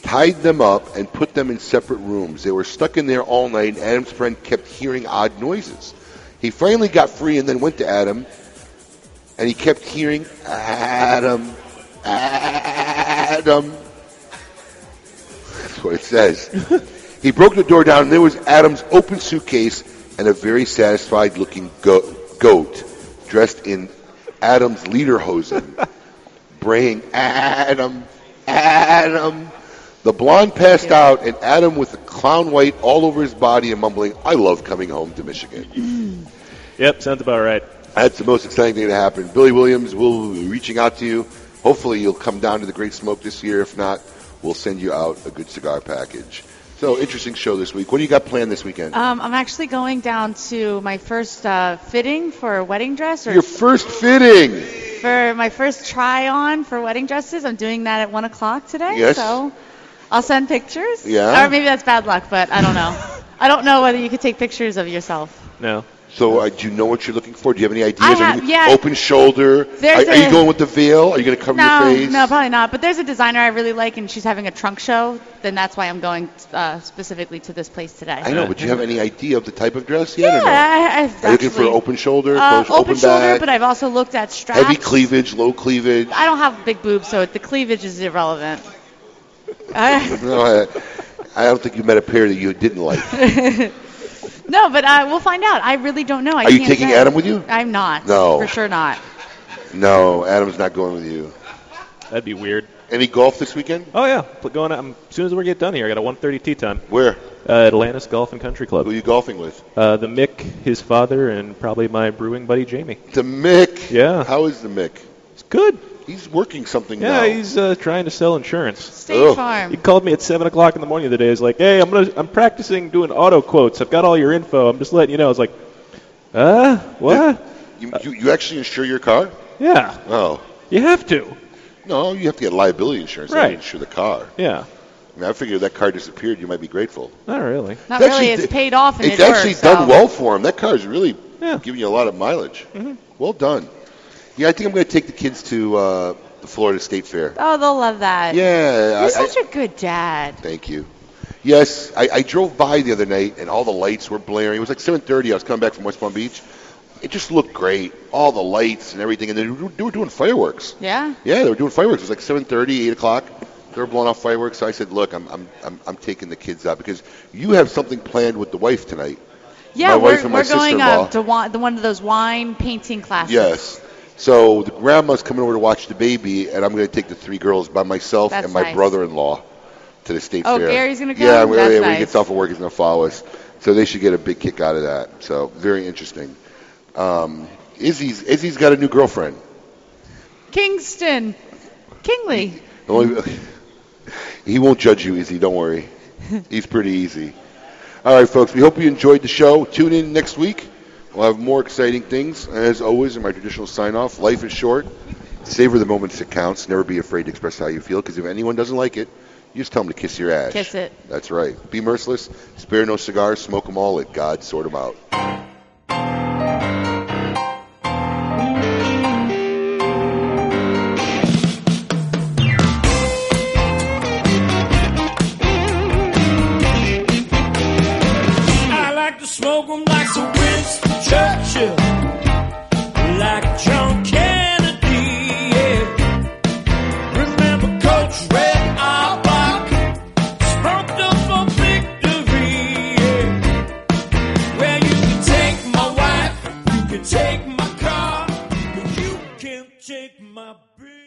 Speaker 8: tied them up and put them in separate rooms. They were stuck in there all night, and Adam's friend kept hearing odd noises. He finally got free and then went to Adam, and he kept hearing Adam, Adam. That's what it says. he broke the door down, and there was Adam's open suitcase and a very satisfied looking go- goat dressed in Adam's lederhosen, braying Adam, Adam. The blonde passed out, and Adam, with the clown white all over his body and mumbling, I love coming home to Michigan.
Speaker 11: Yep, sounds about right.
Speaker 8: That's the most exciting thing that happened. Billy Williams, we'll be reaching out to you. Hopefully, you'll come down to the Great Smoke this year. If not, we'll send you out a good cigar package. So, interesting show this week. What do you got planned this weekend?
Speaker 12: Um, I'm actually going down to my first uh, fitting for a wedding dress, or
Speaker 8: Your first fitting.
Speaker 12: for my first try on for wedding dresses. I'm doing that at one o'clock today.
Speaker 8: Yes.
Speaker 12: So I'll send pictures.
Speaker 8: Yeah.
Speaker 12: Or maybe that's bad luck, but I don't know. I don't know whether you could take pictures of yourself.
Speaker 11: No.
Speaker 8: So, uh, do you know what you're looking for? Do you have any ideas?
Speaker 12: I
Speaker 8: Are
Speaker 12: have-
Speaker 8: you-
Speaker 12: yeah.
Speaker 8: Open shoulder. Are,
Speaker 12: There's
Speaker 8: are you
Speaker 12: a-
Speaker 8: going with the veil? Are you going to cover
Speaker 12: no,
Speaker 8: your face?
Speaker 12: no, probably not. But there's a designer I really like, and she's having a trunk show. Then that's why I'm going uh, specifically to this place today.
Speaker 8: I know, but do you have any idea of the type of dress yet?
Speaker 12: Yeah,
Speaker 8: or no?
Speaker 12: I, I've
Speaker 8: Are you looking for
Speaker 12: actually-
Speaker 8: open shoulder,
Speaker 12: Uh,
Speaker 8: close-
Speaker 12: open, shoulder,
Speaker 8: back,
Speaker 12: but I've also looked at straps.
Speaker 8: heavy cleavage, low cleavage?
Speaker 12: I don't have big boobs, so the cleavage is irrelevant. I-
Speaker 8: no, I, I don't think you met a pair that you didn't like.
Speaker 12: no, but uh, we'll find out. I really don't know. I
Speaker 8: Are you
Speaker 12: can't
Speaker 8: taking
Speaker 12: say.
Speaker 8: Adam with you?
Speaker 12: I'm not.
Speaker 8: No.
Speaker 12: For sure not.
Speaker 8: No, Adam's not going with you.
Speaker 11: That'd be weird.
Speaker 8: Any golf this weekend?
Speaker 11: Oh yeah, But going. I'm, as soon as we get done here, I got a 1:30 tee time.
Speaker 8: Where?
Speaker 11: Uh, Atlantis Golf and Country Club.
Speaker 8: Who are you golfing with?
Speaker 11: Uh, the Mick, his father, and probably my brewing buddy Jamie.
Speaker 8: The Mick.
Speaker 11: Yeah.
Speaker 8: How is the Mick?
Speaker 11: It's good.
Speaker 8: He's working something
Speaker 11: Yeah,
Speaker 8: now.
Speaker 11: he's uh, trying to sell insurance.
Speaker 12: State Ugh. Farm.
Speaker 11: He called me at seven o'clock in the morning the other day. He's like, "Hey, I'm gonna, I'm practicing doing auto quotes. I've got all your info. I'm just letting you know." I was like, "Uh, what?
Speaker 8: You, you, you actually insure your car?
Speaker 11: Yeah,
Speaker 8: Oh.
Speaker 11: you have to.
Speaker 8: No, you have to get liability insurance. They
Speaker 11: Right.
Speaker 8: don't insure the car.
Speaker 11: Yeah,
Speaker 8: I mean, I figure if that car disappeared, you might be grateful.
Speaker 11: not really.
Speaker 12: Not
Speaker 8: It's
Speaker 12: really.
Speaker 8: actually-
Speaker 12: It's paid off and
Speaker 8: it's
Speaker 12: it
Speaker 8: actually
Speaker 12: works,
Speaker 8: done
Speaker 12: so-
Speaker 8: well for him. That car's really giving you a lot of mileage.
Speaker 12: Mm-hmm.
Speaker 8: Well done. Yeah, I think I'm going to take the kids to uh, the Florida State Fair.
Speaker 12: Oh, they'll love that.
Speaker 8: Yeah,
Speaker 12: You're
Speaker 8: I-
Speaker 12: such a good dad.
Speaker 8: Thank you. Yes, I, I drove by the other night and all the lights were blaring. It was like 7:30. I was coming back from West Palm Beach. It just looked great. All the lights and everything, and they were, they were doing fireworks.
Speaker 12: Yeah.
Speaker 8: Yeah, they were doing fireworks. It was like 7:30, 8 o'clock. They were blowing off fireworks. So I said, "Look, I'm, I'm, I'm, I'm taking the kids out because you have something planned with the wife tonight."
Speaker 12: Yeah,
Speaker 8: My
Speaker 12: we're,
Speaker 8: wife and my
Speaker 12: we're going
Speaker 8: sister-in-law.
Speaker 12: uh, to wa- the one of those wine painting classes.
Speaker 8: Yes. So the grandma's coming over to watch the baby, and I'm going to take the three girls by myself
Speaker 12: That's
Speaker 8: and my
Speaker 12: nice.
Speaker 8: brother-in-law to the state
Speaker 12: Oh,
Speaker 8: fair.
Speaker 12: Gary's gonna go?
Speaker 8: Yeah, I'm-
Speaker 12: That's
Speaker 8: yeah, when
Speaker 12: nice.
Speaker 8: he gets off of work, he's going to follow us. So they should get a big kick out of that. So very interesting. Um, Izzy's Izzy's got a new girlfriend.
Speaker 12: Kingston. Kingley.
Speaker 8: The only- he won't judge you, Izzy. Don't worry. He's pretty easy. All right, folks. We hope you enjoyed the show. Tune in next week. We'll have more exciting things. As always, in my traditional sign off, life is short. Savor the moments that counts. Never be afraid to express how you feel, because if anyone doesn't like it, you just tell them to kiss your ass.
Speaker 40: Kiss it.
Speaker 8: That's right. Be merciless. Spare no cigars. Smoke them all. Let God sort them out.
Speaker 9: I like to smoke 'em like some Winston Churchill, like John Kennedy. Yeah. Remember Coach Red Auerbach, spunked up for victory. Yeah. Well, you can take my wife, you can take my car, but you can't take my beer.